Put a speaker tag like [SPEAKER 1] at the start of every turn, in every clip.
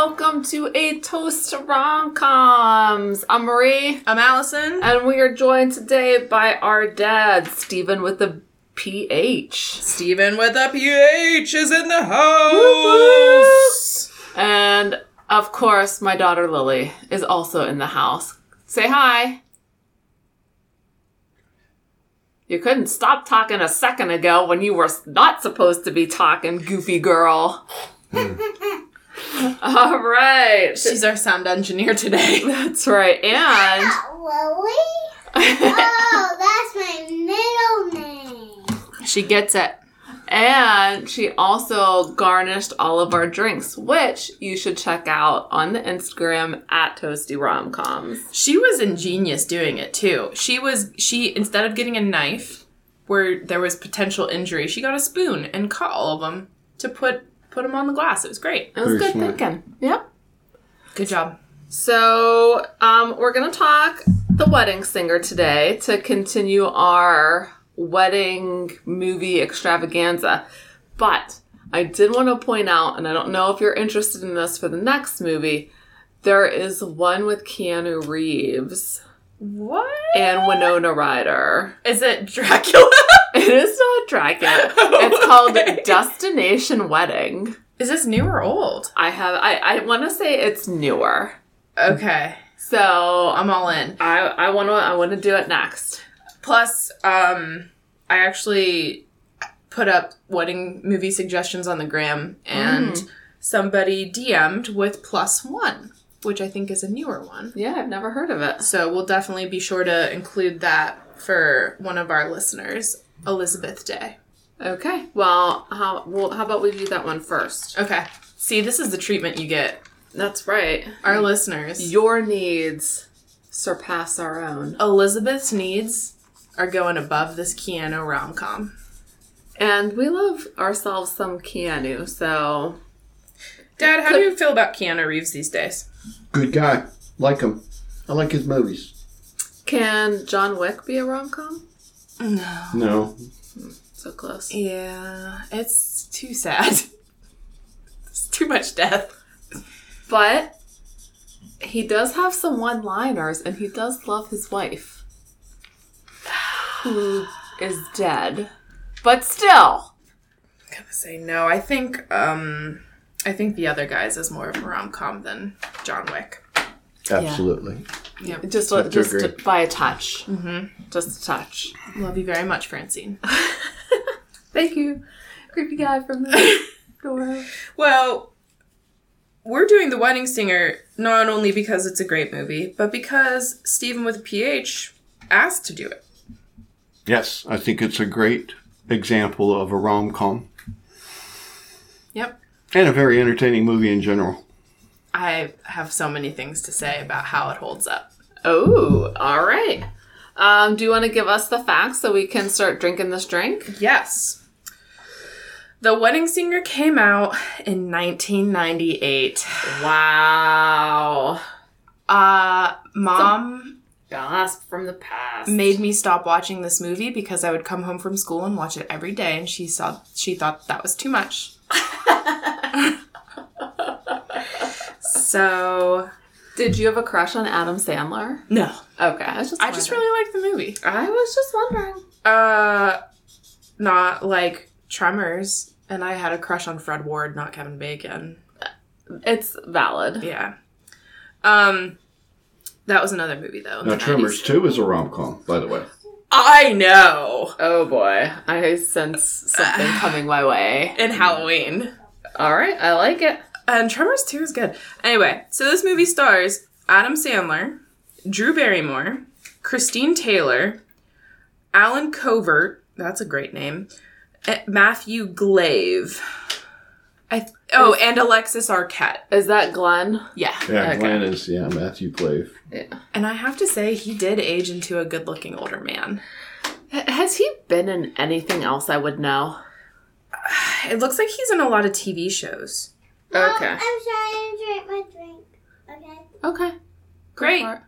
[SPEAKER 1] Oh,
[SPEAKER 2] to a toast to rom-coms. I'm Marie,
[SPEAKER 3] I'm Allison.
[SPEAKER 2] and we are joined today by our dad, Stephen, with a PH,
[SPEAKER 3] Steven with a PH is in the house.
[SPEAKER 2] and of course, my daughter Lily is also in the house. Say hi. You couldn't stop talking a second ago when you were not supposed to be talking, goofy girl.
[SPEAKER 3] Hmm.
[SPEAKER 2] All right.
[SPEAKER 3] She's our sound engineer today.
[SPEAKER 2] That's right. And
[SPEAKER 1] Lily? Oh, that's my middle name.
[SPEAKER 3] She gets it.
[SPEAKER 2] And she also garnished all of our drinks, which you should check out on the Instagram at Toasty Romcoms.
[SPEAKER 3] She was ingenious doing it too. She was she instead of getting a knife where there was potential injury, she got a spoon and cut all of them to put put them on the glass. It was great.
[SPEAKER 2] It was
[SPEAKER 4] Very
[SPEAKER 2] good
[SPEAKER 4] smart.
[SPEAKER 2] thinking. Yep.
[SPEAKER 3] Good job.
[SPEAKER 2] So um, we're gonna talk the wedding singer today to continue our wedding movie extravaganza. But I did want to point out, and I don't know if you're interested in this for the next movie, there is one with Keanu Reeves
[SPEAKER 3] What
[SPEAKER 2] and Winona Ryder.
[SPEAKER 3] is it, Dracula?
[SPEAKER 2] It is not Dracula. It's
[SPEAKER 3] Okay.
[SPEAKER 2] called Destination Wedding.
[SPEAKER 3] is this new or old?
[SPEAKER 2] I have I, I wanna say it's newer.
[SPEAKER 3] Okay,
[SPEAKER 2] So um,
[SPEAKER 3] I'm all in.
[SPEAKER 2] I I wanna I wanna do it next.
[SPEAKER 3] Plus, um, I actually put up wedding movie suggestions on the gram, and somebody DM'd with plus one, which I think is a newer one.
[SPEAKER 2] Yeah, I've never heard of it.
[SPEAKER 3] So we'll definitely be sure to include that for one of our listeners, Elizabeth Day.
[SPEAKER 2] Okay. Well how well how about we do that one first?
[SPEAKER 3] Okay. See, this is the treatment you get.
[SPEAKER 2] That's right.
[SPEAKER 3] Our listeners,
[SPEAKER 2] Your needs surpass our own.
[SPEAKER 3] Elizabeth's needs are going above this Keanu rom com.
[SPEAKER 2] And we love ourselves some Keanu, so
[SPEAKER 3] Dad, how do you feel about Keanu Reeves these days?
[SPEAKER 4] Good guy. Like him. I like his movies.
[SPEAKER 2] can John Wick be a rom com?
[SPEAKER 4] No.
[SPEAKER 2] So close.
[SPEAKER 3] Yeah, it's too sad. It's too much death.
[SPEAKER 2] But he does have some one liners and he does love his wife, who is dead. But still,
[SPEAKER 3] I'm gonna say no. I think um I think the other guys is more of a rom com than John Wick.
[SPEAKER 4] Absolutely.
[SPEAKER 2] just,
[SPEAKER 4] Have to
[SPEAKER 2] just
[SPEAKER 4] agree.
[SPEAKER 2] by a touch. Mm-hmm. Just a touch.
[SPEAKER 3] Love you very much, Francine.
[SPEAKER 2] Thank you, creepy guy from the door.
[SPEAKER 3] well, we're doing The Wedding Singer not only because it's a great movie, but because Stephen with a PH asked to do it.
[SPEAKER 4] Yes, I think it's a great example of a rom com
[SPEAKER 3] Yep.
[SPEAKER 4] and a very entertaining movie in general.
[SPEAKER 3] I have so many things to say about how it holds up.
[SPEAKER 2] Oh, all right. Um, do you want to give us the facts so we can start drinking this drink?
[SPEAKER 3] Yes. The Wedding Singer came out in 1998.
[SPEAKER 2] Wow.
[SPEAKER 3] Uh, mom
[SPEAKER 2] Gasp from the past.
[SPEAKER 3] made me stop watching this movie because I would come home from school and watch it every day, and she saw she thought that was too much. so
[SPEAKER 2] Did you have a crush on Adam Sandler?
[SPEAKER 3] no,
[SPEAKER 2] Okay, I was just.
[SPEAKER 3] I just
[SPEAKER 2] wondering.
[SPEAKER 3] really liked the movie.
[SPEAKER 2] I was just wondering.
[SPEAKER 3] Uh, not like Tremors, and I had a crush on Fred Ward, not Kevin Bacon.
[SPEAKER 2] It's valid.
[SPEAKER 3] Yeah. Um, that was another movie though. in
[SPEAKER 4] Now,
[SPEAKER 3] the
[SPEAKER 4] Tremors
[SPEAKER 3] 90s.
[SPEAKER 4] 2 is a rom com, by the way.
[SPEAKER 3] I know.
[SPEAKER 2] Oh boy, I sense something coming my way.
[SPEAKER 3] And Halloween.
[SPEAKER 2] All right, I like it.
[SPEAKER 3] And Tremors 2 is good. Anyway, so this movie stars Adam Sandler, Drew Barrymore, Christine Taylor, Alan Covert, that's a great name, eh, Matthew Glave. I th- oh, and Alexis Arquette.
[SPEAKER 2] Is that Glenn?
[SPEAKER 3] Yeah.
[SPEAKER 4] Yeah,
[SPEAKER 2] Okay.
[SPEAKER 4] Glenn is, yeah, Matthew Glave.
[SPEAKER 3] And I have to say, he did age into a good looking older man.
[SPEAKER 2] H- has he been in anything else I would know?
[SPEAKER 3] It looks like he's in a lot of TV shows.
[SPEAKER 2] Okay.
[SPEAKER 1] Mom, I'm trying to drink my drink. Okay.
[SPEAKER 2] Okay.
[SPEAKER 3] Great.
[SPEAKER 2] for it.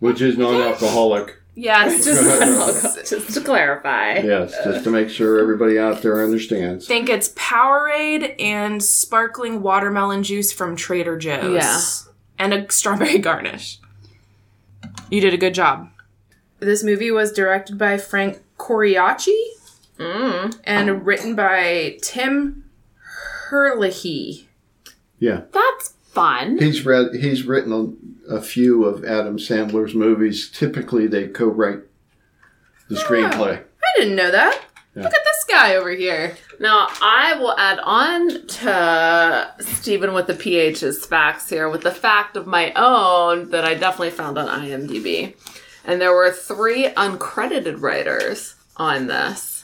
[SPEAKER 4] Which is non alcoholic.
[SPEAKER 2] Yes, just, just to clarify.
[SPEAKER 4] Yes, just to make sure everybody out there understands.
[SPEAKER 3] think it's Powerade and sparkling watermelon juice from Trader Joe's.
[SPEAKER 2] Yeah.
[SPEAKER 3] And a strawberry garnish. You did a good job. This movie was directed by Frank Coriaci and written by Tim Herlihy.
[SPEAKER 4] Yeah,
[SPEAKER 2] That's fun.
[SPEAKER 4] he's read. He's written a, a few of Adam Sandler's movies. Typically, they co-write the
[SPEAKER 2] Oh.
[SPEAKER 4] screenplay.
[SPEAKER 3] I didn't know that.
[SPEAKER 4] Yeah.
[SPEAKER 3] Look at this guy over here.
[SPEAKER 2] Now, I will add on to Stephen with the PH's facts here with the fact of my own that I definitely found on IMDb. And there were three uncredited writers on this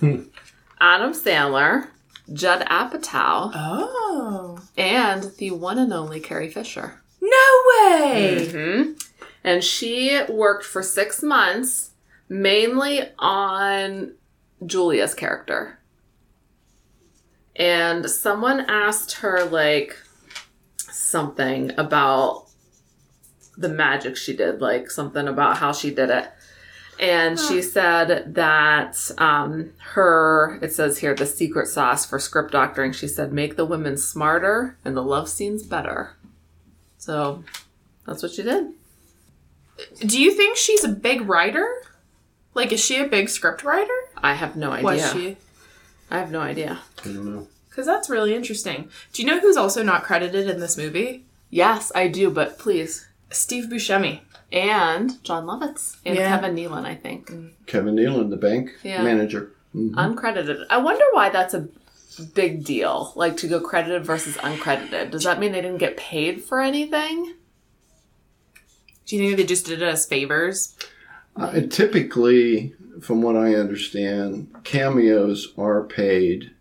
[SPEAKER 2] Adam Sandler, Judd Apatow,
[SPEAKER 3] Oh.
[SPEAKER 2] and the one and only Carrie Fisher.
[SPEAKER 3] No way.
[SPEAKER 2] Mm-hmm. And she worked for six months mainly on Julia's character. And someone asked her, like, something about the magic she did, like, something about how she did it. And she said that um, her, it says here, the secret sauce for script doctoring, she said, make the women smarter and the love scenes better. So that's what she did.
[SPEAKER 3] Do you think she's a big writer? Like, is she a big script writer?
[SPEAKER 2] I have no idea.
[SPEAKER 3] Was she?
[SPEAKER 2] I have no idea.
[SPEAKER 4] I don't know.
[SPEAKER 3] Because that's really interesting. Do you know who's also not credited in this movie?
[SPEAKER 2] Yes, I do, but please.
[SPEAKER 3] Steve Buscemi.
[SPEAKER 2] And John Lovitz and
[SPEAKER 3] Yeah. Mm-hmm.
[SPEAKER 2] Kevin Nealon, I think.
[SPEAKER 4] Kevin Nealon, the bank
[SPEAKER 2] Yeah.
[SPEAKER 4] manager. Mm-hmm.
[SPEAKER 2] Uncredited. I wonder why that's a big deal, like to go credited versus uncredited. Does that mean they didn't get paid for anything?
[SPEAKER 3] Do you think they just did it as favors?
[SPEAKER 4] Uh, typically, from what I understand, cameos are paid,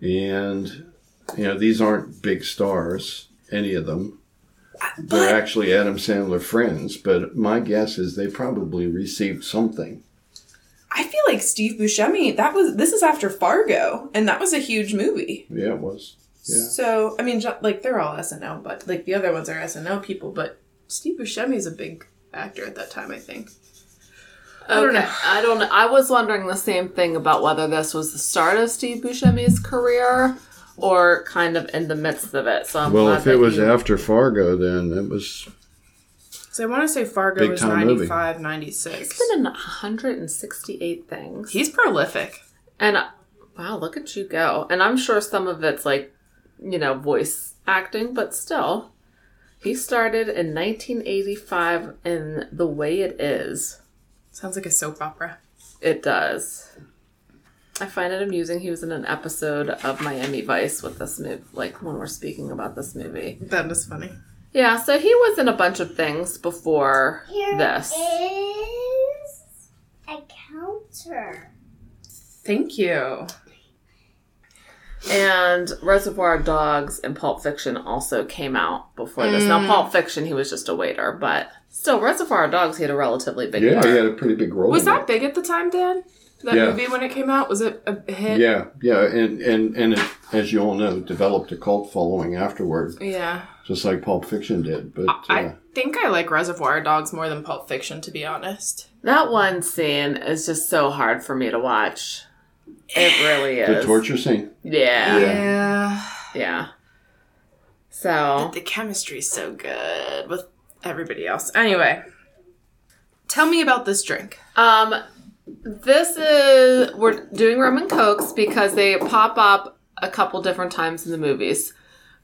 [SPEAKER 4] and you know these aren't big stars, any of them.
[SPEAKER 3] Uh,
[SPEAKER 4] They're actually Adam Sandler friends, but my guess is they probably received something.
[SPEAKER 3] I feel like Steve Buscemi. That was this is after Fargo, and that was a huge movie.
[SPEAKER 4] Yeah, it was. Yeah.
[SPEAKER 3] So I mean, jo- like they're all SNL, but like the other ones are SNL people. But Steve Buscemi is a big actor at that time. I think. I don't know.
[SPEAKER 2] I don't know. I was wondering the same thing about whether this was the start of Steve Buscemi's career or kind of in the midst of it. So I'm
[SPEAKER 4] Well,
[SPEAKER 2] glad
[SPEAKER 4] if it
[SPEAKER 2] that
[SPEAKER 4] was
[SPEAKER 2] you-
[SPEAKER 4] after Fargo, then it was.
[SPEAKER 3] So I want to say Fargo
[SPEAKER 4] Big
[SPEAKER 3] was
[SPEAKER 4] time movie.
[SPEAKER 3] 95, 96.
[SPEAKER 2] He's been in 168 things.
[SPEAKER 3] He's prolific.
[SPEAKER 2] And uh, wow, look at you go. And I'm sure some of it's like, you know, voice acting, but still. He started in 1985 in The Way It Is.
[SPEAKER 3] Sounds like a soap opera.
[SPEAKER 2] It does. I find it amusing he was in an episode of Miami Vice with this movie, like when we're speaking about this movie.
[SPEAKER 3] That was funny.
[SPEAKER 2] Yeah, so he was in a bunch of things before
[SPEAKER 1] Here
[SPEAKER 2] this.
[SPEAKER 1] is a counter.
[SPEAKER 3] Thank you.
[SPEAKER 2] And Reservoir Dogs and Pulp Fiction also came out before this. Now,
[SPEAKER 4] Mm.
[SPEAKER 2] Pulp Fiction, he was just a waiter, but still, Reservoir Dogs, he had a relatively big
[SPEAKER 4] Yeah,
[SPEAKER 2] part.
[SPEAKER 4] he had a pretty big role.
[SPEAKER 3] Was
[SPEAKER 4] in it.
[SPEAKER 3] that big at the time, Dan? That
[SPEAKER 4] Yeah.
[SPEAKER 3] movie when it came out was it a hit?
[SPEAKER 4] Yeah, yeah, and and and it, as you all know, developed a cult following afterward,
[SPEAKER 3] Yeah.
[SPEAKER 4] just like Pulp Fiction did. But uh,
[SPEAKER 3] I think I like Reservoir Dogs more than Pulp Fiction, to be honest.
[SPEAKER 2] That one scene is just so hard for me to watch. It really
[SPEAKER 4] the
[SPEAKER 2] is.
[SPEAKER 4] torture scene.
[SPEAKER 2] Yeah, yeah.
[SPEAKER 4] Yeah.
[SPEAKER 2] So,
[SPEAKER 3] The chemistry's so good with everybody else. Anyway, tell me about this drink.
[SPEAKER 2] um, this is, we're doing rum and cokes because they pop up a couple different times in the movies.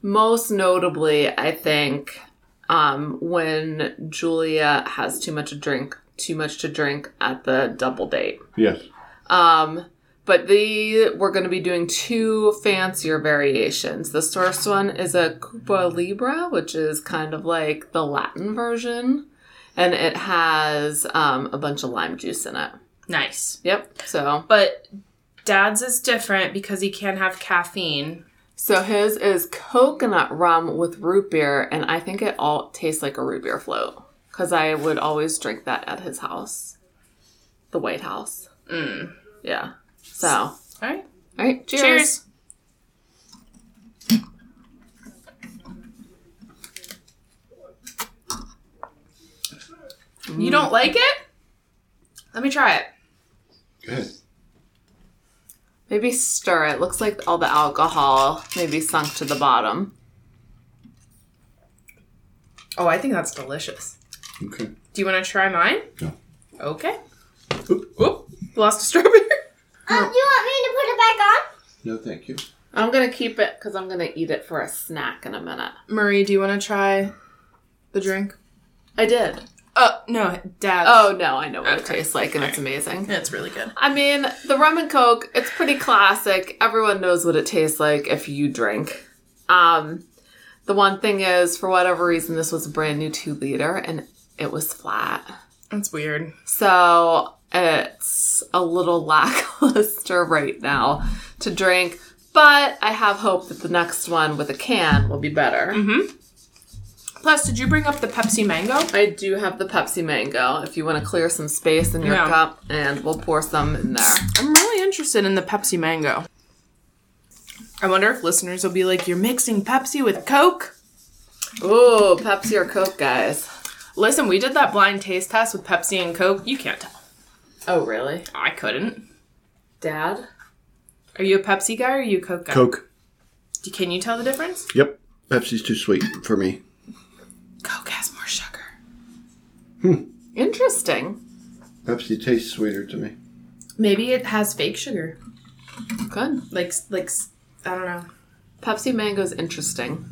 [SPEAKER 2] Most notably, I think, um, when Julia has too much to drink, too much to drink at the double date.
[SPEAKER 4] Yes.
[SPEAKER 2] Um, but the we're going to be doing two fancier variations. This first one is a Cupa Libra, which is kind of like the Latin version, and it has um, a bunch of lime juice in it.
[SPEAKER 3] Nice.
[SPEAKER 2] Yep. So,
[SPEAKER 3] But Dad's is different because he can't have caffeine.
[SPEAKER 2] so his is coconut rum with root beer, and I think it all tastes like a root beer float because I would always drink that at his house, the White House. Yeah. So, all
[SPEAKER 3] All right.
[SPEAKER 2] right.
[SPEAKER 3] Cheers. Mm. You don't like it? Let me try it.
[SPEAKER 4] Good.
[SPEAKER 2] Maybe stir it. Looks like all the alcohol maybe sunk to the bottom.
[SPEAKER 3] Oh, I think that's delicious.
[SPEAKER 4] Okay.
[SPEAKER 3] Do you want to try mine?
[SPEAKER 4] No.
[SPEAKER 3] Okay.
[SPEAKER 4] Oop.
[SPEAKER 3] Oop. Lost a strawberry.
[SPEAKER 1] Um, you want me to put it back on?
[SPEAKER 4] No, thank you.
[SPEAKER 2] I'm gonna keep it because I'm gonna eat it for a snack in a minute.
[SPEAKER 3] Marie, do you want to try the drink?
[SPEAKER 2] I did.
[SPEAKER 3] Oh, no, Dad.
[SPEAKER 2] Oh no, I know what it
[SPEAKER 3] Okay.
[SPEAKER 2] tastes like, and it's amazing.
[SPEAKER 3] It's really good.
[SPEAKER 2] I mean, the rum and coke, it's pretty classic. Everyone knows what it tastes like if you drink. Um, the one thing is, for whatever reason, this was a brand new two liter and it was flat.
[SPEAKER 3] That's weird.
[SPEAKER 2] So it's a little lackluster right now to drink, but I have hope that the next one with a can will be better.
[SPEAKER 3] Plus, did you bring up the Pepsi mango?
[SPEAKER 2] I do have the Pepsi Mango if you want to clear some space in your
[SPEAKER 3] Yeah.
[SPEAKER 2] cup, and we'll pour some in there.
[SPEAKER 3] I'm really interested in the Pepsi mango. I wonder if listeners will be like, you're mixing Pepsi with Coke?
[SPEAKER 2] Ooh, Pepsi or Coke, guys.
[SPEAKER 3] Listen, we did that blind taste test with Pepsi and Coke. You can't tell.
[SPEAKER 2] Oh, really?
[SPEAKER 3] I couldn't.
[SPEAKER 2] Dad?
[SPEAKER 3] Are you a Pepsi guy or are you a Coke guy?
[SPEAKER 4] Coke.
[SPEAKER 3] Do- Can you tell the difference?
[SPEAKER 4] Yep. Pepsi's too sweet for me.
[SPEAKER 3] Coke has more sugar.
[SPEAKER 2] Interesting.
[SPEAKER 4] Pepsi tastes sweeter to me.
[SPEAKER 3] Maybe it has fake sugar.
[SPEAKER 2] Good.
[SPEAKER 3] Like, like, I don't know.
[SPEAKER 2] Pepsi Mango's interesting.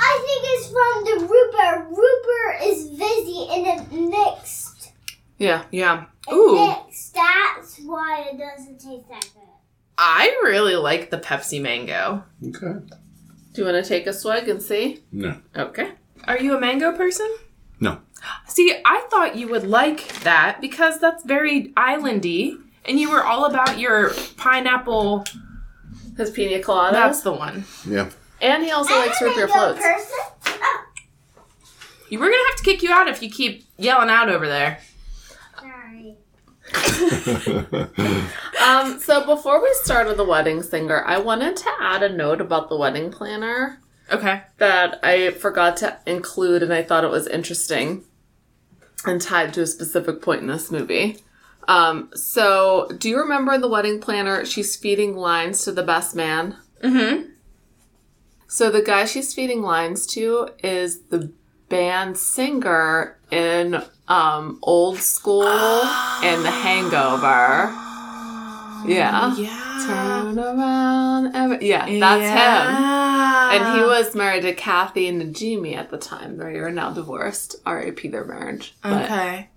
[SPEAKER 1] I think it's from the Rupert. Rupert is busy and it mixed.
[SPEAKER 2] Yeah.
[SPEAKER 3] Yeah.
[SPEAKER 1] It
[SPEAKER 3] Ooh,
[SPEAKER 1] mixed. That's why it doesn't taste that good.
[SPEAKER 3] I really like the Pepsi mango.
[SPEAKER 4] Okay.
[SPEAKER 2] Do you want to take a swig and see?
[SPEAKER 4] No.
[SPEAKER 2] Okay.
[SPEAKER 3] Are you a mango person?
[SPEAKER 4] No.
[SPEAKER 3] See, I thought you would like that because that's very islandy, and you were all about your pineapple.
[SPEAKER 2] His pina coladas.
[SPEAKER 3] That's the one.
[SPEAKER 4] Yeah.
[SPEAKER 2] and he also likes
[SPEAKER 1] I'm a
[SPEAKER 2] root beer
[SPEAKER 1] mango
[SPEAKER 2] floats.
[SPEAKER 1] person. Oh,
[SPEAKER 3] You were gonna have to kick you out if you keep yelling out over there.
[SPEAKER 1] sorry.
[SPEAKER 2] Um, so before we start with the wedding singer, I wanted to add a note about the wedding planner
[SPEAKER 3] Okay.
[SPEAKER 2] that I forgot to include and I thought it was interesting and tied to a specific point in this movie. Um, so do you remember in the wedding planner she's feeding lines to the best man?
[SPEAKER 3] Mm-hmm.
[SPEAKER 2] So the guy she's feeding lines to is the band singer in um, Old School and The Hangover. Yeah.
[SPEAKER 3] Yeah.
[SPEAKER 2] Turn around. ever- Yeah, that's him. And he was married to Kathy and Najimi at the time. They are now divorced. R.A.P. their marriage. But
[SPEAKER 3] Okay.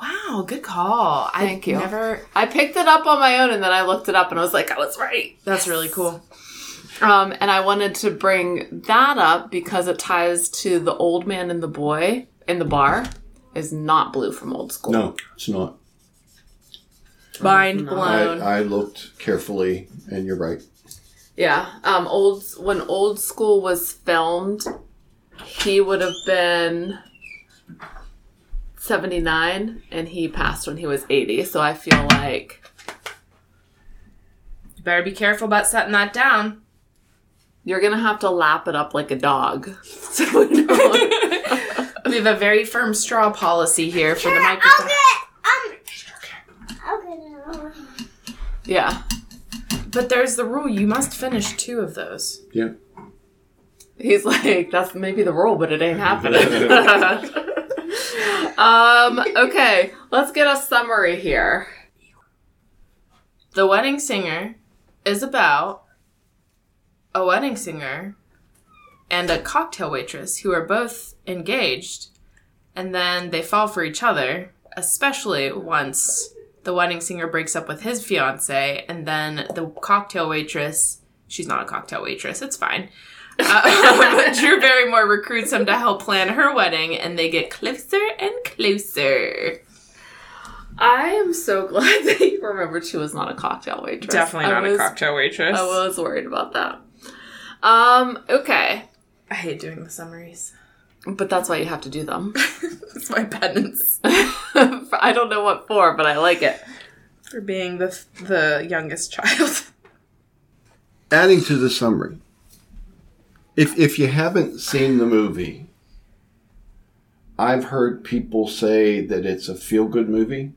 [SPEAKER 3] Wow, good call.
[SPEAKER 2] Thank
[SPEAKER 3] I
[SPEAKER 2] you.
[SPEAKER 3] Never.
[SPEAKER 2] I picked it up on my own and then I looked it up and I was like, I was right.
[SPEAKER 3] That's really cool.
[SPEAKER 2] Um, and I wanted to bring that up because it ties to the old man and the boy in the bar is not blue from old school.
[SPEAKER 4] no, it's not.
[SPEAKER 3] Mind
[SPEAKER 4] I,
[SPEAKER 3] blown.
[SPEAKER 4] I looked carefully, and you're right.
[SPEAKER 2] Yeah. Um, old when old school was filmed, he would have been seventy nine, and he passed when he was eighty. So I feel like
[SPEAKER 3] You better be careful about setting that down.
[SPEAKER 2] you're gonna have to lap it up like a dog. So we don't-
[SPEAKER 3] We have a very firm straw policy here for the
[SPEAKER 1] I'll
[SPEAKER 3] microphone.
[SPEAKER 1] get um. I'll get another one.
[SPEAKER 2] yeah,
[SPEAKER 3] But there's the rule you must finish two of those.
[SPEAKER 4] Yeah.
[SPEAKER 2] he's like that's maybe the rule, but it ain't happening. um. Okay, let's get a summary here.
[SPEAKER 3] The Wedding Singer is about a wedding singer and a cocktail waitress who are both engaged and then they fall for each other, especially once the wedding singer breaks up with his fiance and then the cocktail waitress, she's not a cocktail waitress, it's fine. Uh, Drew Barrymore recruits him to help plan her wedding and they get closer and closer.
[SPEAKER 2] I am so glad that you remembered she was not a cocktail waitress. I was-
[SPEAKER 3] waitress.
[SPEAKER 2] I was worried about that. Um, okay.
[SPEAKER 3] I hate doing the summaries.
[SPEAKER 2] But that's why you have to do them.
[SPEAKER 3] it's my penance
[SPEAKER 2] I don't know what for, but I like it.
[SPEAKER 3] for being the the youngest child.
[SPEAKER 4] adding to the summary if if you haven't seen the movie i've heard people say that it's a feel good movie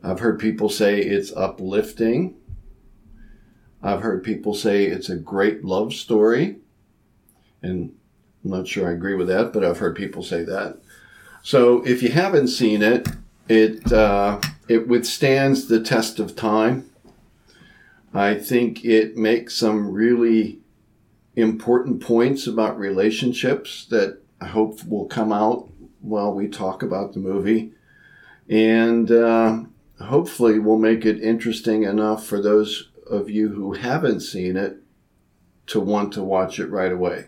[SPEAKER 4] I've heard people say it's uplifting. I've heard people say it's a great love story. And I'm not sure I agree with that, but I've heard people say that. So if you haven't seen it, it uh, it withstands the test of time. I think it makes some really important points about relationships that I hope will come out while we talk about the movie, and uh, hopefully will make it interesting enough for those of you who haven't seen it to want to watch it right away.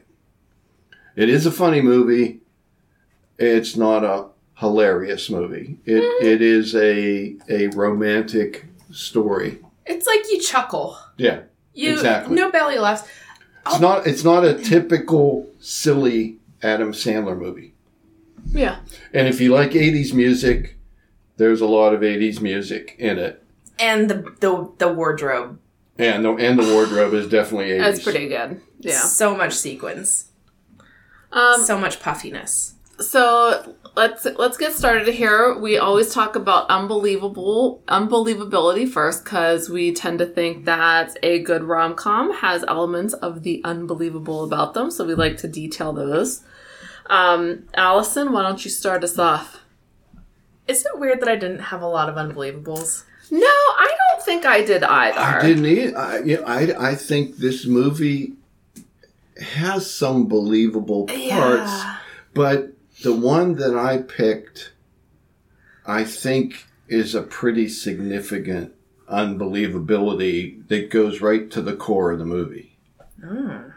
[SPEAKER 4] It is a funny movie. It's not a hilarious movie. It, it is a a romantic story.
[SPEAKER 3] It's like you chuckle.
[SPEAKER 4] Yeah,
[SPEAKER 3] You
[SPEAKER 4] Exactly.
[SPEAKER 3] no belly laughs.
[SPEAKER 4] it's not it's not a typical silly Adam Sandler movie.
[SPEAKER 2] Yeah.
[SPEAKER 4] And if you like '80s music, there's a lot of '80s music in it,
[SPEAKER 3] And the the, the wardrobe.
[SPEAKER 4] and the and the wardrobe is definitely '80s.
[SPEAKER 2] That's pretty good. Yeah.
[SPEAKER 3] So much sequins.
[SPEAKER 2] Um,
[SPEAKER 3] so much puffiness.
[SPEAKER 2] so let's let's get started here. We always talk about unbelievable unbelievability first because we tend to think that a good rom com has elements of the unbelievable about them. So we like to detail those. Um, Allison, why don't you start us off?
[SPEAKER 3] Isn't it weird that I didn't have a lot of unbelievables?
[SPEAKER 2] No, I don't think I did either.
[SPEAKER 4] I didn't. Either. I, yeah, I I think this movie has some believable parts, but the one that I picked, I think, is a pretty significant unbelievability that goes right to the core of the movie.
[SPEAKER 3] Hmm.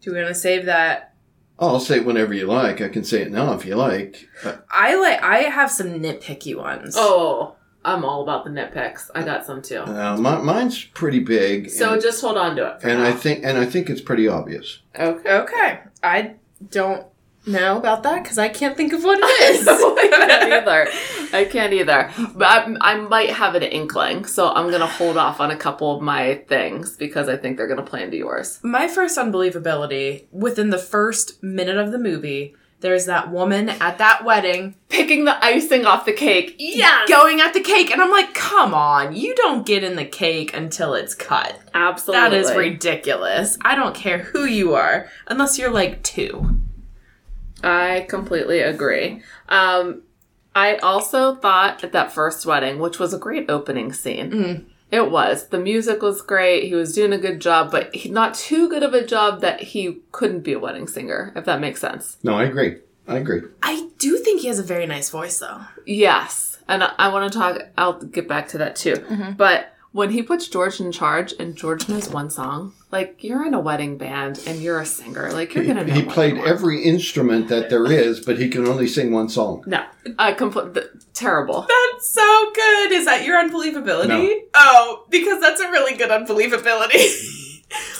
[SPEAKER 3] Do we want to save that?
[SPEAKER 4] I'll say it whenever you like. I can say it now if you like. Uh,
[SPEAKER 3] I like. I have some nitpicky ones.
[SPEAKER 2] Oh, I'm all about the nitpicks. I got some too.
[SPEAKER 4] Uh, my, mine's pretty big.
[SPEAKER 2] So
[SPEAKER 4] and,
[SPEAKER 2] just hold on to it. for
[SPEAKER 4] and
[SPEAKER 2] now.
[SPEAKER 4] I think and I think it's pretty obvious.
[SPEAKER 2] okay.
[SPEAKER 3] Okay. I don't know about that because I can't think of what it is.
[SPEAKER 2] No, I can't either. I can't either. But I, I might have an inkling, so I'm gonna hold off on a couple of my things because I think they're gonna play into yours.
[SPEAKER 3] My first unbelievability within the first minute of the movie, there's that woman at that wedding
[SPEAKER 2] Picking the icing off the cake. Yes,
[SPEAKER 3] going at the cake, and I'm like, come on, you don't get in the cake until it's cut.
[SPEAKER 2] absolutely.
[SPEAKER 3] That is ridiculous. I don't care who you are, unless you're like two.
[SPEAKER 2] I completely agree. Um, I also thought at that first wedding, which was a great opening scene.
[SPEAKER 3] Mm-hmm.
[SPEAKER 2] It was. The music was great. He was doing a good job, but he, not too good of a job that he couldn't be a wedding singer, if that makes sense.
[SPEAKER 4] No, I agree. I agree.
[SPEAKER 3] I do think he has a very nice voice, though.
[SPEAKER 2] Yes. And I, I want to talk, I'll get back to that too.
[SPEAKER 3] Mm-hmm.
[SPEAKER 2] But when he puts George in charge and George knows one song, like you're in a wedding band and you're a singer, like you're going to know.
[SPEAKER 4] He
[SPEAKER 2] what
[SPEAKER 4] played
[SPEAKER 2] you want.
[SPEAKER 4] every instrument that there is, but he can only sing one song.
[SPEAKER 2] No. Uh, compl- th- terrible.
[SPEAKER 3] That's so good. Is that your unbelievability?
[SPEAKER 4] No.
[SPEAKER 3] Oh, because that's a really good unbelievability.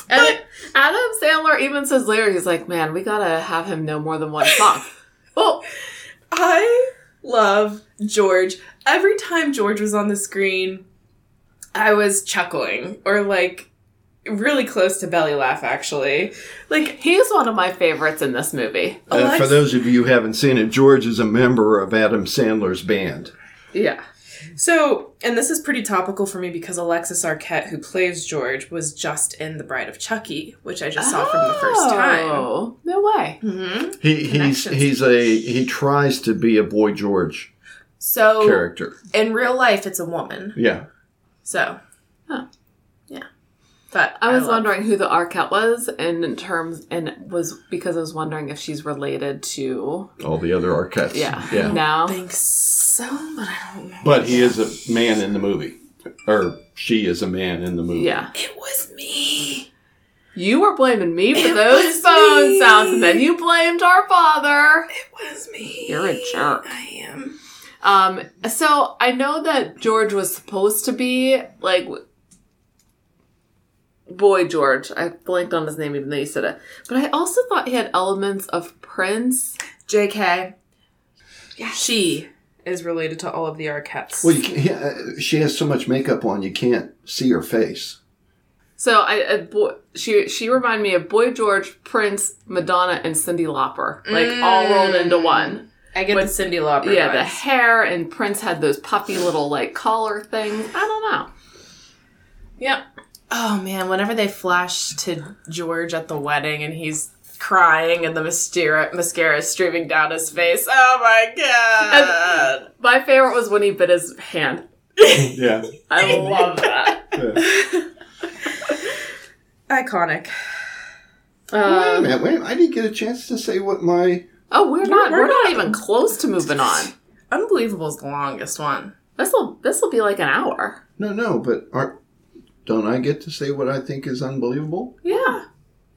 [SPEAKER 2] And Adam Sandler even says later, he's like, man, we gotta have him know more than one song. well,
[SPEAKER 3] I love George. Every time George was on the screen, I was chuckling or like really close to belly laugh actually. Like
[SPEAKER 2] he's one of my favorites in this movie.
[SPEAKER 4] Uh, for
[SPEAKER 3] Alex-
[SPEAKER 4] those of you who haven't seen it, George is a member of Adam Sandler's band.
[SPEAKER 2] Yeah.
[SPEAKER 3] So, and this is pretty topical for me because Alexis Arquette, who plays George, was just in The Bride of Chucky, which I just saw from the first time.
[SPEAKER 2] Oh, No way.
[SPEAKER 3] hmm
[SPEAKER 4] He he's
[SPEAKER 3] Connections.
[SPEAKER 4] he's a he tries to be a boy George
[SPEAKER 2] Oh.
[SPEAKER 3] So,
[SPEAKER 4] character.
[SPEAKER 3] in real life, it's a woman.
[SPEAKER 4] Yeah,
[SPEAKER 3] So,
[SPEAKER 2] Huh.
[SPEAKER 3] yeah. But
[SPEAKER 2] I was
[SPEAKER 3] love-
[SPEAKER 2] wondering who the Arquette was, and in terms, and was because I was wondering if she's related to.
[SPEAKER 4] all the other Arquettes.
[SPEAKER 2] Yeah.
[SPEAKER 4] yeah.
[SPEAKER 2] Now.
[SPEAKER 3] think so, but I don't know.
[SPEAKER 4] But he is a man in the movie, or she is a man in the movie.
[SPEAKER 2] Yeah.
[SPEAKER 3] It was me.
[SPEAKER 2] You were blaming me for
[SPEAKER 3] It
[SPEAKER 2] those
[SPEAKER 3] was
[SPEAKER 2] phone
[SPEAKER 3] me.
[SPEAKER 2] sounds, and then you blamed our father.
[SPEAKER 3] It was me.
[SPEAKER 2] You're a jerk.
[SPEAKER 3] I am.
[SPEAKER 2] Um, so I know that George was supposed to be like w- boy George. I blanked on his name even though you said it. But I also thought he had elements of Prince.
[SPEAKER 3] JK. Yeah. She is related to all of the Arquettes.
[SPEAKER 4] Well, you can, he, uh, she has so much makeup on, you can't see her face.
[SPEAKER 2] So I, I boy, she she reminded me of Boy George, Prince, Madonna, and Cindy Lauper, like all rolled into one.
[SPEAKER 3] I get the Cindy Lauper.
[SPEAKER 2] yeah, the
[SPEAKER 3] vibes.
[SPEAKER 2] hair and Prince had those puffy little like collar things. I don't know. Yep.
[SPEAKER 3] Oh man, whenever they flash to George at the wedding and he's crying and the mascara mascara is streaming down his face. Oh my god.
[SPEAKER 2] My favorite was when he bit his hand.
[SPEAKER 4] Yeah.
[SPEAKER 2] I love that.
[SPEAKER 4] yeah.
[SPEAKER 3] Iconic. Uh,
[SPEAKER 4] wait a
[SPEAKER 2] Um,
[SPEAKER 4] minute, wait. a minute, I didn't get a chance to say what my.
[SPEAKER 2] oh, we're not
[SPEAKER 3] we're
[SPEAKER 2] we're not
[SPEAKER 3] not-
[SPEAKER 2] even close to moving on.
[SPEAKER 3] Unbelievable's the longest one.
[SPEAKER 2] This will this will be like an hour.
[SPEAKER 4] No, no, but aren't. Don't I get to say what I think is unbelievable?
[SPEAKER 2] Yeah.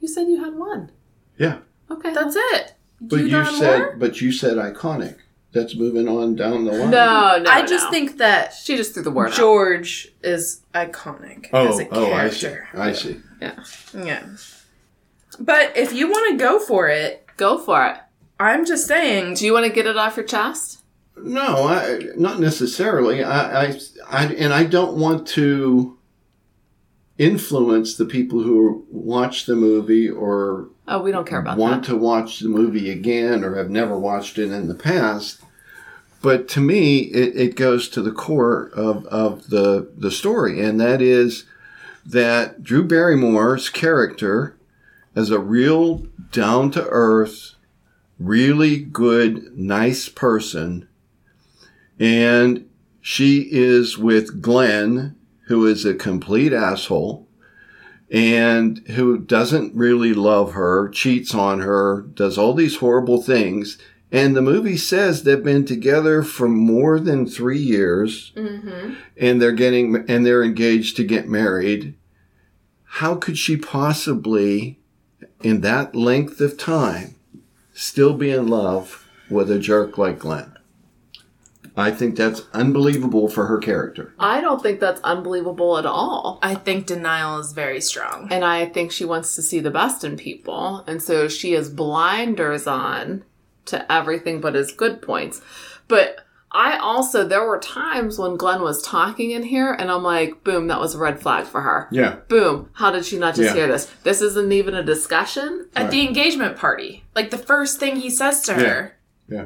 [SPEAKER 2] You said you had one.
[SPEAKER 4] Yeah.
[SPEAKER 2] Okay.
[SPEAKER 3] That's it.
[SPEAKER 4] But you,
[SPEAKER 3] got
[SPEAKER 4] said,
[SPEAKER 3] more?
[SPEAKER 4] but you said iconic. That's moving on down the line.
[SPEAKER 2] no, no.
[SPEAKER 3] I just
[SPEAKER 2] no.
[SPEAKER 3] think that
[SPEAKER 2] she just threw the word out.
[SPEAKER 3] George is iconic as
[SPEAKER 4] Oh,
[SPEAKER 3] a character.
[SPEAKER 4] oh, I see. I see.
[SPEAKER 3] Yeah. But if you want to go for it,
[SPEAKER 2] Go for it.
[SPEAKER 3] I'm just saying
[SPEAKER 2] Do you want to get it off your chest?
[SPEAKER 4] No, I, not necessarily. I, I, I, and I don't want to influence the people who watch the movie or
[SPEAKER 2] Oh, we don't care about
[SPEAKER 4] want
[SPEAKER 2] that.
[SPEAKER 4] to watch the movie again or have never watched it in the past. But to me, it, it goes to the core of, of the, the story, and that is that Drew Barrymore's character is a real down to earth, really good, nice person. And she is with Glenn, who is a complete asshole and who doesn't really love her, cheats on her, does all these horrible things. And the movie says they've been together for more than three years
[SPEAKER 2] Mm-hmm.
[SPEAKER 4] and they're getting and they're engaged to get married. How could she possibly, in that length of time, still be in love with a jerk like Glenn? I think that's unbelievable for her character.
[SPEAKER 2] I don't think that's unbelievable at all.
[SPEAKER 3] I think denial is very strong.
[SPEAKER 2] And I think she wants to see the best in people. And so she has blinders on to everything but his good points. But I also, there were times when Glenn was talking in here, and I'm like, boom, that was a red flag for her.
[SPEAKER 4] Yeah.
[SPEAKER 2] Boom, how did she not just
[SPEAKER 4] Yeah.
[SPEAKER 2] hear this? This isn't even a discussion.
[SPEAKER 3] At the engagement party, like the first thing he says to
[SPEAKER 4] Yeah.
[SPEAKER 3] her,
[SPEAKER 4] Yeah.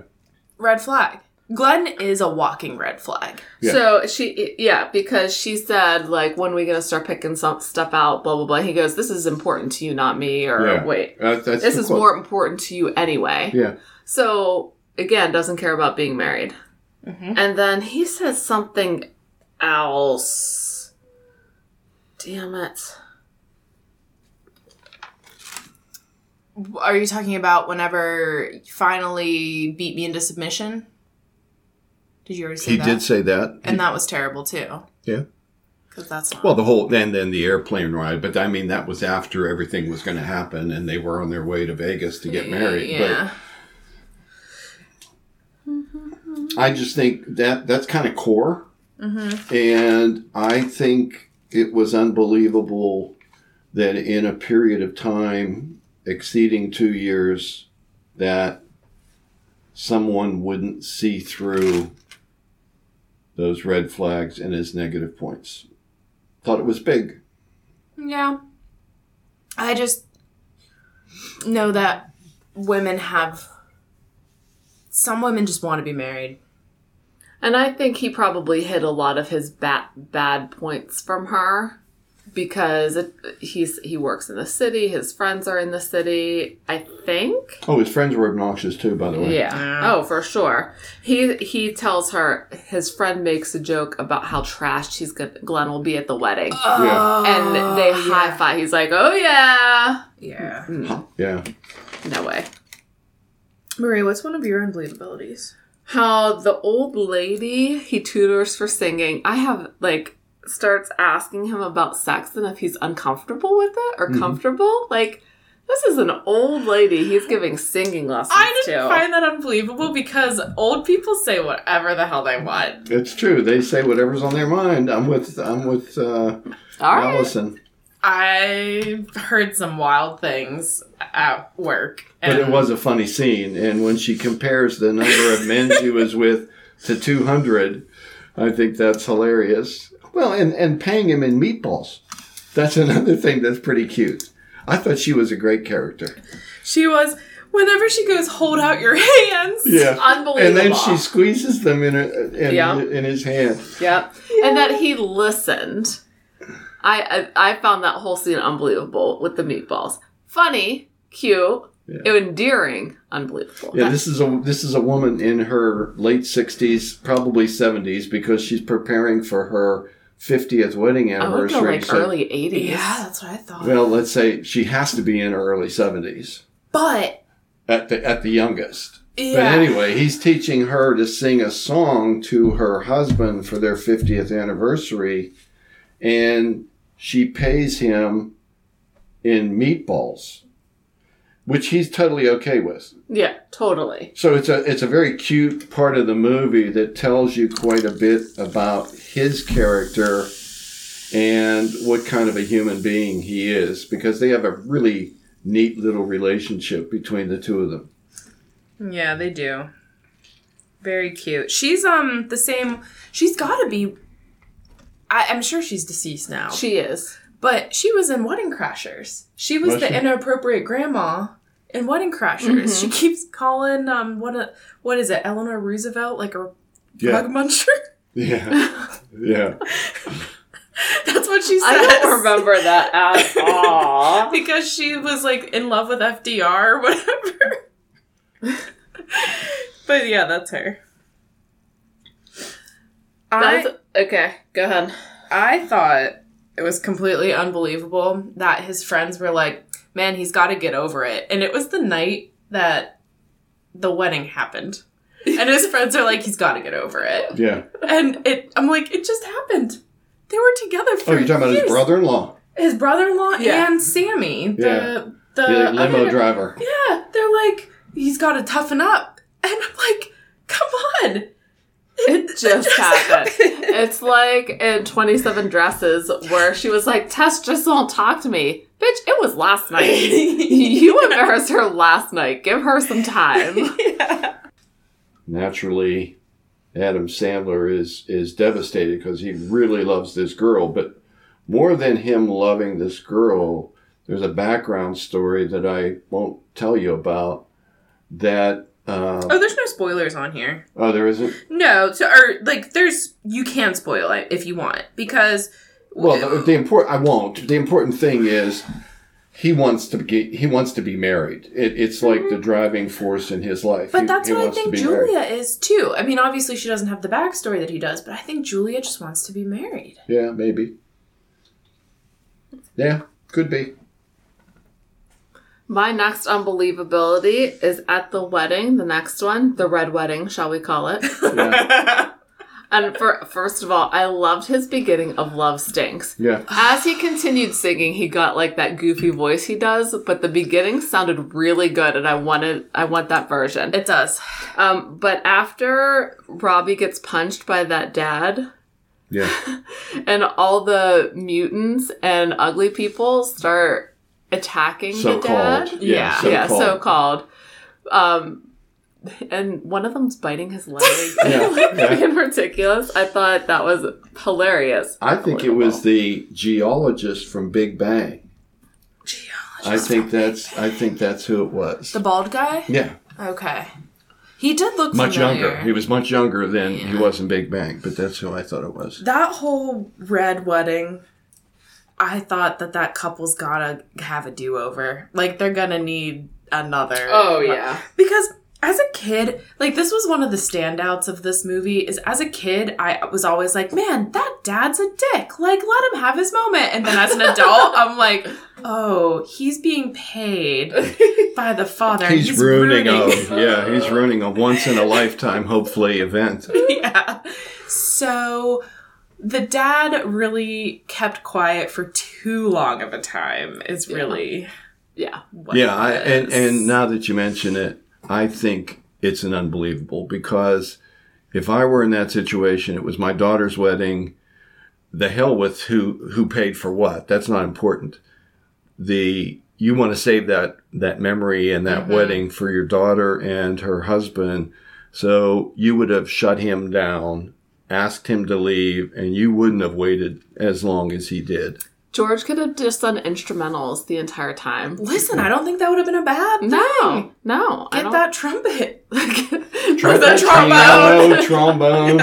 [SPEAKER 3] red flag. Glenn is a walking red flag.
[SPEAKER 4] Yeah.
[SPEAKER 2] So she, yeah, because she said, like, when we going to start picking some stuff out, blah, blah, blah. He goes, this is important to you, not me, or
[SPEAKER 4] Yeah.
[SPEAKER 2] wait,
[SPEAKER 4] Uh, that's
[SPEAKER 2] this
[SPEAKER 4] the
[SPEAKER 2] is
[SPEAKER 4] quote.
[SPEAKER 2] more important to you anyway.
[SPEAKER 4] Yeah.
[SPEAKER 2] So again, doesn't care about being married.
[SPEAKER 3] Mhm.
[SPEAKER 2] And then he says something else. Damn it.
[SPEAKER 3] Are you talking about whenever you finally beat me into submission? Did you already say
[SPEAKER 4] He
[SPEAKER 3] that?
[SPEAKER 4] did say that.
[SPEAKER 3] and that was terrible too.
[SPEAKER 4] Yeah.
[SPEAKER 3] Because that's not.
[SPEAKER 4] Well, the whole and then the airplane ride, but I mean that was after everything was going to happen, and they were on their way to Vegas to get married.
[SPEAKER 3] Yeah.
[SPEAKER 4] But I just think that that's kind of core, and I think it was unbelievable that in a period of time exceeding two years, that someone wouldn't see through those red flags and his negative points. Thought it was big.
[SPEAKER 3] yeah. I just know that women have. Some women just want to be married.
[SPEAKER 2] And I think he probably hid a lot of his bad bad points from her because it, he's he works in the city, his friends are in the city, I think.
[SPEAKER 4] Oh, his friends were obnoxious too, by the way.
[SPEAKER 2] Yeah.
[SPEAKER 3] Yeah.
[SPEAKER 2] Oh, for sure. He he tells her his friend makes a joke about how trashed he's gonna, Glenn will be at the wedding. Uh,
[SPEAKER 3] Oh,
[SPEAKER 2] and they high five. He's like, "Oh yeah,
[SPEAKER 3] Yeah.
[SPEAKER 4] Yeah.
[SPEAKER 2] no way."
[SPEAKER 3] Marie, what's one of your unbelievabilities?
[SPEAKER 2] How the old lady he tutors for singing. I have like starts asking him about sex and if he's uncomfortable with it or
[SPEAKER 4] Mhm.
[SPEAKER 2] comfortable. Like this is an old lady. He's giving singing lessons
[SPEAKER 3] I didn't
[SPEAKER 2] to.
[SPEAKER 3] find that unbelievable because old people say whatever the hell they want.
[SPEAKER 4] It's true. They say whatever's on their mind. I'm with I'm with uh,
[SPEAKER 2] All right.
[SPEAKER 4] Allison.
[SPEAKER 3] I heard some wild things at work.
[SPEAKER 4] But it
[SPEAKER 3] and-
[SPEAKER 4] was a funny scene, and when she compares the number of men she was with to 200, I think that's hilarious. Well, and and paying him in meatballs. That's another thing that's pretty cute. I thought she was a great character.
[SPEAKER 3] She was Whenever she goes, hold out your hands.
[SPEAKER 4] Yeah.
[SPEAKER 2] Unbelievable.
[SPEAKER 4] And then she squeezes them in her in,
[SPEAKER 2] Yeah.
[SPEAKER 4] in his hand.
[SPEAKER 2] Yep. And that he listened. I, I I found that whole scene unbelievable with the meatballs. Funny, cute,
[SPEAKER 4] Yeah.
[SPEAKER 2] endearing, unbelievable.
[SPEAKER 4] Yeah, this is a this is a woman in her late sixties, probably seventies, because she's preparing for her fiftieth wedding
[SPEAKER 2] I would go
[SPEAKER 4] anniversary.
[SPEAKER 2] like
[SPEAKER 4] so-
[SPEAKER 2] early '80s.
[SPEAKER 3] Yeah, that's what I thought.
[SPEAKER 4] well, let's say she has to be in her early seventies
[SPEAKER 3] but
[SPEAKER 4] at the at the youngest.
[SPEAKER 3] yeah,
[SPEAKER 4] But anyway, he's teaching her to sing a song to her husband for their 50th anniversary, and she pays him in meatballs, which he's totally okay with.
[SPEAKER 2] Yeah, totally.
[SPEAKER 4] So it's a it's a very cute part of the movie that tells you quite a bit about his character and what kind of a human being he is because they have a really neat little relationship between the two of them.
[SPEAKER 3] yeah, they do. Very cute. She's um the same. She's got to be. I, I'm sure she's deceased now,
[SPEAKER 2] She is.
[SPEAKER 3] but she was in Wedding Crashers. She was,
[SPEAKER 4] Was
[SPEAKER 3] the
[SPEAKER 4] she?
[SPEAKER 3] inappropriate grandma in Wedding Crashers.
[SPEAKER 2] Mm-hmm.
[SPEAKER 3] She keeps calling um what a, what is it Eleanor Roosevelt like a rug muncher.
[SPEAKER 4] Yeah. Yeah.
[SPEAKER 3] That's what she says.
[SPEAKER 2] I don't remember that at all.
[SPEAKER 3] because she was like in love with FDR or whatever. but yeah, that's her. I
[SPEAKER 2] That's- okay, go ahead.
[SPEAKER 3] I thought it was completely unbelievable that his friends were like, "Man, he's got to get over it." And it was the night that the wedding happened. And his friends are like, "He's got to get over it."
[SPEAKER 4] Yeah.
[SPEAKER 3] And it I'm like, "It just happened." They were together for
[SPEAKER 4] Oh, you're talking about his
[SPEAKER 3] years.
[SPEAKER 4] brother-in-law,
[SPEAKER 3] His brother-in-law
[SPEAKER 2] Yeah.
[SPEAKER 3] and Sammy, the
[SPEAKER 4] Yeah.
[SPEAKER 3] the
[SPEAKER 4] the limo
[SPEAKER 3] other-
[SPEAKER 4] driver.
[SPEAKER 3] yeah, they're like, he's got to toughen up. And I'm like, come on.
[SPEAKER 2] It just happened. It's like in 27 Dresses where she was like, Tess just won't talk to me. Bitch, it was last night.
[SPEAKER 3] Oh,
[SPEAKER 2] You embarrassed her last night. Give her some time.
[SPEAKER 4] Naturally, Adam Sandler is is devastated because he really loves this girl, but more than him loving this girl, there's a background story that I won't tell you about. That uh,
[SPEAKER 3] Oh, there's no spoilers on here.
[SPEAKER 4] oh, there isn't.
[SPEAKER 3] No, so, or like, there's, you can spoil it if you want because.
[SPEAKER 4] Well, the, the important I won't. The important thing is he wants to get he wants to be married. It, it's like the driving force in his
[SPEAKER 3] Mm-hmm.
[SPEAKER 4] life.
[SPEAKER 3] but
[SPEAKER 4] He-
[SPEAKER 3] that's
[SPEAKER 4] he
[SPEAKER 3] what I
[SPEAKER 4] wants to
[SPEAKER 3] think
[SPEAKER 4] be married.
[SPEAKER 3] Julia is too. I mean, obviously, she doesn't have the backstory that he does, but I think Julia just wants to be married.
[SPEAKER 4] Yeah, maybe. Yeah, could be.
[SPEAKER 2] My next unbelievability is at the wedding, the next one, the red wedding, shall we call it?
[SPEAKER 4] Yeah.
[SPEAKER 2] And for first of all, I loved his beginning of Love Stinks.
[SPEAKER 4] yeah.
[SPEAKER 2] As he continued singing, he got like that goofy voice he does, but the beginning sounded really good and I wanted I want that version.
[SPEAKER 3] It does.
[SPEAKER 2] Um, but after Robbie gets punched by that dad,
[SPEAKER 4] Yeah.
[SPEAKER 2] and all the mutants and ugly people start attacking
[SPEAKER 4] So
[SPEAKER 2] the dad.
[SPEAKER 4] called. Yeah. So
[SPEAKER 2] yeah,
[SPEAKER 4] called.
[SPEAKER 2] so called. Um, and one of them's biting his leg.
[SPEAKER 4] Yeah, yeah.
[SPEAKER 2] Being ridiculous. I thought that was hilarious.
[SPEAKER 4] I think it was the geologist from Big Bang. I think that's I think that's who it was.
[SPEAKER 3] The bald guy?
[SPEAKER 4] Yeah.
[SPEAKER 3] Okay. He did look
[SPEAKER 4] Much
[SPEAKER 3] familiar.
[SPEAKER 4] younger. He was much younger than he was in Big Bang, but that's who I thought it was.
[SPEAKER 3] that whole red wedding i thought that that couple's gotta have a do-over like they're gonna need another
[SPEAKER 2] Oh,
[SPEAKER 3] because as a kid like this was one of the standouts of this movie is as a kid i was always like man that dad's a dick like let him have his moment and then as an adult i'm like oh he's being paid by the father and
[SPEAKER 4] He's, ruining,
[SPEAKER 3] ruining-
[SPEAKER 4] a yeah, he's ruining a once in a lifetime hopefully event.
[SPEAKER 3] yeah. So the dad really kept quiet for too long of a time is really
[SPEAKER 2] Yeah.
[SPEAKER 3] what
[SPEAKER 4] yeah I,
[SPEAKER 3] it is.
[SPEAKER 4] and and now that you mention it i think it's an unbelievable because if i were in that situation it was my daughter's wedding the hell with who who paid for what that's not important the you want to save that that memory and that wedding for your daughter and her husband so you would have shut him down asked him to leave and you wouldn't have waited as long as he did
[SPEAKER 2] George could have just done instrumentals the entire time.
[SPEAKER 3] Listen, I don't think that would have been a bad thing.
[SPEAKER 2] No, no, I
[SPEAKER 3] Get
[SPEAKER 2] don't-
[SPEAKER 3] that trumpet.
[SPEAKER 4] Try
[SPEAKER 3] that
[SPEAKER 4] that trombone. Trombone.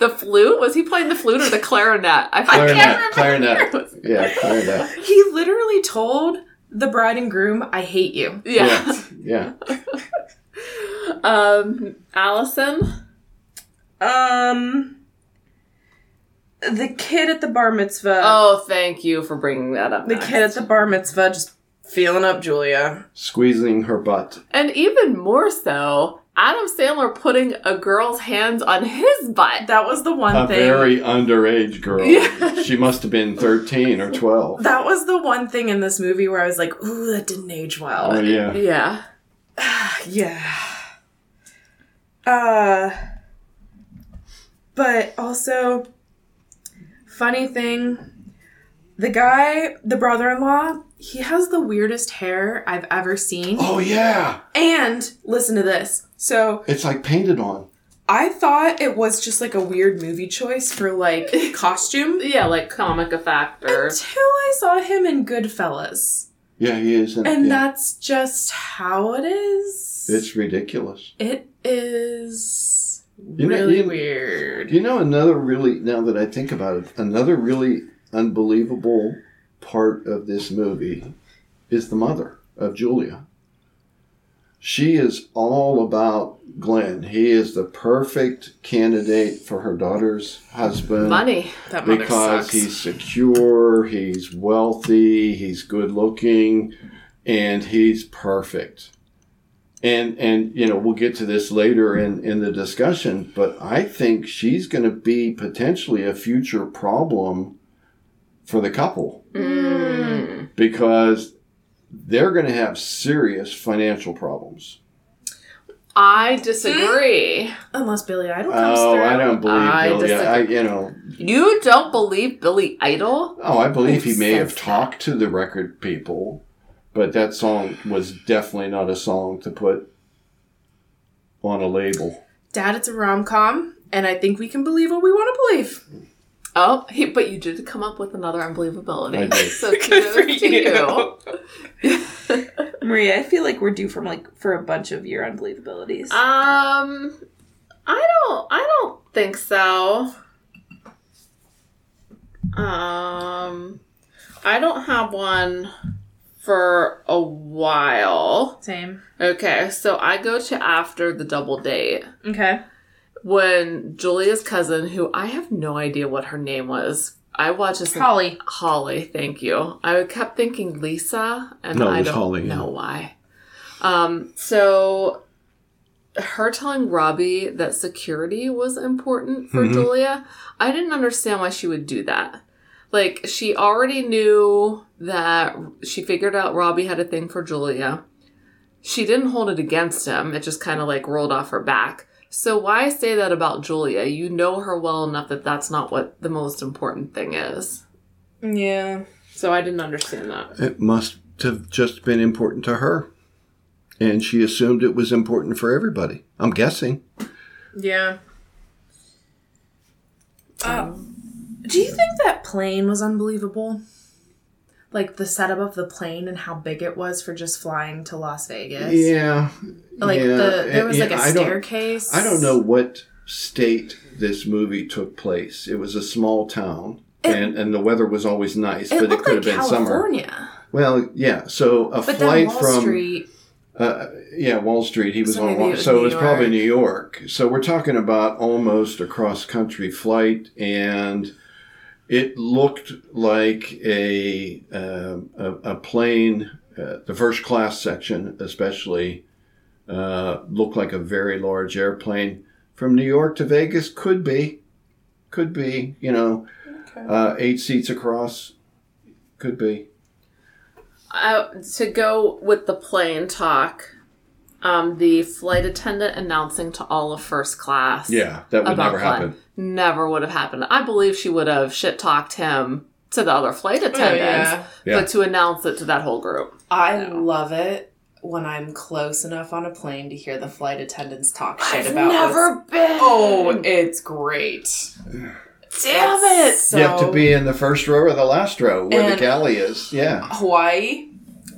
[SPEAKER 2] the flute was he playing the flute or the clarinet? I forget.
[SPEAKER 4] Clarinet. Clarinet. Yeah, clarinet.
[SPEAKER 3] He literally told the bride and groom, I hate you.
[SPEAKER 2] Yeah.
[SPEAKER 4] Yeah.
[SPEAKER 2] Um, Allison.
[SPEAKER 3] Um, the kid at the bar mitzvah.
[SPEAKER 2] Oh, thank you for bringing that up.
[SPEAKER 3] the
[SPEAKER 2] Max.
[SPEAKER 3] kid at the bar mitzvah just feeling up Julia.
[SPEAKER 4] Squeezing her butt.
[SPEAKER 2] and even more so, Adam Sandler putting a girl's hands on his butt.
[SPEAKER 3] That was the one
[SPEAKER 4] A
[SPEAKER 3] thing.
[SPEAKER 4] very underage girl.
[SPEAKER 2] Yeah.
[SPEAKER 4] She must have been 13 or 12.
[SPEAKER 3] that was the one thing in this movie where I was like, ooh, that didn't age well.
[SPEAKER 4] Oh, yeah.
[SPEAKER 2] Yeah.
[SPEAKER 3] Yeah. Uh but also funny thing, the guy, the brother-in-law, he has the weirdest hair I've ever seen.
[SPEAKER 4] Oh, yeah.
[SPEAKER 3] And listen to this. So,
[SPEAKER 4] It's like painted on.
[SPEAKER 3] I thought it was just like a weird movie choice for like costume
[SPEAKER 2] Yeah, like comic effect or
[SPEAKER 3] until I saw him in Goodfellas.
[SPEAKER 4] Yeah, he is. in-
[SPEAKER 3] And
[SPEAKER 4] yeah.
[SPEAKER 3] that's just how it is.
[SPEAKER 4] It's ridiculous.
[SPEAKER 3] It is
[SPEAKER 4] You know-
[SPEAKER 3] really
[SPEAKER 4] you-
[SPEAKER 3] weird.
[SPEAKER 4] You know, another really, now that I think about it, another really unbelievable part of this movie is the mother of Julia. She is all about Glenn. He is the perfect candidate for her daughter's husband.
[SPEAKER 2] money.
[SPEAKER 3] that mother
[SPEAKER 4] because
[SPEAKER 3] sucks.
[SPEAKER 4] he's secure, he's wealthy, he's good looking, and he's perfect. And and you know, we'll get to this later in in the discussion, but I think she's going to be potentially a future problem for the couple
[SPEAKER 2] Mm.
[SPEAKER 4] because they're going to have serious financial problems.
[SPEAKER 2] I disagree.
[SPEAKER 3] Unless Billy Idol comes
[SPEAKER 4] Oh,
[SPEAKER 3] through.
[SPEAKER 4] I don't believe
[SPEAKER 2] I
[SPEAKER 4] Billy.
[SPEAKER 2] disagree.
[SPEAKER 4] I, you know,
[SPEAKER 2] You don't believe Billy Idol?
[SPEAKER 4] Oh, I believe he may have
[SPEAKER 3] Sense that.
[SPEAKER 4] talked to the record people, but that song was definitely not a song to put on a label.
[SPEAKER 3] Dad, it's a rom com, and I think we can believe what we want to believe.
[SPEAKER 2] Oh, he, but you did come up with another unbelievability.
[SPEAKER 4] I did.
[SPEAKER 2] So kudos to you.
[SPEAKER 5] Maria, I feel like we're due from like for a bunch of your unbelievabilities.
[SPEAKER 3] Uh,
[SPEAKER 2] Um, I don't. I don't think so. Um, I don't have one for a while.
[SPEAKER 3] Same.
[SPEAKER 2] Okay, so I go to after the double date
[SPEAKER 3] Okay.
[SPEAKER 2] when Julia's cousin, who I have no idea what her name was. I watched this
[SPEAKER 3] Holly.
[SPEAKER 2] Holly, thank you. I kept thinking Lisa, and
[SPEAKER 4] No, it
[SPEAKER 2] I
[SPEAKER 4] was
[SPEAKER 2] don't
[SPEAKER 4] Holly, yeah.
[SPEAKER 2] know why. Um, so her telling Robbie that security was important for
[SPEAKER 4] Mhm.
[SPEAKER 2] Julia, I didn't understand why she would do that. Like she already knew that she figured out Robbie had a thing for Julia. She didn't hold it against him. It just kind of like rolled off her back. So why say that about Julia? You know her well enough that that's not what the most important thing is.
[SPEAKER 3] Yeah.
[SPEAKER 2] So I didn't understand that.
[SPEAKER 4] It must have just been important to her. And she assumed it was important for everybody. I'm guessing.
[SPEAKER 3] Yeah. Uh,
[SPEAKER 5] Um,
[SPEAKER 3] do you think that plane was unbelievable? Like the setup of the plane and how big it was for just flying to Las Vegas.
[SPEAKER 4] Yeah.
[SPEAKER 3] Like
[SPEAKER 4] yeah,
[SPEAKER 3] the there was
[SPEAKER 4] yeah,
[SPEAKER 3] like a
[SPEAKER 4] I don't-
[SPEAKER 3] staircase.
[SPEAKER 4] I don't know what state this movie took place. It was a small town. And, and the weather was always nice,
[SPEAKER 3] It
[SPEAKER 4] but it
[SPEAKER 3] looked
[SPEAKER 4] could
[SPEAKER 3] like
[SPEAKER 4] have been summer.
[SPEAKER 3] California,
[SPEAKER 4] Well, yeah. So a
[SPEAKER 3] but then
[SPEAKER 4] flight
[SPEAKER 3] Wall
[SPEAKER 4] from
[SPEAKER 3] Street.
[SPEAKER 4] Uh, yeah, Wall Street. He was
[SPEAKER 3] So
[SPEAKER 4] on
[SPEAKER 3] maybe
[SPEAKER 4] Wall.
[SPEAKER 3] it was
[SPEAKER 4] so it
[SPEAKER 3] New
[SPEAKER 4] was probably
[SPEAKER 3] York.
[SPEAKER 4] New York. So we're talking about almost a cross country flight, and it looked like a um a, a plane. Uh, the first class section, especially, uh, looked like a very large airplane from New York to Vegas. Could be, could be. You know, uh, eight seats across. Could be.
[SPEAKER 2] Uh, to go with the plane talk, um, the flight attendant announcing to all of first class.
[SPEAKER 4] Yeah, that would
[SPEAKER 2] about
[SPEAKER 4] never
[SPEAKER 2] Glenn.
[SPEAKER 4] happen.
[SPEAKER 2] Never would have happened. I believe she would have shit talked him to the other flight
[SPEAKER 3] Oh,
[SPEAKER 2] attendants,
[SPEAKER 4] Yeah.
[SPEAKER 2] but to announce it to that whole group.
[SPEAKER 3] I love it when I'm close enough on a plane to hear the Oh, flight attendants talk shit about what's-
[SPEAKER 2] been.
[SPEAKER 3] Oh, it's great. Damn it!
[SPEAKER 5] So,
[SPEAKER 4] you have to be in the first row or the last row where the
[SPEAKER 3] And-
[SPEAKER 4] galley is. Yeah.
[SPEAKER 3] Hawaii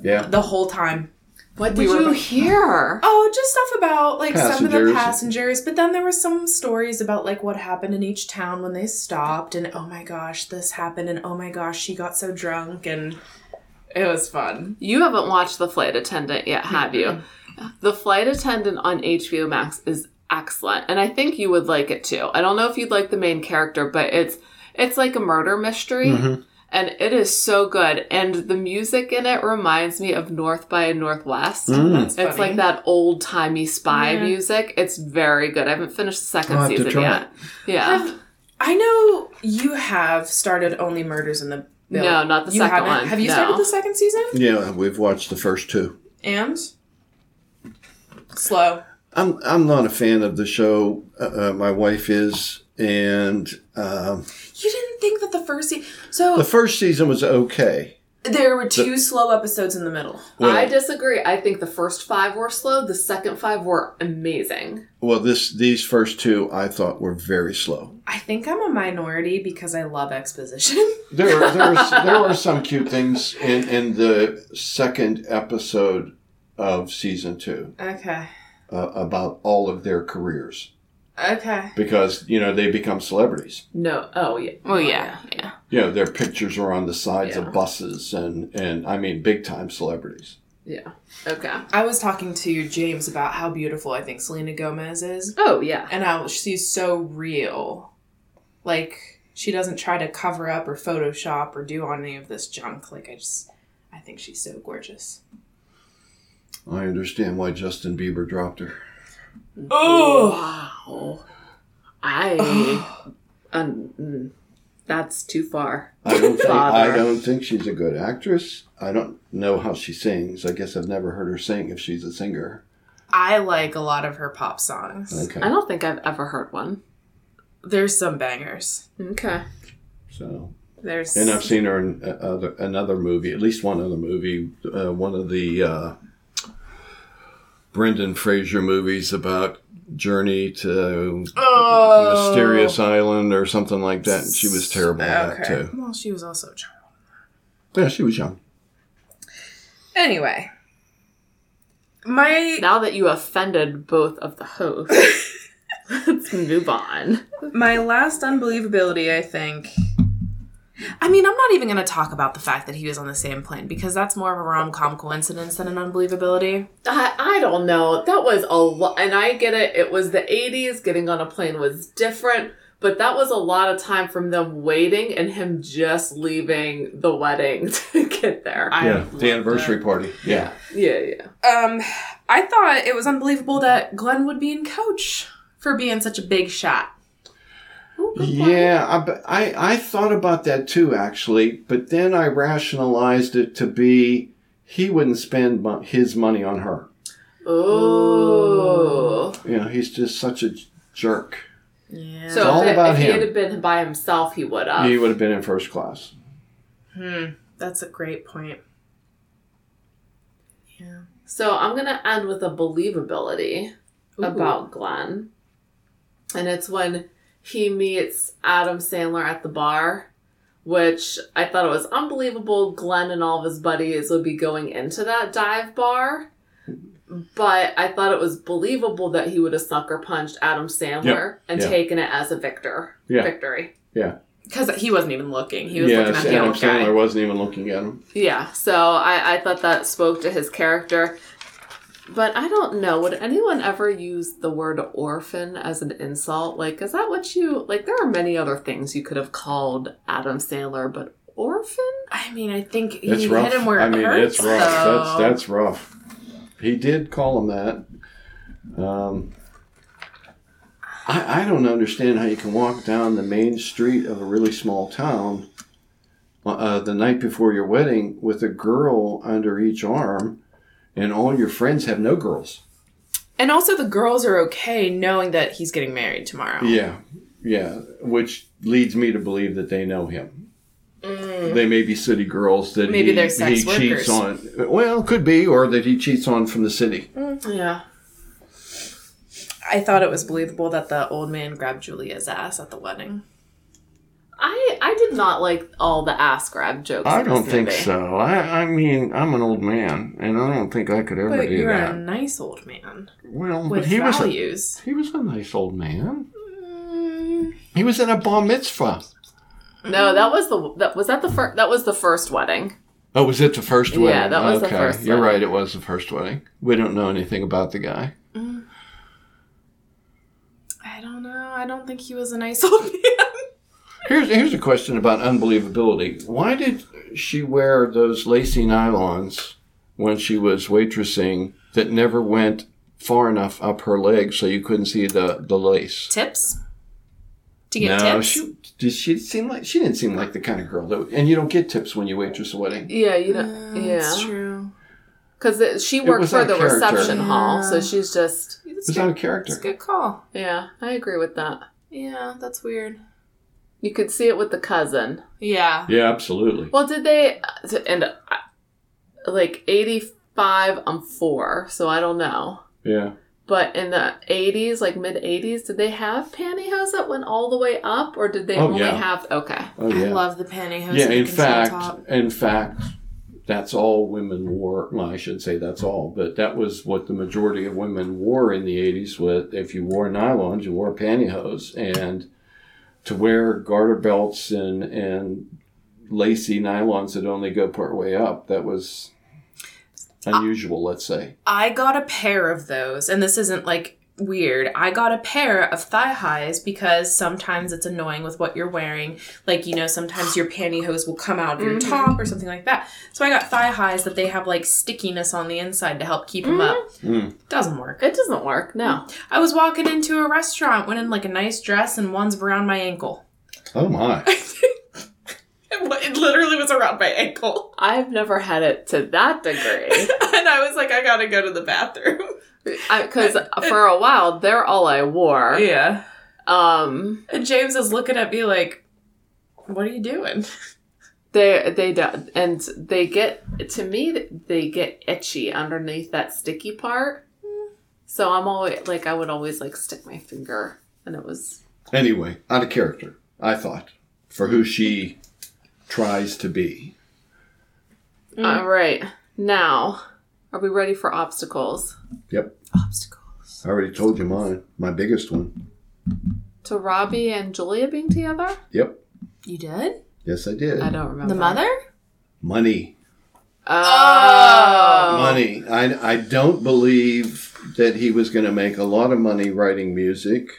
[SPEAKER 4] Yeah.
[SPEAKER 3] the whole time.
[SPEAKER 2] What
[SPEAKER 3] We
[SPEAKER 2] did
[SPEAKER 3] were-
[SPEAKER 2] you hear?
[SPEAKER 3] Oh, just stuff about like some of the
[SPEAKER 4] Passengers.
[SPEAKER 3] passengers, but then there were some stories about like what happened in each town when they stopped, and oh my gosh, this happened, and oh my gosh, she got so drunk, and it was fun.
[SPEAKER 2] You haven't watched The Flight Attendant yet, have you? The Flight Attendant on HBO Max is excellent, and I think you would like it too. I don't know if you'd like the main character, but it's it's like a murder mystery.
[SPEAKER 4] Mm-hmm.
[SPEAKER 2] And it is so good. And the music in it reminds me of North by Northwest.
[SPEAKER 3] That's
[SPEAKER 2] It's
[SPEAKER 3] funny.
[SPEAKER 2] like that old timey spy
[SPEAKER 3] Yeah.
[SPEAKER 2] music. It's very good. I haven't finished the 2nd
[SPEAKER 4] I'll have to
[SPEAKER 2] season
[SPEAKER 4] try
[SPEAKER 2] yet.
[SPEAKER 4] it.
[SPEAKER 2] Yeah.
[SPEAKER 3] Have- I know you have started only murders in the building.
[SPEAKER 2] No, not the
[SPEAKER 3] you
[SPEAKER 2] second
[SPEAKER 3] haven't?
[SPEAKER 2] one,
[SPEAKER 3] Have you
[SPEAKER 2] no.
[SPEAKER 3] started the second season?
[SPEAKER 4] Yeah, we've watched the first two.
[SPEAKER 3] And slow.
[SPEAKER 4] I'm I'm not a fan of the show. Uh, uh, my wife is, and um,
[SPEAKER 3] You didn't think that the first season. So
[SPEAKER 4] the first season was okay.
[SPEAKER 3] there were two slow episodes in the middle.
[SPEAKER 4] Well,
[SPEAKER 2] I disagree. I think the first five were slow, the second five were amazing.
[SPEAKER 4] well, this these first two I thought were very slow.
[SPEAKER 3] I think I'm a minority because I love exposition.
[SPEAKER 4] There are, there are, there are some cute things in in the second episode of season two
[SPEAKER 3] okay.
[SPEAKER 4] uh, about all of their careers
[SPEAKER 3] Okay.
[SPEAKER 4] because you know they become celebrities.
[SPEAKER 2] No. Oh, yeah.
[SPEAKER 5] well, yeah, yeah.
[SPEAKER 4] You know, their pictures are on the sides
[SPEAKER 2] Yeah.
[SPEAKER 4] of buses and and I mean big time celebrities.
[SPEAKER 2] Yeah. Okay.
[SPEAKER 3] I was talking to James about how beautiful I think Selena Gomez is,
[SPEAKER 2] Oh, yeah.
[SPEAKER 3] and how she's so real. Like she doesn't try to cover up or Photoshop or do any of this junk. Like I just, I think she's so gorgeous.
[SPEAKER 4] I understand why Justin Bieber dropped her.
[SPEAKER 3] Oh,
[SPEAKER 2] Wow. I. um, mm, that's too far.
[SPEAKER 4] I don't think I
[SPEAKER 2] Father.
[SPEAKER 4] don't think she's a good actress. I don't know how she sings. I guess I've never heard her sing if she's a singer.
[SPEAKER 3] I like a lot of her pop songs.
[SPEAKER 4] Okay.
[SPEAKER 2] I don't think I've ever heard one.
[SPEAKER 3] There's some bangers.
[SPEAKER 2] Okay.
[SPEAKER 4] So
[SPEAKER 3] There's
[SPEAKER 4] and I've seen her in uh, other, another movie, at least one other movie, uh, one of the uh, Brendan Fraser movies about journey to
[SPEAKER 3] oh.
[SPEAKER 4] mysterious island or something like that. And she was terrible at that
[SPEAKER 3] Okay.
[SPEAKER 4] too.
[SPEAKER 3] Well, she was also a child.
[SPEAKER 4] Yeah, she was young.
[SPEAKER 3] Anyway, my
[SPEAKER 2] Now that you offended both of the hosts, let's move on.
[SPEAKER 3] my last unbelievability, I think. I mean, I'm not even going to talk about the fact that he was on the same plane because that's more of a rom com coincidence than an unbelievability.
[SPEAKER 2] I, I don't know. That was a lot. And I get it. It was the 80s. Getting on a plane was different. But that was a lot of time from them waiting and him just leaving the wedding to get there.
[SPEAKER 3] I
[SPEAKER 4] yeah,
[SPEAKER 3] loved
[SPEAKER 4] the anniversary party. Yeah.
[SPEAKER 2] yeah, yeah.
[SPEAKER 3] it. Um, I thought it was unbelievable that Glenn would be in coach for being such a big shot.
[SPEAKER 4] Yeah, I, but I, I thought about that too, actually, but then I rationalized it to be he wouldn't spend mo- his money on her.
[SPEAKER 2] Oh.
[SPEAKER 4] You know, he's just such a jerk.
[SPEAKER 3] Yeah.
[SPEAKER 2] So
[SPEAKER 4] all
[SPEAKER 2] if, it-
[SPEAKER 4] about
[SPEAKER 2] if he
[SPEAKER 4] him.
[SPEAKER 2] had been by himself, he would have.
[SPEAKER 4] He would have been in first class.
[SPEAKER 3] Hmm, that's a great point. Yeah.
[SPEAKER 2] So I'm going to end with a believability about Glenn. And it's when he meets Adam Sandler at the bar, which I thought it was unbelievable. Glenn and all of his buddies would be going into that dive bar. But I thought it was believable that he would have sucker punched Adam Sandler and
[SPEAKER 4] yeah.
[SPEAKER 2] taken it as a victor.
[SPEAKER 4] Yeah.
[SPEAKER 2] Victory.
[SPEAKER 3] Because he wasn't even looking. He was
[SPEAKER 4] yeah,
[SPEAKER 3] looking at the
[SPEAKER 4] Adam
[SPEAKER 3] old guy.
[SPEAKER 4] Sandler wasn't even looking at him.
[SPEAKER 2] Yeah, so I, I thought that spoke to his character. But I don't know. Would anyone ever use the word orphan as an insult? Like, is that what you like? There are many other things you could have called Adam Sandler, but orphan?
[SPEAKER 3] I mean, I think he
[SPEAKER 4] It's
[SPEAKER 3] hit
[SPEAKER 4] rough.
[SPEAKER 3] him where it
[SPEAKER 4] I mean,
[SPEAKER 3] hurts.
[SPEAKER 4] it's rough. That's
[SPEAKER 3] though.
[SPEAKER 4] that's rough. He did call him that. Um, I, I don't understand how you can walk down the main street of a really small town uh, the night before your wedding with a girl under each arm, and all your friends have no girls.
[SPEAKER 3] And also, the girls are okay knowing that he's getting married tomorrow.
[SPEAKER 4] Yeah, yeah. Which leads me to believe that they know him. They may be city girls that
[SPEAKER 3] Mm. Maybe
[SPEAKER 4] he,
[SPEAKER 3] they're sex
[SPEAKER 4] he cheats
[SPEAKER 3] workers.
[SPEAKER 4] on. Well, could be, or that he cheats on from the city.
[SPEAKER 2] Yeah.
[SPEAKER 3] I thought it was believable that the old man grabbed Julia's ass at the wedding.
[SPEAKER 2] I I did not like all the ass grab jokes.
[SPEAKER 4] I
[SPEAKER 2] in this
[SPEAKER 4] don't think
[SPEAKER 2] movie.
[SPEAKER 4] so. I, I mean, I'm an old man, and I don't think I could ever
[SPEAKER 3] But
[SPEAKER 4] do
[SPEAKER 3] you're
[SPEAKER 4] that.
[SPEAKER 3] a nice old man
[SPEAKER 4] well, but
[SPEAKER 3] with
[SPEAKER 4] he was a,
[SPEAKER 3] values.
[SPEAKER 4] he was a nice old man.
[SPEAKER 3] Mm.
[SPEAKER 4] He was in a bar mitzvah.
[SPEAKER 2] No, that was the that was that the first that was the first wedding.
[SPEAKER 4] Oh, was it the first
[SPEAKER 2] Yeah,
[SPEAKER 4] wedding?
[SPEAKER 2] that was the
[SPEAKER 4] okay.
[SPEAKER 2] first
[SPEAKER 4] You're
[SPEAKER 2] wedding.
[SPEAKER 4] right. It was the first wedding. We don't know anything about the guy.
[SPEAKER 3] I don't know. I don't think he was a nice old man.
[SPEAKER 4] Here's here's a question about unbelievability. Why did she wear those lacy nylons when she was waitressing that never went far enough up her leg so you couldn't see the, the lace?
[SPEAKER 3] tips? To get
[SPEAKER 4] no,
[SPEAKER 3] tips?
[SPEAKER 4] she did she seem like she didn't seem like the kind of girl that would, and you don't get tips when you waitress a wedding.
[SPEAKER 2] Yeah, you know,
[SPEAKER 3] Uh, That's
[SPEAKER 2] yeah,
[SPEAKER 3] true.
[SPEAKER 2] because she
[SPEAKER 4] It
[SPEAKER 2] worked
[SPEAKER 4] was
[SPEAKER 2] for
[SPEAKER 4] on
[SPEAKER 2] the
[SPEAKER 4] character.
[SPEAKER 2] reception hall,
[SPEAKER 3] Yeah.
[SPEAKER 2] so she's just
[SPEAKER 3] That's
[SPEAKER 4] It's
[SPEAKER 3] good.
[SPEAKER 4] not a
[SPEAKER 3] That's a
[SPEAKER 4] character.
[SPEAKER 3] good call.
[SPEAKER 2] yeah. I agree with that.
[SPEAKER 3] Yeah, that's weird.
[SPEAKER 2] You could see it with the cousin.
[SPEAKER 3] Yeah.
[SPEAKER 4] Yeah, absolutely.
[SPEAKER 2] Well, did they and uh, like eighty five? I'm four, so I don't know.
[SPEAKER 4] Yeah.
[SPEAKER 2] But in the eighties, like mid eighties, did they have pantyhose that went all the way up, or did they
[SPEAKER 4] Oh,
[SPEAKER 2] only
[SPEAKER 4] yeah.
[SPEAKER 2] have okay?
[SPEAKER 4] Oh yeah.
[SPEAKER 3] I love the pantyhose.
[SPEAKER 4] yeah.
[SPEAKER 3] and
[SPEAKER 4] In
[SPEAKER 3] the
[SPEAKER 4] fact,
[SPEAKER 3] top.
[SPEAKER 4] in fact, that's all women wore. Well, I should say that's all, but that was what the majority of women wore in the '80s. With if you wore nylons, you wore pantyhose, and to wear garter belts and and lacy nylons that only go part way up. That was unusual. let's say.
[SPEAKER 3] I got a pair of those, and this isn't like weird. I got a pair of thigh highs because sometimes it's annoying with what you're wearing. Like, you know, sometimes your pantyhose will come out of your
[SPEAKER 2] Mhm.
[SPEAKER 3] top or something like that. So I got thigh highs that they have like stickiness on the inside to help keep them up.
[SPEAKER 4] Mm.
[SPEAKER 3] Doesn't work.
[SPEAKER 2] It doesn't work. No,
[SPEAKER 3] I was walking into a restaurant, went in like a nice dress, and one's around my ankle.
[SPEAKER 4] Oh my!
[SPEAKER 3] It wa- it literally was around my ankle.
[SPEAKER 2] I've never had it to that degree.
[SPEAKER 3] And I was like, I gotta go to the bathroom.
[SPEAKER 2] because for a while they're all I wore.
[SPEAKER 3] Yeah.
[SPEAKER 2] Um,
[SPEAKER 3] And James is looking at me like, what are you doing?
[SPEAKER 2] they they do, and they get to me they get itchy underneath that sticky part. So I'm always like I would always like stick my finger, and it was
[SPEAKER 4] Anyway, out of character, I thought, for who she tries to be.
[SPEAKER 3] Mm.
[SPEAKER 2] all right. Now, are we ready for obstacles?
[SPEAKER 4] Yep,
[SPEAKER 3] Obstacles.
[SPEAKER 4] I already told you mine. My biggest one.
[SPEAKER 2] To Robbie and Julia being together?
[SPEAKER 4] Yep.
[SPEAKER 3] You did?
[SPEAKER 4] Yes, I did.
[SPEAKER 2] I don't remember
[SPEAKER 3] The mother?
[SPEAKER 4] Money.
[SPEAKER 2] Oh,
[SPEAKER 4] Money. I, I don't believe that he was going to make a lot of money writing music.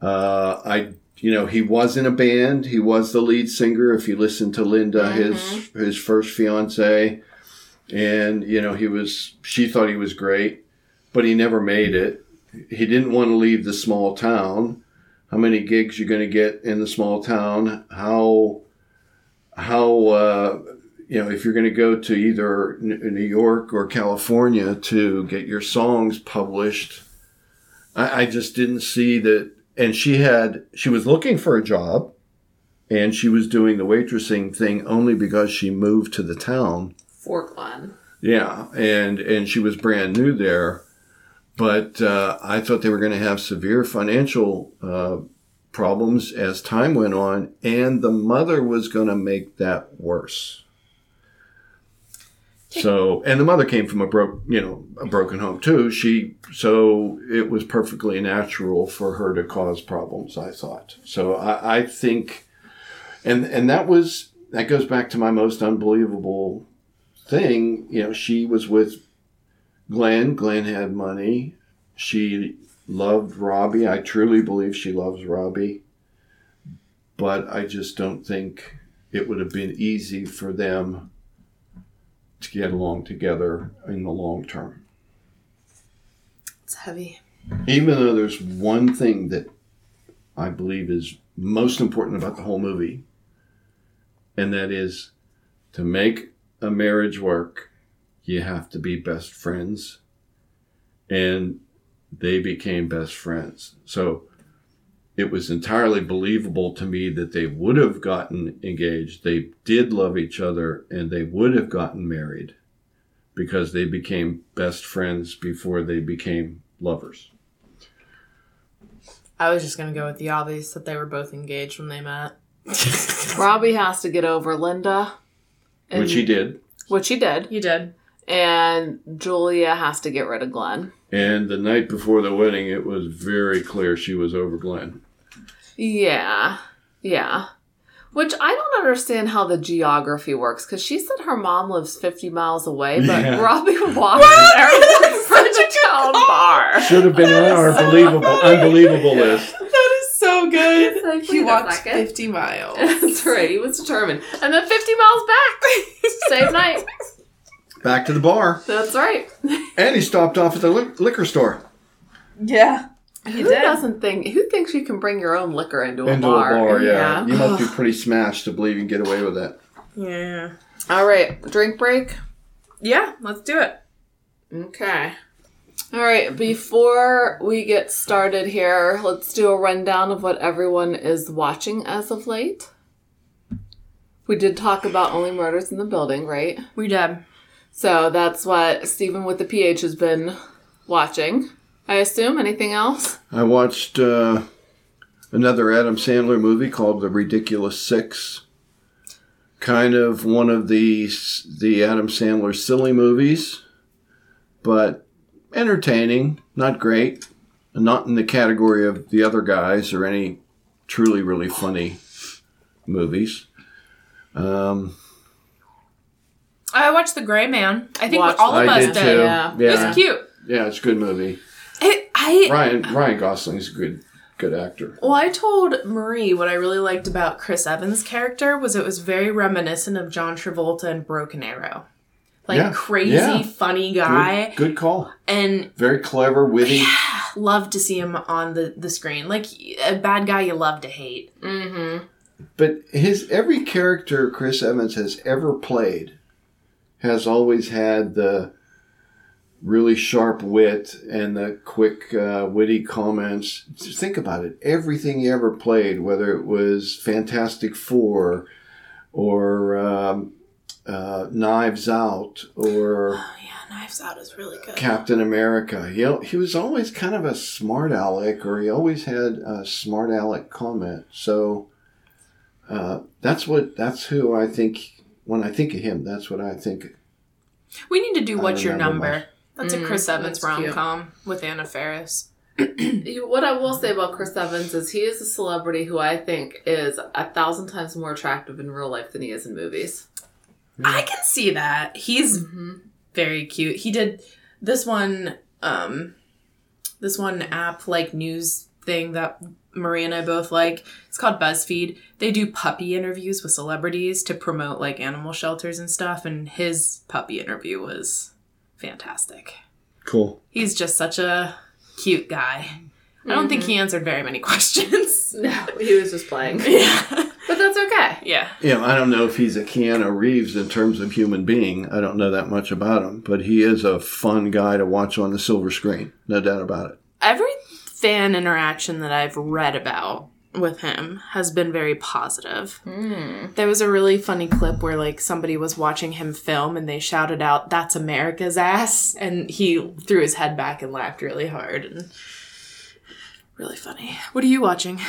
[SPEAKER 4] Uh, I you know he was in a band. He was the lead singer. If you listen to Linda,
[SPEAKER 2] Mm-hmm.
[SPEAKER 4] his his first fiance, and you know he was she thought he was great, but he never made it. He didn't want to leave the small town. How many gigs you going to get in the small town? How how uh, you know, if you're going to go to either N- New York or California to get your songs published, I, I just didn't see that. And she had, she was looking for a job and she was doing the waitressing thing only because she moved to the town.
[SPEAKER 2] Fort Glen.
[SPEAKER 4] Yeah. And, and she was brand new there. But uh, I thought they were going to have severe financial uh, problems as time went on. And the mother was going to make that worse. So, and the mother came from a broke, you know, a broken home too. She, so it was perfectly natural for her to cause problems. I thought. So I, I think, and and that was that goes back to my most unbelievable thing. You know, she was with Glenn. Glenn had money. She loved Robbie. I truly believe she loves Robbie. But I just don't think it would have been easy for them to get along together in the long term.
[SPEAKER 3] It's heavy.
[SPEAKER 4] Even though there's one thing that I believe is most important about the whole movie, and that is to make a marriage work, you have to be best friends. And they became best friends. So it was entirely believable to me that they would have gotten engaged. They did love each other and they would have gotten married because they became best friends before they became lovers.
[SPEAKER 3] I was just gonna go with the obvious that they were both engaged when they met.
[SPEAKER 2] Robbie has to get over Linda, and-
[SPEAKER 4] which he did.
[SPEAKER 2] which he did,
[SPEAKER 3] You did.
[SPEAKER 2] and Julia has to get rid of Glenn.
[SPEAKER 4] And the night before the wedding, it was very clear she was over Glenn.
[SPEAKER 2] Yeah, yeah. Which I don't understand how the geography works because she said her mom lives 50 miles away, but
[SPEAKER 4] Yeah.
[SPEAKER 2] Robbie walked there from the town bar.
[SPEAKER 4] Should have been on our believable, unbelievable list.
[SPEAKER 3] That is so good.
[SPEAKER 2] It's like,
[SPEAKER 3] he
[SPEAKER 2] wait a
[SPEAKER 3] walked
[SPEAKER 2] second.
[SPEAKER 3] 50 miles.
[SPEAKER 2] That's right. He was determined. And then 50 miles back. Same night.
[SPEAKER 4] Back to the bar,
[SPEAKER 2] That's right.
[SPEAKER 4] and he stopped off at the li- liquor store.
[SPEAKER 5] Yeah.
[SPEAKER 2] who
[SPEAKER 5] did.
[SPEAKER 2] doesn't think, who thinks you can bring your own liquor into a
[SPEAKER 4] Into
[SPEAKER 2] bar?
[SPEAKER 4] a bar, yeah. You must be pretty smashed to believe you can get away with that.
[SPEAKER 3] yeah.
[SPEAKER 2] All right. Drink break.
[SPEAKER 3] Yeah, let's do it.
[SPEAKER 2] Okay. All right, before we get started here, let's do a rundown of what everyone is watching as of late. We did talk about only murders in the building, right?
[SPEAKER 3] We did.
[SPEAKER 2] So that's what Stephen with the PH has been watching. I assume anything else?
[SPEAKER 4] I watched uh, another Adam Sandler movie called The Ridiculous Six. Kind of one of the the Adam Sandler silly movies, but entertaining, not great, and not in the category of the other guys or any truly really funny movies. Um,
[SPEAKER 3] I watched The Gray Man. I think
[SPEAKER 2] Watched
[SPEAKER 3] all of
[SPEAKER 4] I
[SPEAKER 3] us
[SPEAKER 4] did
[SPEAKER 3] did.
[SPEAKER 2] Yeah.
[SPEAKER 4] too. Yeah,
[SPEAKER 3] It
[SPEAKER 4] yeah,
[SPEAKER 3] was cute.
[SPEAKER 4] it's a good movie.
[SPEAKER 3] It, I
[SPEAKER 4] Ryan Ryan Gosling's a good good actor.
[SPEAKER 3] Well, I told Marie what I really liked about Chris Evans' character was it was very reminiscent of John Travolta in Broken Arrow. Like
[SPEAKER 4] Yeah.
[SPEAKER 3] crazy,
[SPEAKER 4] Yeah.
[SPEAKER 3] funny
[SPEAKER 4] Good,
[SPEAKER 3] guy.
[SPEAKER 4] good call.
[SPEAKER 3] And
[SPEAKER 4] Very clever, witty.
[SPEAKER 3] love to see him on the, the screen. Like a bad guy you love to hate.
[SPEAKER 2] Mm-hmm.
[SPEAKER 4] But his every character Chris Evans has ever played has always had the really sharp wit and the quick, uh, witty comments. Just think about it. Everything he ever played, whether it was Fantastic Four or um, uh, Knives Out or
[SPEAKER 3] Oh yeah, Knives Out is really good.
[SPEAKER 4] Captain America, he, al- he was always kind of a smart aleck, or he always had a smart aleck comment. So uh, that's what that's who I think when I think of him. That's what I think.
[SPEAKER 3] We need to do
[SPEAKER 4] I
[SPEAKER 3] What's Your
[SPEAKER 4] remember
[SPEAKER 3] Number. That's a
[SPEAKER 2] Mm,
[SPEAKER 3] Chris Evans
[SPEAKER 2] that's
[SPEAKER 3] rom
[SPEAKER 2] cute.
[SPEAKER 3] com with Anna Faris.
[SPEAKER 2] What I will say about Chris Evans is he is a celebrity who I think is a thousand times more attractive in real life than he is in movies.
[SPEAKER 3] I can see that. He's
[SPEAKER 2] Mm-hmm.
[SPEAKER 3] very cute. He did this one, um, this one app like news thing that Marie and I both like. It's called BuzzFeed. They do puppy interviews with celebrities to promote like animal shelters and stuff. And his puppy interview was fantastic.
[SPEAKER 4] Cool.
[SPEAKER 3] He's just such a cute guy. I don't think he answered very many questions.
[SPEAKER 2] No, he was just playing.
[SPEAKER 3] yeah.
[SPEAKER 2] But that's okay.
[SPEAKER 3] Yeah.
[SPEAKER 4] Yeah, I don't know if he's a Keanu Reeves in terms of human being. I don't know that much about him, but he is a fun guy to watch on the silver screen. No doubt about it.
[SPEAKER 3] every fan interaction that I've read about with him has been very positive. There was a really funny clip where like somebody was watching him film and they shouted out that's America's ass and he threw his head back and laughed really hard and really funny. What are you watching?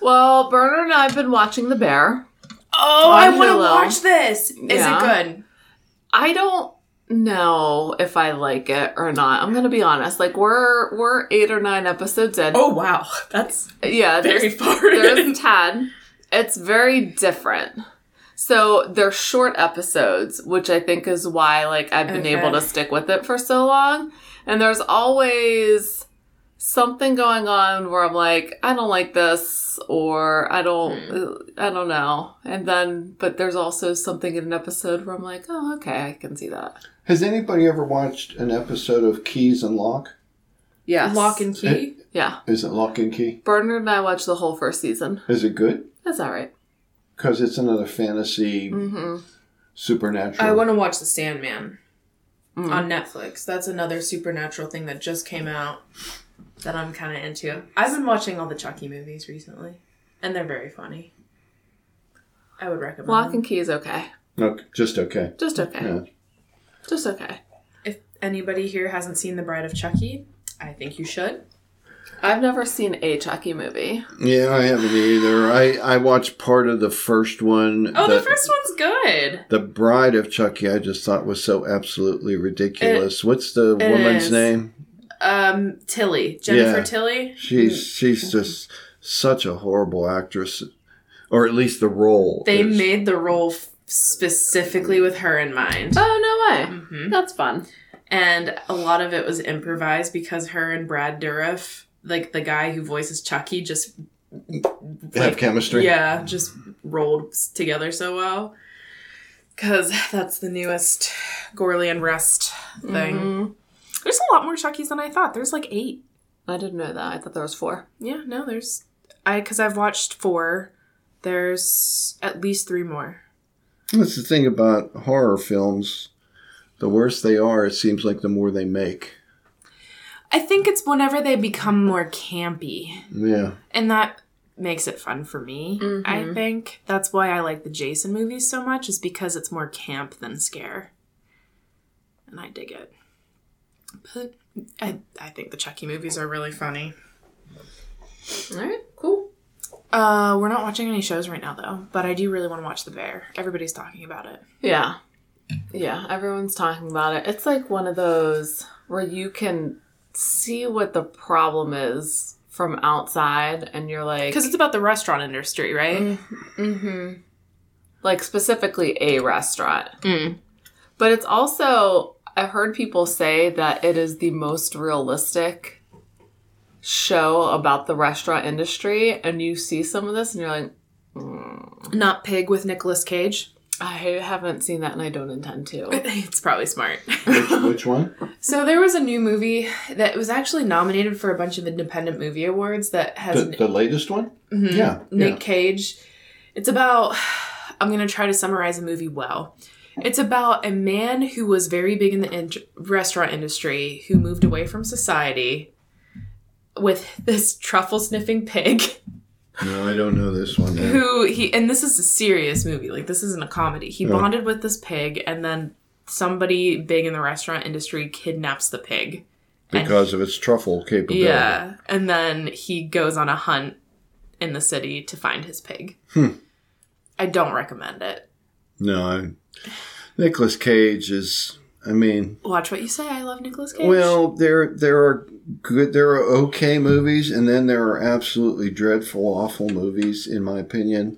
[SPEAKER 2] Well, Bernard and I have been watching The Bear.
[SPEAKER 3] Oh,
[SPEAKER 2] I
[SPEAKER 3] I
[SPEAKER 2] wanna
[SPEAKER 3] want to
[SPEAKER 2] watch
[SPEAKER 3] watch this.
[SPEAKER 2] Yeah.
[SPEAKER 3] Is it good?
[SPEAKER 2] I don't know if I like it or not. I'm gonna be honest. Like we're we're eight or nine episodes in.
[SPEAKER 3] Oh wow. That's
[SPEAKER 2] yeah, there's-
[SPEAKER 3] very far. in.
[SPEAKER 2] there's Tad. It's very different. So they're short episodes, which I think is why like I've been
[SPEAKER 3] Okay.
[SPEAKER 2] able to stick with it for so long. And there's always something going on where I'm like, I don't like this or I don't
[SPEAKER 3] Hmm.
[SPEAKER 2] I don't know. And then but there's also something in an episode where I'm like, oh okay, I can see that.
[SPEAKER 4] Has anybody ever watched an episode of Keys and Lock?
[SPEAKER 2] Yes.
[SPEAKER 3] Lock and key.
[SPEAKER 2] Yeah.
[SPEAKER 4] Is it Lock and Key?
[SPEAKER 2] Bernard and I watched the whole first season.
[SPEAKER 4] Is it good?
[SPEAKER 2] That's all right.
[SPEAKER 4] Because it's another fantasy
[SPEAKER 2] Mm-hmm.
[SPEAKER 4] supernatural.
[SPEAKER 3] I want to watch The Sandman
[SPEAKER 2] Mm.
[SPEAKER 3] on Netflix. That's another supernatural thing that just came out that I'm kind of into. I've been watching all the Chucky movies recently, and they're very funny. I would recommend.
[SPEAKER 2] Lock
[SPEAKER 3] them.
[SPEAKER 2] and key is okay.
[SPEAKER 4] Okay, just okay.
[SPEAKER 2] Just okay.
[SPEAKER 4] Yeah.
[SPEAKER 2] Just okay.
[SPEAKER 3] If anybody here hasn't seen The Bride of Chucky, I think you should.
[SPEAKER 2] I've never seen a Chucky movie.
[SPEAKER 4] Yeah, I haven't either. I, I watched part of the first one.
[SPEAKER 3] Oh, the
[SPEAKER 4] that-
[SPEAKER 3] first one's good.
[SPEAKER 4] The Bride of Chucky, I just thought was so absolutely ridiculous. What's the woman's
[SPEAKER 3] is.
[SPEAKER 4] name?
[SPEAKER 3] Um, Tilly, Jennifer
[SPEAKER 4] Yeah.
[SPEAKER 3] Tilly.
[SPEAKER 4] She's
[SPEAKER 3] Mm-hmm.
[SPEAKER 4] she's just such a horrible actress, or at least the role.
[SPEAKER 3] They
[SPEAKER 4] is.
[SPEAKER 3] made the role f- specifically with her in mind.
[SPEAKER 2] Oh no way!
[SPEAKER 3] hmm
[SPEAKER 2] That's fun.
[SPEAKER 3] and a lot of it was improvised because her and Brad Dourif, like the guy who voices Chucky, just
[SPEAKER 4] have
[SPEAKER 3] like,
[SPEAKER 4] chemistry.
[SPEAKER 3] Yeah, just rolled s- together so well. Because that's the newest Gorley and Rust thing.
[SPEAKER 2] Mhm.
[SPEAKER 3] There's a lot more Chuckies than I thought. There's like eight.
[SPEAKER 2] I didn't know that. I thought there was four.
[SPEAKER 3] Yeah, no, there's I because I've watched four. There's at least three more.
[SPEAKER 4] That's the thing about horror films. The worse they are, it seems like the more they make.
[SPEAKER 3] I think it's whenever they become more campy,
[SPEAKER 4] Yeah.
[SPEAKER 3] and that makes it fun for me. I think that's why I like the Jason movies so much, is because it's more camp than scare, and I dig it. But I, I think the Chucky movies are really funny.
[SPEAKER 2] All right, cool.
[SPEAKER 3] Uh, we're not watching any shows right now though, but I do really want to watch The Bear. Everybody's talking about it.
[SPEAKER 2] Yeah, yeah. Everyone's talking about it. It's like one of those where you can see what the problem is from outside, and you're like,
[SPEAKER 3] Because it's about the restaurant industry, right?
[SPEAKER 2] Mm-hmm. Like specifically a restaurant.
[SPEAKER 3] Mm.
[SPEAKER 2] But it's also I've heard people say that it is the most realistic show about the restaurant industry and you see some of this and you're like
[SPEAKER 3] Not Pig with Nicolas Cage.
[SPEAKER 2] I haven't seen that and I don't intend to.
[SPEAKER 3] It's probably smart.
[SPEAKER 4] Which, which one?
[SPEAKER 3] so there was a new movie that was actually nominated for a bunch of independent movie awards that
[SPEAKER 4] The,
[SPEAKER 3] has Nick,
[SPEAKER 4] the latest one?
[SPEAKER 3] Mhm.
[SPEAKER 4] Yeah.
[SPEAKER 3] Nick
[SPEAKER 4] yeah.
[SPEAKER 3] Cage. It's about I'm going to try to summarize the movie well. It's about a man who was very big in the in- restaurant industry who moved away from society with this truffle sniffing pig.
[SPEAKER 4] No, I don't know this one. man.
[SPEAKER 3] who he and this is a serious movie like this isn't a comedy he
[SPEAKER 4] Yeah.
[SPEAKER 3] bonded with this pig and then somebody big in the restaurant industry kidnaps the pig
[SPEAKER 4] Because of its truffle capability.
[SPEAKER 3] yeah and then he goes on a hunt in the city to find his pig
[SPEAKER 4] Hmm.
[SPEAKER 3] i don't recommend it
[SPEAKER 4] No, I, Nicolas Cage is. I mean,
[SPEAKER 3] watch what you say i love nicholas cage
[SPEAKER 4] Well, there there are good, there are okay movies, and then there are absolutely dreadful, awful movies. In my opinion,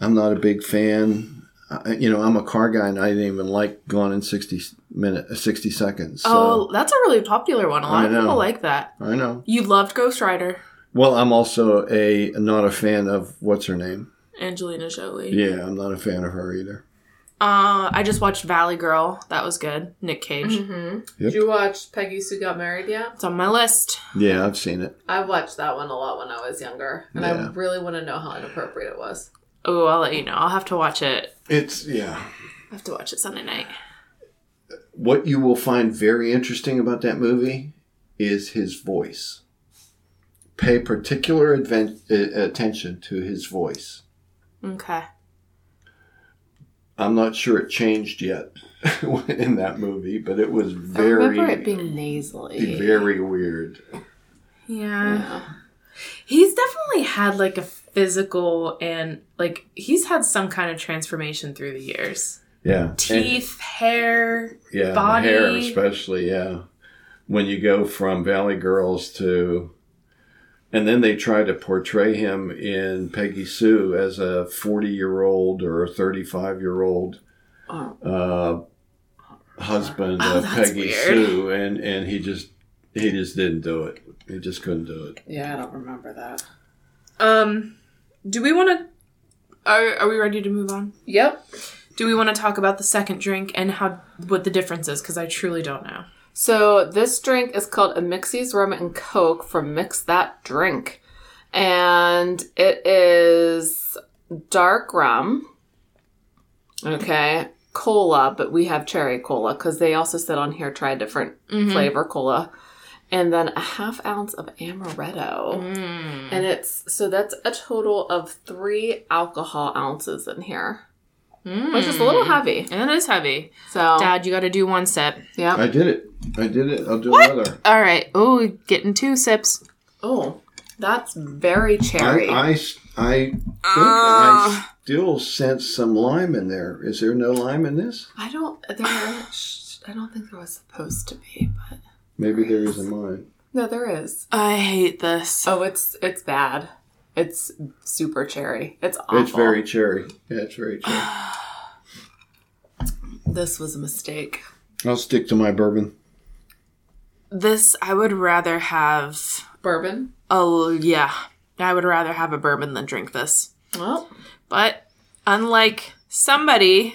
[SPEAKER 4] I'm not a big fan. I, you know, I'm a car guy, and I didn't even like Gone in sixty minute, sixty seconds. So
[SPEAKER 3] oh that's a really popular one a lot
[SPEAKER 4] I
[SPEAKER 3] of people
[SPEAKER 4] know.
[SPEAKER 3] like that
[SPEAKER 4] I know.
[SPEAKER 3] you loved ghost rider
[SPEAKER 4] Well, I'm also a not a fan of what's her name.
[SPEAKER 3] angelina jolie
[SPEAKER 4] Yeah, I'm not a fan of her either.
[SPEAKER 3] uh i just watched valley girl that was good nick cage
[SPEAKER 2] Mm-hmm.
[SPEAKER 4] Yep.
[SPEAKER 2] Did you watch Peggy Sue Got Married yet?
[SPEAKER 3] it's on my list
[SPEAKER 4] Yeah, I've seen it.
[SPEAKER 2] I watched that one a lot when I was younger, and I
[SPEAKER 4] Yeah.
[SPEAKER 2] really want to know how inappropriate it was.
[SPEAKER 3] Oh, I'll let you know. I'll have to watch it.
[SPEAKER 4] It's yeah.
[SPEAKER 3] I have to watch it Sunday night.
[SPEAKER 4] What you will find very interesting about that movie is his voice. Pay particular adven- uh, attention to his voice.
[SPEAKER 3] Okay.
[SPEAKER 4] I'm not sure it changed yet in that movie, but it was
[SPEAKER 2] I remember it
[SPEAKER 4] very,
[SPEAKER 2] being nasally.
[SPEAKER 4] very weird.
[SPEAKER 3] Yeah.
[SPEAKER 2] Yeah.
[SPEAKER 3] He's definitely had like a physical and like he's had some kind of transformation through the years.
[SPEAKER 4] Yeah,
[SPEAKER 3] Teeth, hair.
[SPEAKER 4] And- yeah, the
[SPEAKER 3] body.
[SPEAKER 4] hair especially. Yeah, when you go from Valley Girls to, and then they try to portray him in Peggy Sue as a 40 year old or a 35 year old
[SPEAKER 2] Oh.
[SPEAKER 4] uh, husband
[SPEAKER 3] Oh,
[SPEAKER 4] of
[SPEAKER 3] that's
[SPEAKER 4] Peggy
[SPEAKER 3] weird.
[SPEAKER 4] Sue, and and he just he just didn't do it. He just couldn't do it.
[SPEAKER 2] yeah, I don't remember that.
[SPEAKER 3] Um do we want to are, are we ready to move on?
[SPEAKER 2] Yep.
[SPEAKER 3] Do we want to talk about the second drink and how what the difference is cuz I truly don't know.
[SPEAKER 2] So this drink is called a Mixies Rum and Coke from Mix That Drink. And it is dark rum. Okay. Cola, but we have cherry cola because they also said on here try different flavor cola. And then a half ounce of amaretto.
[SPEAKER 3] Mm.
[SPEAKER 2] And it's so that's a total of three alcohol ounces in here, which is a little heavy.
[SPEAKER 3] And it Mm. is heavy.
[SPEAKER 2] So,
[SPEAKER 3] Dad, you got to do one sip.
[SPEAKER 2] yeah.
[SPEAKER 4] I did it. I did it. I'll do another.
[SPEAKER 3] All right. Oh, getting two sips.
[SPEAKER 2] Oh, that's very
[SPEAKER 4] I,
[SPEAKER 2] cherry.
[SPEAKER 4] I s- I think I
[SPEAKER 3] Ah.
[SPEAKER 4] still sense some lime in there. Is there no lime in this?
[SPEAKER 2] I don't. There. sh- I don't think there was supposed to be, but
[SPEAKER 4] Maybe there is in mine.
[SPEAKER 2] no, there is.
[SPEAKER 3] I hate this.
[SPEAKER 2] Oh, it's it's bad. It's super cherry. It's awful.
[SPEAKER 4] It's very cherry. Yeah, it's very cherry.
[SPEAKER 2] This was a mistake.
[SPEAKER 4] I'll stick to my bourbon.
[SPEAKER 3] This I would rather have
[SPEAKER 2] Bourbon.
[SPEAKER 3] a yeah. I would rather have a bourbon than drink this.
[SPEAKER 2] Well,
[SPEAKER 3] But unlike somebody,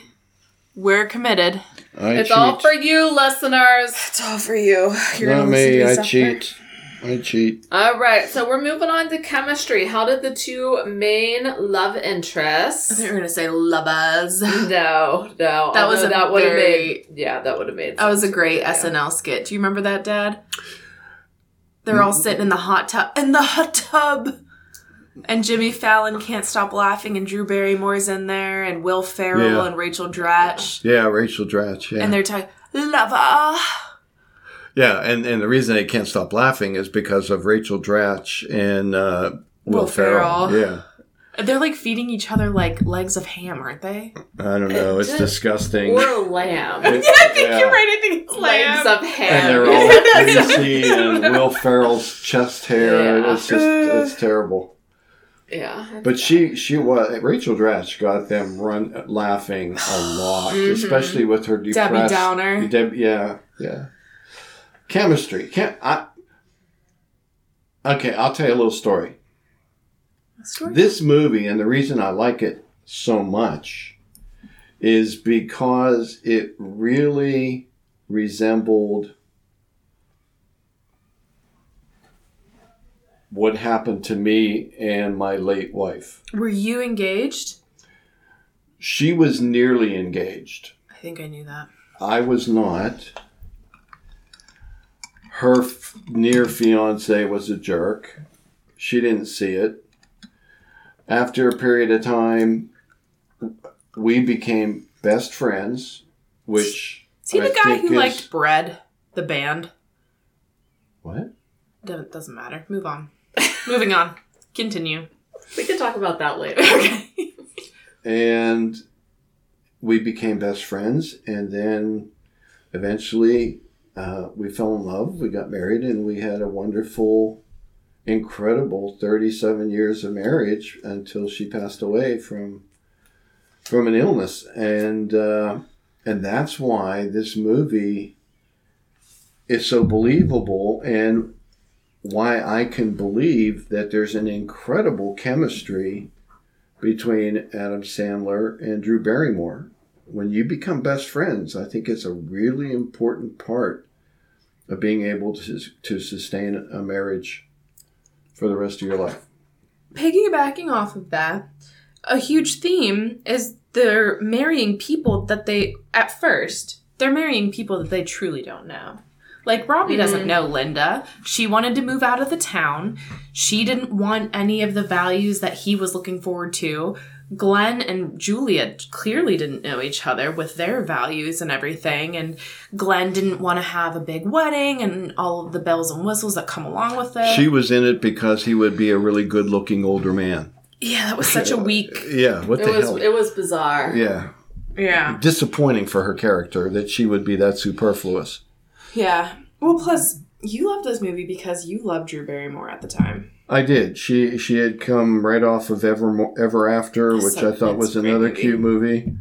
[SPEAKER 3] we're committed.
[SPEAKER 4] I
[SPEAKER 2] it's
[SPEAKER 4] cheat.
[SPEAKER 2] all for you, listeners.
[SPEAKER 5] It's all for you. You're
[SPEAKER 4] Not
[SPEAKER 5] gonna listen to
[SPEAKER 4] me.
[SPEAKER 5] this
[SPEAKER 4] I
[SPEAKER 5] after.
[SPEAKER 4] cheat. I cheat.
[SPEAKER 2] All right, so we're moving on to chemistry. How did the two main love interests?
[SPEAKER 3] We're gonna say lovers.
[SPEAKER 2] No, no.
[SPEAKER 3] That was
[SPEAKER 2] although
[SPEAKER 3] a
[SPEAKER 2] that would have
[SPEAKER 3] very-
[SPEAKER 2] made. Yeah, that would have made.
[SPEAKER 3] That was a
[SPEAKER 2] sense.
[SPEAKER 3] great
[SPEAKER 2] Yeah.
[SPEAKER 3] SNL skit. Do you remember that, Dad? They're all sitting in the hot tub. In the hot tub! And Jimmy Fallon can't stop laughing, and Drew Barrymore's in there, and Will Ferrell
[SPEAKER 4] Yeah.
[SPEAKER 3] and Rachel Dratch.
[SPEAKER 4] Yeah, Rachel Dratch. Yeah,
[SPEAKER 3] And they're talking, lover!
[SPEAKER 4] yeah, and, and the reason I can't stop laughing is because of Rachel Dratch and uh, Will,
[SPEAKER 3] Will
[SPEAKER 4] Ferrell.
[SPEAKER 3] Ferrell.
[SPEAKER 4] Yeah,
[SPEAKER 3] They're like feeding each other like legs of ham, aren't they?
[SPEAKER 4] I don't know. It's disgusting.
[SPEAKER 2] Or lamb.
[SPEAKER 4] It- yeah.
[SPEAKER 3] right. I think it's
[SPEAKER 2] Legs of
[SPEAKER 4] And
[SPEAKER 2] ham.
[SPEAKER 4] they're all greasy, and Will Ferrell's chest hair.
[SPEAKER 2] Yeah.
[SPEAKER 4] It's just it's terrible.
[SPEAKER 2] yeah.
[SPEAKER 4] But she she was Rachel Dratch got them run laughing a lot, especially with her depressed
[SPEAKER 3] Downer.
[SPEAKER 4] Deb, yeah, yeah. Chemistry. Can I? Okay, I'll tell you a little story. This movie and the reason I like it so much is because it really resembled what happened to me and my late wife.
[SPEAKER 3] Were you engaged?
[SPEAKER 4] She was nearly engaged.
[SPEAKER 3] I think I knew that.
[SPEAKER 4] I was not. Her f- near fiance was a jerk. She didn't see it. After a period of time, we became best friends, which
[SPEAKER 3] Is he
[SPEAKER 4] I
[SPEAKER 3] the guy
[SPEAKER 4] think
[SPEAKER 3] who
[SPEAKER 4] is-
[SPEAKER 3] liked Bread, the band?
[SPEAKER 4] what?
[SPEAKER 3] Doesn't, doesn't matter. Move on. Moving on. Continue.
[SPEAKER 2] We can talk about that later.
[SPEAKER 4] and we became best friends and then eventually uh, we fell in love we got married and we had a wonderful incredible 37 years of marriage until she passed away from from an illness and uh, and that's why this movie is so believable and why I can believe that there's an incredible chemistry between Adam Sandler and Drew Barrymore. When you become best friends, I think it's a really important part of being able to, to sustain a marriage for the rest of your life.
[SPEAKER 3] Piggybacking off of that, a huge theme is they're marrying people that they, at first, they're marrying people that they truly don't know. Like Robbie doesn't know Linda. She wanted to move out of the town. She didn't want any of the values that he was looking forward to. Glenn and Julia clearly didn't know each other with their values and everything. And Glenn didn't want to have a big wedding and all of the bells and whistles that come along with it.
[SPEAKER 4] She was in it because he would be a really good looking older man.
[SPEAKER 3] yeah, that was such a weak.
[SPEAKER 4] Yeah, what
[SPEAKER 2] It
[SPEAKER 4] the
[SPEAKER 2] was
[SPEAKER 4] hell?
[SPEAKER 2] it was bizarre.
[SPEAKER 4] yeah.
[SPEAKER 3] Yeah.
[SPEAKER 4] Disappointing for her character that she would be that superfluous.
[SPEAKER 3] Yeah. Well, plus you loved this movie because you loved Drew Barrymore at the time.
[SPEAKER 4] I did. She she had come right off of Ever Ever After, which
[SPEAKER 3] So
[SPEAKER 4] I thought
[SPEAKER 3] that's
[SPEAKER 4] was
[SPEAKER 3] a great
[SPEAKER 4] another
[SPEAKER 3] movie.
[SPEAKER 4] cute movie.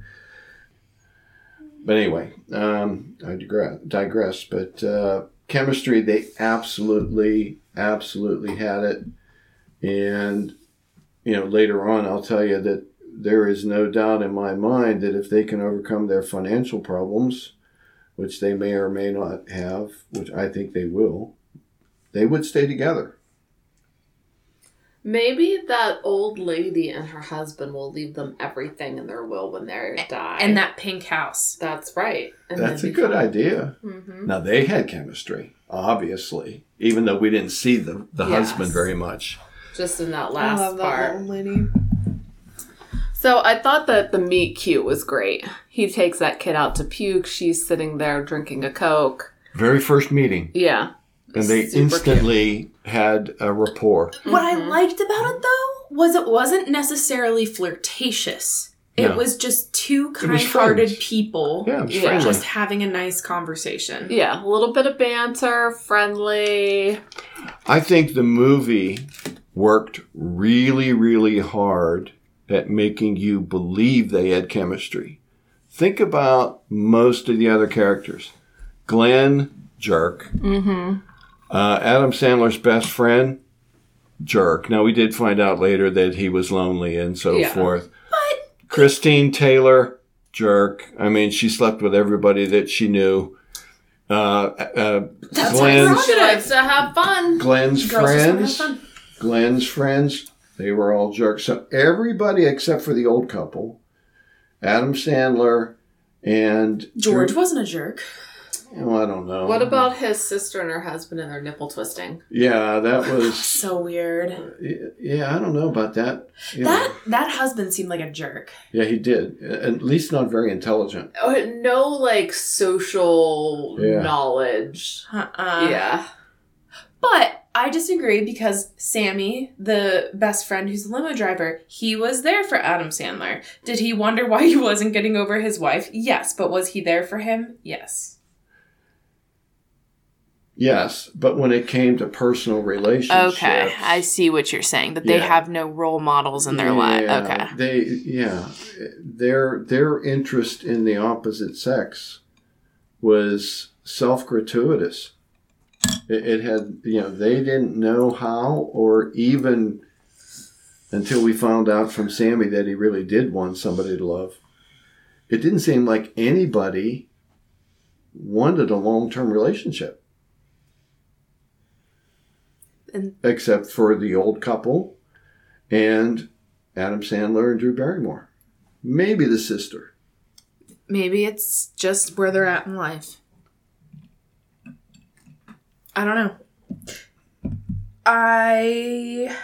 [SPEAKER 4] But anyway, um, I digress. digress but uh, chemistry, they absolutely, absolutely had it. And you know, later on, I'll tell you that there is no doubt in my mind that if they can overcome their financial problems, which they may or may not have, which I think they will, they would stay together.
[SPEAKER 2] Maybe that old lady and her husband will leave them everything in their will when they die.
[SPEAKER 3] And that pink house.
[SPEAKER 2] that's right. And
[SPEAKER 4] That's a good idea.
[SPEAKER 2] Mm-hmm.
[SPEAKER 4] Now they had chemistry, obviously, even though we didn't see the, the
[SPEAKER 2] Yes.
[SPEAKER 4] husband very much.
[SPEAKER 2] Just in that last part.
[SPEAKER 5] lady.
[SPEAKER 3] Mm-hmm.
[SPEAKER 2] So I thought that the meet cute was great. He takes that kid out to puke. She's sitting there drinking a coke.
[SPEAKER 4] Very first meeting.
[SPEAKER 2] Yeah.
[SPEAKER 4] and they
[SPEAKER 2] Super cute.
[SPEAKER 4] instantly had a rapport.
[SPEAKER 3] What I liked about it though was it wasn't necessarily flirtatious. It
[SPEAKER 4] No.
[SPEAKER 3] was just two
[SPEAKER 4] was
[SPEAKER 3] kind-hearted
[SPEAKER 4] friends.
[SPEAKER 3] people
[SPEAKER 4] Yeah, it was
[SPEAKER 2] Yeah.
[SPEAKER 4] friendly.
[SPEAKER 3] just having a nice conversation.
[SPEAKER 2] Yeah, a little bit of banter, friendly.
[SPEAKER 4] I think the movie worked really, really hard at making you believe they had chemistry. Think about most of the other characters. Glenn, jerk. Mm-hmm. Uh, Adam Sandler's best friend, jerk. Now, we did find out later that he was lonely and so
[SPEAKER 2] Yeah.
[SPEAKER 4] forth. But Christine Taylor, jerk. I mean, she slept with everybody that she knew. Uh, uh, Glenn's,
[SPEAKER 2] She likes to have fun.
[SPEAKER 3] Girls
[SPEAKER 4] Glenn's
[SPEAKER 3] just wanna have
[SPEAKER 4] friends.
[SPEAKER 3] fun.
[SPEAKER 4] Glenn's friends, they were all jerks. So everybody except for the old couple, Adam Sandler and
[SPEAKER 3] George wasn't a jerk.
[SPEAKER 4] Oh, I don't know.
[SPEAKER 2] What about his sister and her husband and their nipple twisting?
[SPEAKER 4] Yeah, that was.
[SPEAKER 3] So weird.
[SPEAKER 4] Yeah, I don't know about that. Yeah,
[SPEAKER 3] That that husband seemed like a jerk.
[SPEAKER 4] yeah he did. At least not very intelligent.
[SPEAKER 2] Oh, no, like social
[SPEAKER 4] Yeah.
[SPEAKER 2] knowledge.
[SPEAKER 3] Uh-uh.
[SPEAKER 2] yeah.
[SPEAKER 3] But I disagree because Sammy, the best friend who's a limo driver, he was there for Adam Sandler. Did he wonder why he wasn't getting over his wife? Yes, but was he there for him? Yes.
[SPEAKER 4] Yes, but when it came to personal relationships.
[SPEAKER 6] Okay, I see what you're saying. That they
[SPEAKER 4] Yeah.
[SPEAKER 6] have no role models in their life.
[SPEAKER 4] Yeah,
[SPEAKER 6] Okay,
[SPEAKER 4] They yeah, their their interest in the opposite sex was self gratuitous. It, it had you know they didn't know how or even until we found out from Sammy that he really did want somebody to love. It didn't seem like anybody wanted a long term relationship.
[SPEAKER 3] And-
[SPEAKER 4] Except for the old couple and Adam Sandler and Drew Barrymore. Maybe the sister.
[SPEAKER 6] maybe it's just where they're at in life.
[SPEAKER 3] I don't know. I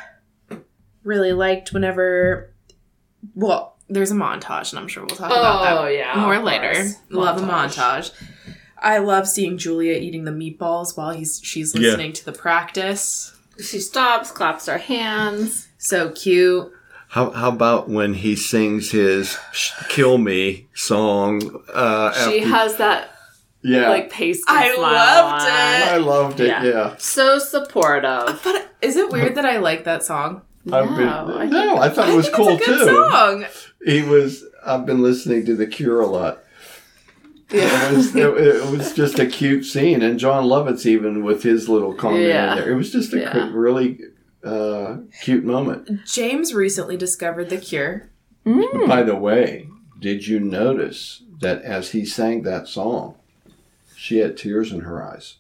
[SPEAKER 3] really liked whenever well, there's a montage and I'm sure we'll talk
[SPEAKER 2] Oh,
[SPEAKER 3] about that
[SPEAKER 2] yeah,
[SPEAKER 3] more
[SPEAKER 2] of
[SPEAKER 3] later.
[SPEAKER 2] course.
[SPEAKER 3] Love a
[SPEAKER 2] Montage.
[SPEAKER 3] montage. I love seeing Julia eating the meatballs while he's she's
[SPEAKER 4] Yeah.
[SPEAKER 3] listening to the practice.
[SPEAKER 2] She stops, claps her hands.
[SPEAKER 3] So cute.
[SPEAKER 4] How, how about when he sings his Sh- "Kill Me" song? Uh,
[SPEAKER 2] She
[SPEAKER 4] after-
[SPEAKER 2] has that
[SPEAKER 4] yeah,
[SPEAKER 2] like pasty
[SPEAKER 3] I
[SPEAKER 2] smile
[SPEAKER 3] loved
[SPEAKER 2] on.
[SPEAKER 3] it.
[SPEAKER 4] I loved it.
[SPEAKER 2] Yeah.
[SPEAKER 4] Yeah,
[SPEAKER 2] So supportive.
[SPEAKER 3] But is it weird that I like that song?
[SPEAKER 4] I've
[SPEAKER 2] No,
[SPEAKER 4] been,
[SPEAKER 2] I
[SPEAKER 4] no, I thought it was
[SPEAKER 3] I think
[SPEAKER 4] cool
[SPEAKER 3] it's a good
[SPEAKER 4] too.
[SPEAKER 3] song.
[SPEAKER 4] He was. I've been listening to The Cure a lot.
[SPEAKER 2] Yeah.
[SPEAKER 4] It was, it, it was just a cute scene, and John Lovitz even with his little comment
[SPEAKER 2] Yeah.
[SPEAKER 4] in there. It was just a
[SPEAKER 2] Yeah.
[SPEAKER 4] cr- really uh, cute moment.
[SPEAKER 3] James recently discovered The Cure.
[SPEAKER 4] By the way, did you notice that as he sang that song, she had tears in her eyes?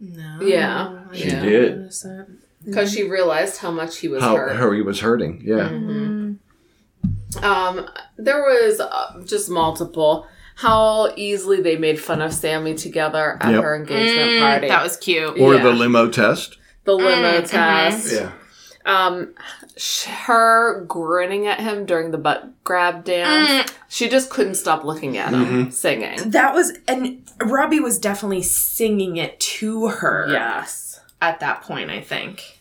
[SPEAKER 3] No.
[SPEAKER 2] Oh, Yeah.
[SPEAKER 3] I
[SPEAKER 4] She
[SPEAKER 3] didn't
[SPEAKER 4] did.
[SPEAKER 3] notice that.
[SPEAKER 2] Because she realized how much he was Mm-hmm.
[SPEAKER 4] How,
[SPEAKER 2] hurt.
[SPEAKER 4] how he was hurting, yeah.
[SPEAKER 2] Um, there was uh, just multiple. How easily they made fun of Sammy together at
[SPEAKER 4] Yep.
[SPEAKER 2] her engagement
[SPEAKER 3] Mm,
[SPEAKER 2] party.
[SPEAKER 6] That was cute.
[SPEAKER 4] Or
[SPEAKER 2] Yeah.
[SPEAKER 4] the limo test.
[SPEAKER 2] the
[SPEAKER 3] mm-hmm.
[SPEAKER 2] limo test.
[SPEAKER 4] Yeah.
[SPEAKER 2] Um, sh- her grinning at him during the butt grab dance. She just couldn't stop looking at him singing.
[SPEAKER 3] That was, and Robbie was definitely singing it to her
[SPEAKER 2] Yes.
[SPEAKER 3] at that point, I think.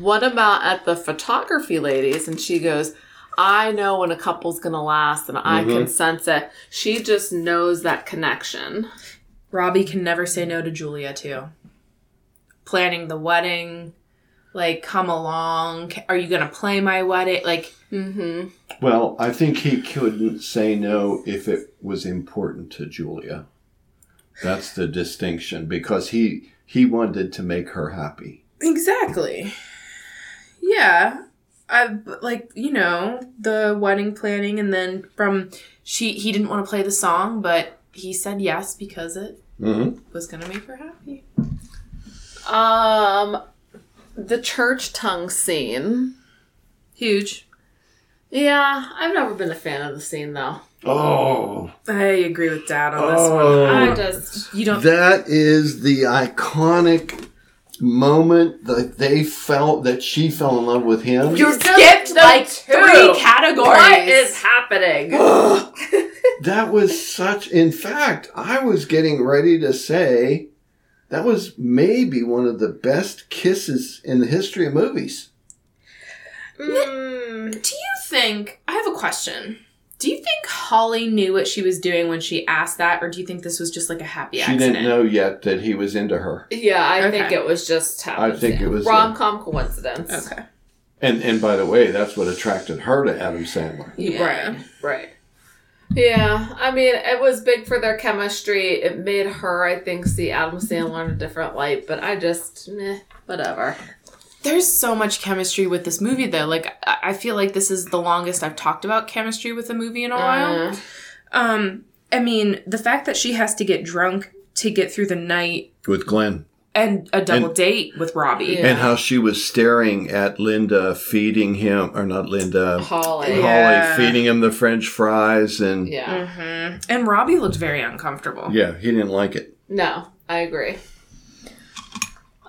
[SPEAKER 2] What about at the photography ladies? And she goes, I know when a couple's gonna last and I can sense it. She just knows that connection.
[SPEAKER 3] Robbie can never say no to Julia, too. Planning the wedding, like, come along. Are you going to play my wedding? Like,
[SPEAKER 2] Mm-hmm.
[SPEAKER 4] Well, I think he couldn't say no if it was important to Julia. That's the distinction because he he wanted to make her happy.
[SPEAKER 3] Exactly. Yeah. I but, like you know the wedding planning and then from she he didn't want to play the song but he said yes because it
[SPEAKER 4] Mm-hmm.
[SPEAKER 3] was going to make her happy.
[SPEAKER 2] Um, the church tongue scene.
[SPEAKER 3] Huge.
[SPEAKER 2] Yeah, I've never been a fan of the scene though.
[SPEAKER 4] Oh,
[SPEAKER 3] I agree with dad on this
[SPEAKER 4] Oh.
[SPEAKER 2] I
[SPEAKER 3] one.
[SPEAKER 2] just
[SPEAKER 3] you don't
[SPEAKER 4] that is the iconic moment that they felt that she fell in love with him.
[SPEAKER 3] skipped like three categories.
[SPEAKER 2] What is happening?
[SPEAKER 4] That was such. In fact, I was getting ready to say That was maybe one of the best kisses in the history of movies.
[SPEAKER 7] Mm,
[SPEAKER 3] Do you think I have a question? Do you think Holly knew what she was doing when she asked that, or do you think this was just like a happy
[SPEAKER 4] she
[SPEAKER 3] accident?
[SPEAKER 4] didn't know yet that he was into her.
[SPEAKER 2] Yeah, I
[SPEAKER 3] Okay.
[SPEAKER 2] think it was just
[SPEAKER 4] I
[SPEAKER 2] happened.
[SPEAKER 4] think it was.
[SPEAKER 2] Rom com coincidence.
[SPEAKER 7] okay.
[SPEAKER 4] and, and by the way, that's what attracted her to Adam Sandler.
[SPEAKER 3] Yeah.
[SPEAKER 2] Right. Right. Yeah, I mean, it was big for their chemistry. It made her, I think, see Adam Sandler in a different light, but I just, meh, whatever.
[SPEAKER 3] There's so much chemistry with this movie, though. Like, I I feel like this is the longest I've talked about chemistry with a movie in a while.
[SPEAKER 2] Uh,
[SPEAKER 7] Um, I mean, the fact that she has to get drunk to get through the night
[SPEAKER 4] With Glenn.
[SPEAKER 3] And a double
[SPEAKER 4] And-
[SPEAKER 3] date with Robbie.
[SPEAKER 2] Yeah.
[SPEAKER 4] And how she was staring at Linda feeding him, or not Linda,
[SPEAKER 2] Holly.
[SPEAKER 7] Yeah.
[SPEAKER 4] Holly feeding him the French fries. And yeah,
[SPEAKER 2] Yeah.
[SPEAKER 3] Mhm. And Robbie looked very uncomfortable.
[SPEAKER 4] he didn't like it.
[SPEAKER 2] No, I agree.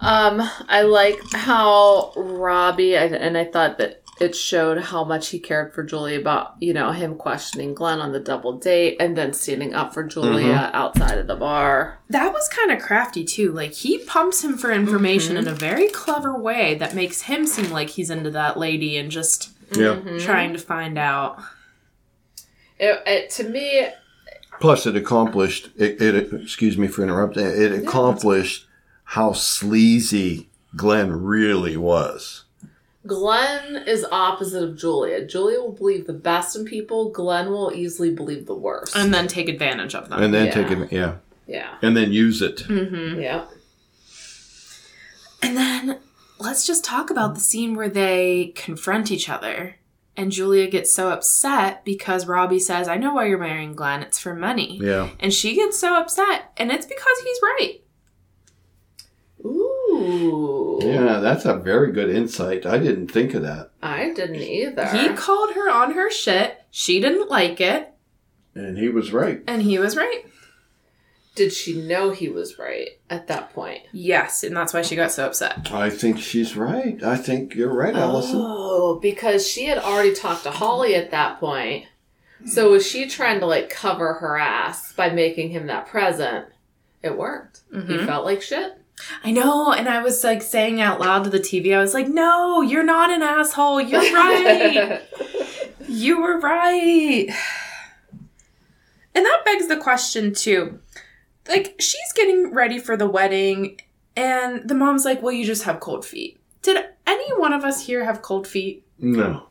[SPEAKER 2] Um, I like how Robbie, I, and I thought that it showed how much he cared for Julie about, you know, him questioning Glenn on the double date and then standing up for Julia
[SPEAKER 3] Mm-hmm.
[SPEAKER 2] outside of the bar.
[SPEAKER 3] That was kind of crafty, too. Like, he pumps him for information in a very clever way that makes him seem like he's into that lady and just
[SPEAKER 4] Yeah.
[SPEAKER 3] trying to find out.
[SPEAKER 2] It, it, to me,
[SPEAKER 4] Plus, it accomplished. It, it excuse me for interrupting. It accomplished how sleazy Glenn really was.
[SPEAKER 2] Glenn is opposite of Julia. Julia will believe the best in people. Glenn will easily believe the worst.
[SPEAKER 3] And then take advantage of them. Mm-hmm.
[SPEAKER 4] And then
[SPEAKER 2] Yeah.
[SPEAKER 4] take him, yeah,
[SPEAKER 2] yeah.
[SPEAKER 4] and then use it.
[SPEAKER 2] Yeah.
[SPEAKER 3] And then let's just talk about the scene where they confront each other. And Julia gets so upset because Robbie says, I know why you're marrying Glenn, it's for money.
[SPEAKER 4] Yeah,
[SPEAKER 3] And she gets so upset, and it's because he's right.
[SPEAKER 2] Ooh.
[SPEAKER 4] yeah, that's a very good insight. I didn't think of that,
[SPEAKER 2] I didn't either.
[SPEAKER 3] He called her on her shit, she didn't like it,
[SPEAKER 4] and he was right.
[SPEAKER 3] and he was right.
[SPEAKER 2] Did she know he was right at that point?
[SPEAKER 3] Yes, and that's why she got so upset.
[SPEAKER 4] I think she's right. I think you're right, Allison.
[SPEAKER 2] Oh, because she had already talked to Holly at that point. So was she trying to like cover her ass by making him that present? It worked.
[SPEAKER 3] Mm-hmm.
[SPEAKER 2] He felt like shit.
[SPEAKER 3] I know, and I was like saying out loud to the TV, I was like, No, you're not an asshole. You're right. You were right.
[SPEAKER 7] And that begs the question too. Like she's getting ready for the wedding and the mom's like, "Well, you just have cold feet."
[SPEAKER 3] Did any one of us here have cold feet?
[SPEAKER 4] No,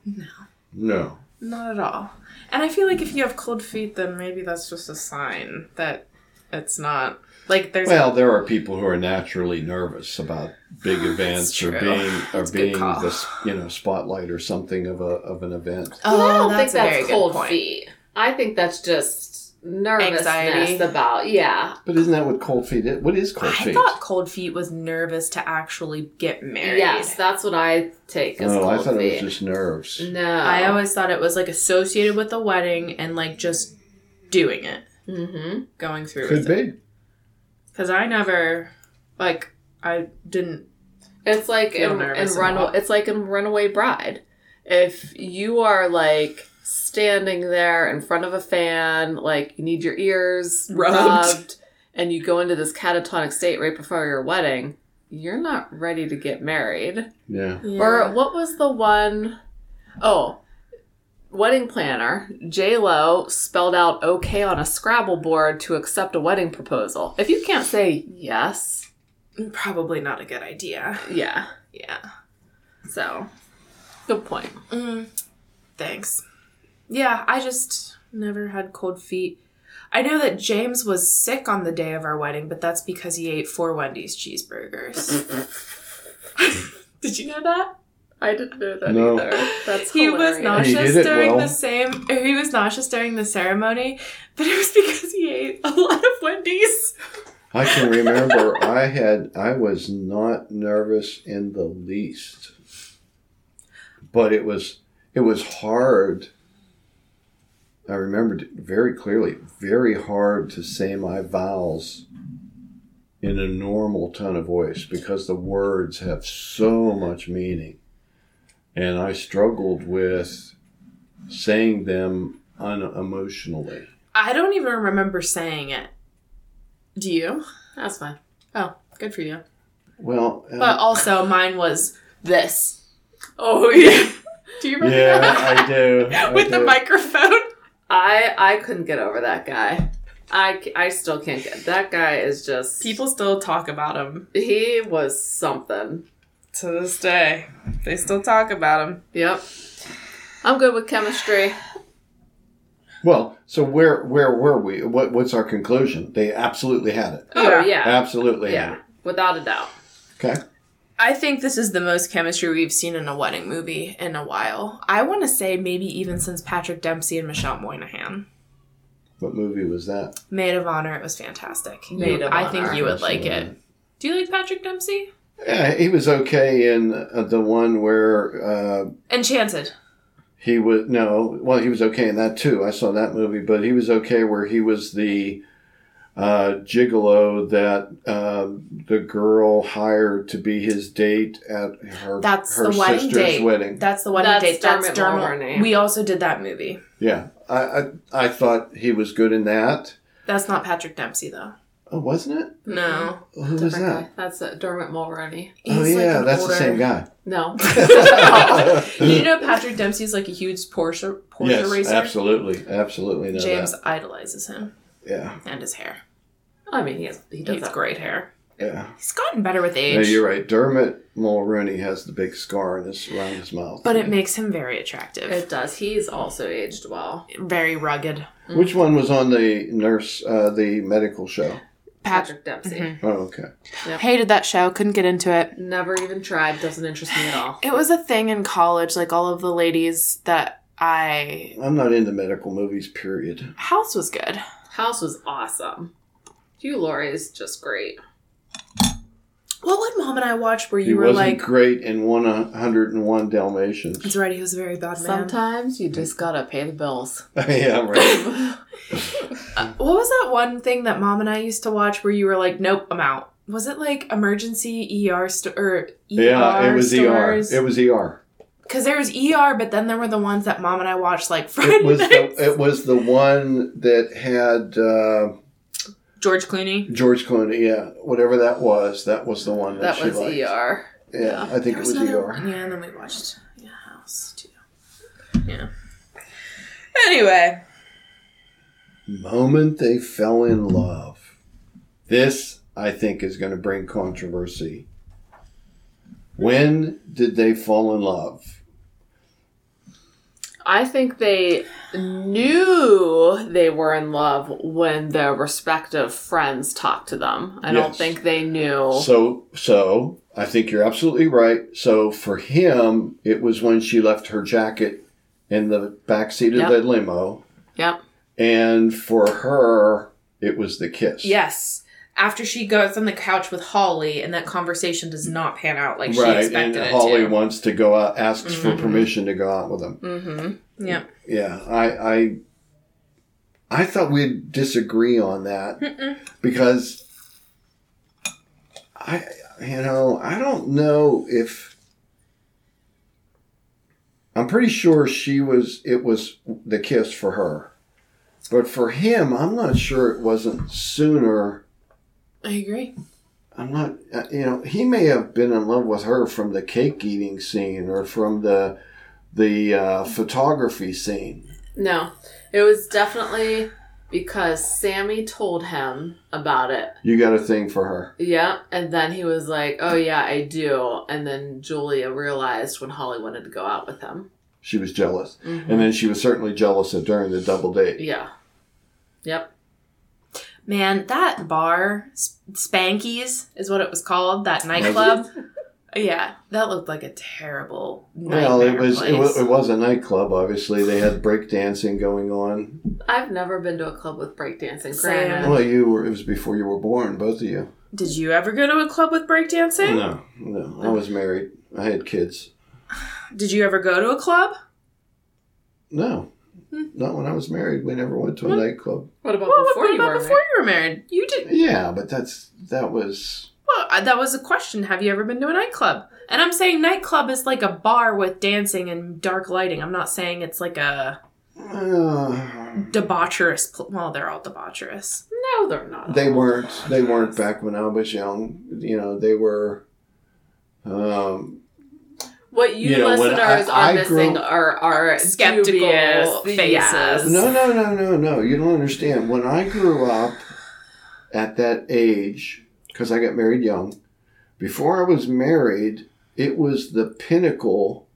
[SPEAKER 4] no,
[SPEAKER 7] Not at all. And I feel like if you have cold feet, then maybe that's just a sign that it's not like there's
[SPEAKER 4] Well, there are people who are naturally nervous about big events or
[SPEAKER 7] true.
[SPEAKER 4] being or
[SPEAKER 7] a good
[SPEAKER 4] being
[SPEAKER 7] call.
[SPEAKER 4] the s- you know spotlight or something of a of an event.
[SPEAKER 2] Well, I
[SPEAKER 7] Oh,
[SPEAKER 3] Oh,
[SPEAKER 2] don't think that's cold feet. I think that's just nervousness
[SPEAKER 3] Anxiety.
[SPEAKER 2] about yeah.
[SPEAKER 4] But isn't that what cold feet is? What is cold
[SPEAKER 3] I
[SPEAKER 4] feet?
[SPEAKER 3] thought cold feet was nervous to actually get married.
[SPEAKER 2] Yes, that's what I take as
[SPEAKER 4] no,
[SPEAKER 2] cold
[SPEAKER 4] Oh, I thought
[SPEAKER 2] feet.
[SPEAKER 4] it was just nerves.
[SPEAKER 2] no,
[SPEAKER 3] I always thought it was like associated with the wedding and like just doing it,
[SPEAKER 2] hmm
[SPEAKER 3] going through
[SPEAKER 4] Could
[SPEAKER 3] with it.
[SPEAKER 4] be.
[SPEAKER 3] Because I never, like, I didn't.
[SPEAKER 2] It's like
[SPEAKER 3] Feel
[SPEAKER 2] in, in
[SPEAKER 3] nervous and
[SPEAKER 2] run.
[SPEAKER 3] all.
[SPEAKER 2] It's like in Runaway Bride. If you are like standing there in front of a fan, like you need your ears
[SPEAKER 3] Rubbed.
[SPEAKER 2] rubbed, and you go into this catatonic state right before your wedding, you're not ready to get married.
[SPEAKER 4] Yeah.
[SPEAKER 2] Or what was the one oh wedding planner, J Lo spelled out okay on a Scrabble board to accept a wedding proposal. If you can't say yes,
[SPEAKER 3] probably not a good idea.
[SPEAKER 2] yeah.
[SPEAKER 3] Yeah.
[SPEAKER 2] So good point.
[SPEAKER 3] Mm, thanks. Yeah, I just never had cold feet. I know that James was sick on the day of our wedding, but that's because he ate four Wendy's cheeseburgers. Did you know that?
[SPEAKER 2] I didn't know that
[SPEAKER 4] No.
[SPEAKER 2] either. That's
[SPEAKER 3] He was
[SPEAKER 2] hilarious.
[SPEAKER 4] He
[SPEAKER 3] nauseous
[SPEAKER 4] did it
[SPEAKER 3] during
[SPEAKER 4] well.
[SPEAKER 3] the same. Or he was nauseous during the ceremony, but it was because he ate a lot of Wendy's.
[SPEAKER 4] I can remember I had I was not nervous in the least. But it was it was hard. I remembered it very clearly, very hard to say my vowels in a normal tone of voice because the words have so much meaning. And I struggled with saying them unemotionally.
[SPEAKER 3] I don't even remember saying it. Do you?
[SPEAKER 2] That's fine.
[SPEAKER 3] Oh, Good for you.
[SPEAKER 4] Well, uh,
[SPEAKER 3] But also, mine was this.
[SPEAKER 2] Oh yeah.
[SPEAKER 3] Do you remember
[SPEAKER 4] yeah,
[SPEAKER 3] that?
[SPEAKER 4] I do. I
[SPEAKER 3] With the
[SPEAKER 4] do.
[SPEAKER 3] microphone.
[SPEAKER 2] I I couldn't get over that guy. I, c- I still can't get that guy is just
[SPEAKER 8] People still talk about him
[SPEAKER 2] He was something.
[SPEAKER 8] to this day. They still talk about him.
[SPEAKER 2] Yep. I'm good with chemistry.
[SPEAKER 4] Well, so where where were we? What what's our conclusion? They absolutely had it.
[SPEAKER 2] Oh
[SPEAKER 8] Yeah.
[SPEAKER 2] yeah,
[SPEAKER 4] Absolutely
[SPEAKER 2] yeah,
[SPEAKER 4] had it.
[SPEAKER 2] without a doubt.
[SPEAKER 4] Okay.
[SPEAKER 3] I think this is the most chemistry we've seen in a wedding movie in a while. I want to say maybe even since Patrick Dempsey and Michelle Moynihan.
[SPEAKER 4] What movie was that?
[SPEAKER 3] Maid of Honor, it was fantastic. You-
[SPEAKER 2] Maid of
[SPEAKER 3] I think
[SPEAKER 2] Honor.
[SPEAKER 3] you would like it. Do you like Patrick Dempsey?
[SPEAKER 4] Yeah, he was okay in uh, the one where uh,
[SPEAKER 3] Enchanted.
[SPEAKER 4] he was no. Well, he was okay in that too. I saw that movie, but he was okay where he was the uh, gigolo that uh, the girl hired to be his date at her
[SPEAKER 3] That's
[SPEAKER 4] her
[SPEAKER 3] the wedding
[SPEAKER 4] sister's
[SPEAKER 3] date.
[SPEAKER 4] wedding.
[SPEAKER 3] That's the wedding
[SPEAKER 2] That's
[SPEAKER 3] date. That's
[SPEAKER 2] Dermot
[SPEAKER 3] Dermot.
[SPEAKER 2] Mulroney.
[SPEAKER 3] We also did that movie.
[SPEAKER 4] Yeah, I, I I thought he was good in that.
[SPEAKER 3] That's not Patrick Dempsey though. Mm-hmm.
[SPEAKER 4] Oh, wasn't it?
[SPEAKER 2] No,
[SPEAKER 4] Who was
[SPEAKER 2] Different
[SPEAKER 4] that?
[SPEAKER 2] guy. That's uh, Dermot Mulroney.
[SPEAKER 4] oh
[SPEAKER 3] He's, like,
[SPEAKER 4] yeah,
[SPEAKER 3] an
[SPEAKER 4] that's
[SPEAKER 3] older-
[SPEAKER 4] the same guy.
[SPEAKER 2] No,
[SPEAKER 3] Did you know Patrick Dempsey's like a huge Porsche Porsche
[SPEAKER 4] yes,
[SPEAKER 3] racer?
[SPEAKER 4] absolutely, absolutely. Know
[SPEAKER 3] James idolizes him
[SPEAKER 4] That. Yeah,
[SPEAKER 3] and his hair.
[SPEAKER 2] I mean he has he
[SPEAKER 3] He
[SPEAKER 2] does
[SPEAKER 3] has
[SPEAKER 2] that.
[SPEAKER 3] great hair.
[SPEAKER 4] yeah.
[SPEAKER 3] He's gotten better with age.
[SPEAKER 4] No, you're right. Dermot Mulroney has the big scar in his around his mouth.
[SPEAKER 3] But it makes him very attractive.
[SPEAKER 2] It does. He's also aged well.
[SPEAKER 3] very rugged.
[SPEAKER 4] Which one was on the nurse, uh, the medical show?
[SPEAKER 2] Patrick Dempsey
[SPEAKER 3] Mm-hmm.
[SPEAKER 4] Oh, okay.
[SPEAKER 3] hated that show, couldn't get into it.
[SPEAKER 2] never even tried. Doesn't interest me at all.
[SPEAKER 3] It was a thing in college, like all of the ladies that I.
[SPEAKER 4] I'm not into medical movies. Period.
[SPEAKER 3] House was good.
[SPEAKER 2] House was awesome. Hugh Laurie is just great.
[SPEAKER 3] What would mom and I watch where you
[SPEAKER 4] he
[SPEAKER 3] were
[SPEAKER 4] wasn't
[SPEAKER 3] like,
[SPEAKER 4] great in one uh, hundred and one Dalmatians.
[SPEAKER 3] it's right, he was a very bad Oh, man.
[SPEAKER 2] Sometimes you just gotta pay the bills.
[SPEAKER 4] yeah, right.
[SPEAKER 3] Uh, What was that one thing that mom and I used to watch where you were like, nope, I'm out? Was it like emergency ER sto- or ER
[SPEAKER 4] yeah, it was
[SPEAKER 3] stores?
[SPEAKER 4] ER. It was ER.
[SPEAKER 3] Because there was ER, but then there were the ones that mom and I watched like Friday
[SPEAKER 4] It was
[SPEAKER 3] nights.
[SPEAKER 4] the it was the one that had uh,
[SPEAKER 3] George Clooney.
[SPEAKER 4] George Clooney. Yeah, whatever that was, that was the one that,
[SPEAKER 2] That
[SPEAKER 4] she
[SPEAKER 2] was
[SPEAKER 4] liked.
[SPEAKER 2] ER.
[SPEAKER 4] Yeah, I think it was
[SPEAKER 3] another
[SPEAKER 4] ER.
[SPEAKER 3] one. Yeah, and then we watched yeah, House too.
[SPEAKER 8] Anyway,
[SPEAKER 4] moment they fell in love. This, I think, is going to bring controversy. When did they fall in love?
[SPEAKER 2] I think they knew they were in love when their respective friends talked to them. I don't
[SPEAKER 4] Yes.
[SPEAKER 2] think they knew.
[SPEAKER 4] So, so I think you're absolutely right. So for him, it was when she left her jacket in the back seat of
[SPEAKER 2] Yep.
[SPEAKER 4] the limo,
[SPEAKER 2] Yep.
[SPEAKER 4] and for her, it was the kiss.
[SPEAKER 3] Yes. After she goes on the couch with Holly, and that conversation does not pan out like she
[SPEAKER 4] Right, and
[SPEAKER 3] expected it to.
[SPEAKER 4] Holly
[SPEAKER 3] Mm-hmm.
[SPEAKER 4] wants to go out, asks for permission to go out with him.
[SPEAKER 2] Mm-hmm.
[SPEAKER 3] Yeah.
[SPEAKER 4] Yeah, I I I thought we'd disagree on that because I you know, I don't know if I'm pretty sure she was it was the kiss for her. But for him, I'm not sure it wasn't sooner.
[SPEAKER 3] I agree.
[SPEAKER 4] I'm not, uh, you know, he may have been in love with her from the cake eating scene or from the the uh,
[SPEAKER 3] Mm-hmm.
[SPEAKER 4] photography scene.
[SPEAKER 2] No, it was definitely because Sammy told him about it.
[SPEAKER 4] You got a thing for her.
[SPEAKER 2] Yep. And then he was like, oh, yeah, I do. And then Julia realized when Holly wanted to go out with him.
[SPEAKER 4] She was jealous.
[SPEAKER 3] Mm-hmm.
[SPEAKER 2] Mhm.
[SPEAKER 4] And then she was certainly jealous of during the double date.
[SPEAKER 2] Yeah. Yep.
[SPEAKER 3] Man, that bar, Sp- Spanky's is what it was called, that nightclub. yeah, that looked like a terrible nightmare
[SPEAKER 4] Well, it was,
[SPEAKER 3] place.
[SPEAKER 4] it was it was a nightclub. Obviously, they had break dancing going on.
[SPEAKER 2] I've never been to a club with breakdancing.
[SPEAKER 3] Same.
[SPEAKER 2] Granted.
[SPEAKER 4] Well, you were it was before you were born, both of you.
[SPEAKER 3] Did you ever go to a club with breakdancing?
[SPEAKER 4] No, no, I was married. I had kids.
[SPEAKER 3] Did you ever go to a club?
[SPEAKER 4] No,
[SPEAKER 3] Hmm.
[SPEAKER 4] not when I was married. We never went to a nightclub.
[SPEAKER 2] What about
[SPEAKER 3] Well,
[SPEAKER 2] before
[SPEAKER 3] what
[SPEAKER 2] you
[SPEAKER 3] about
[SPEAKER 2] were
[SPEAKER 3] before
[SPEAKER 2] married?
[SPEAKER 3] you were married? You did.
[SPEAKER 4] Yeah, but that's that was
[SPEAKER 3] Well, I- that was a question. Have you ever been to a nightclub? And I'm saying nightclub is like a bar with dancing and dark lighting. I'm not saying it's like a
[SPEAKER 4] Uh,
[SPEAKER 3] debaucherous. Pl- well, they're all debaucherous.
[SPEAKER 2] No, they're not.
[SPEAKER 4] they weren't. They weren't back when I was young. You know, they were. Um,
[SPEAKER 2] What you,
[SPEAKER 4] You know, when
[SPEAKER 2] listeners
[SPEAKER 4] I-
[SPEAKER 2] are
[SPEAKER 4] I grew-
[SPEAKER 2] missing are, are
[SPEAKER 3] Skeptical
[SPEAKER 2] dubious.
[SPEAKER 3] faces.
[SPEAKER 2] Yes.
[SPEAKER 4] no, no, no, no, no. You don't understand. When I grew up, at that age, because I got married young. Before I was married, it was the pinnacle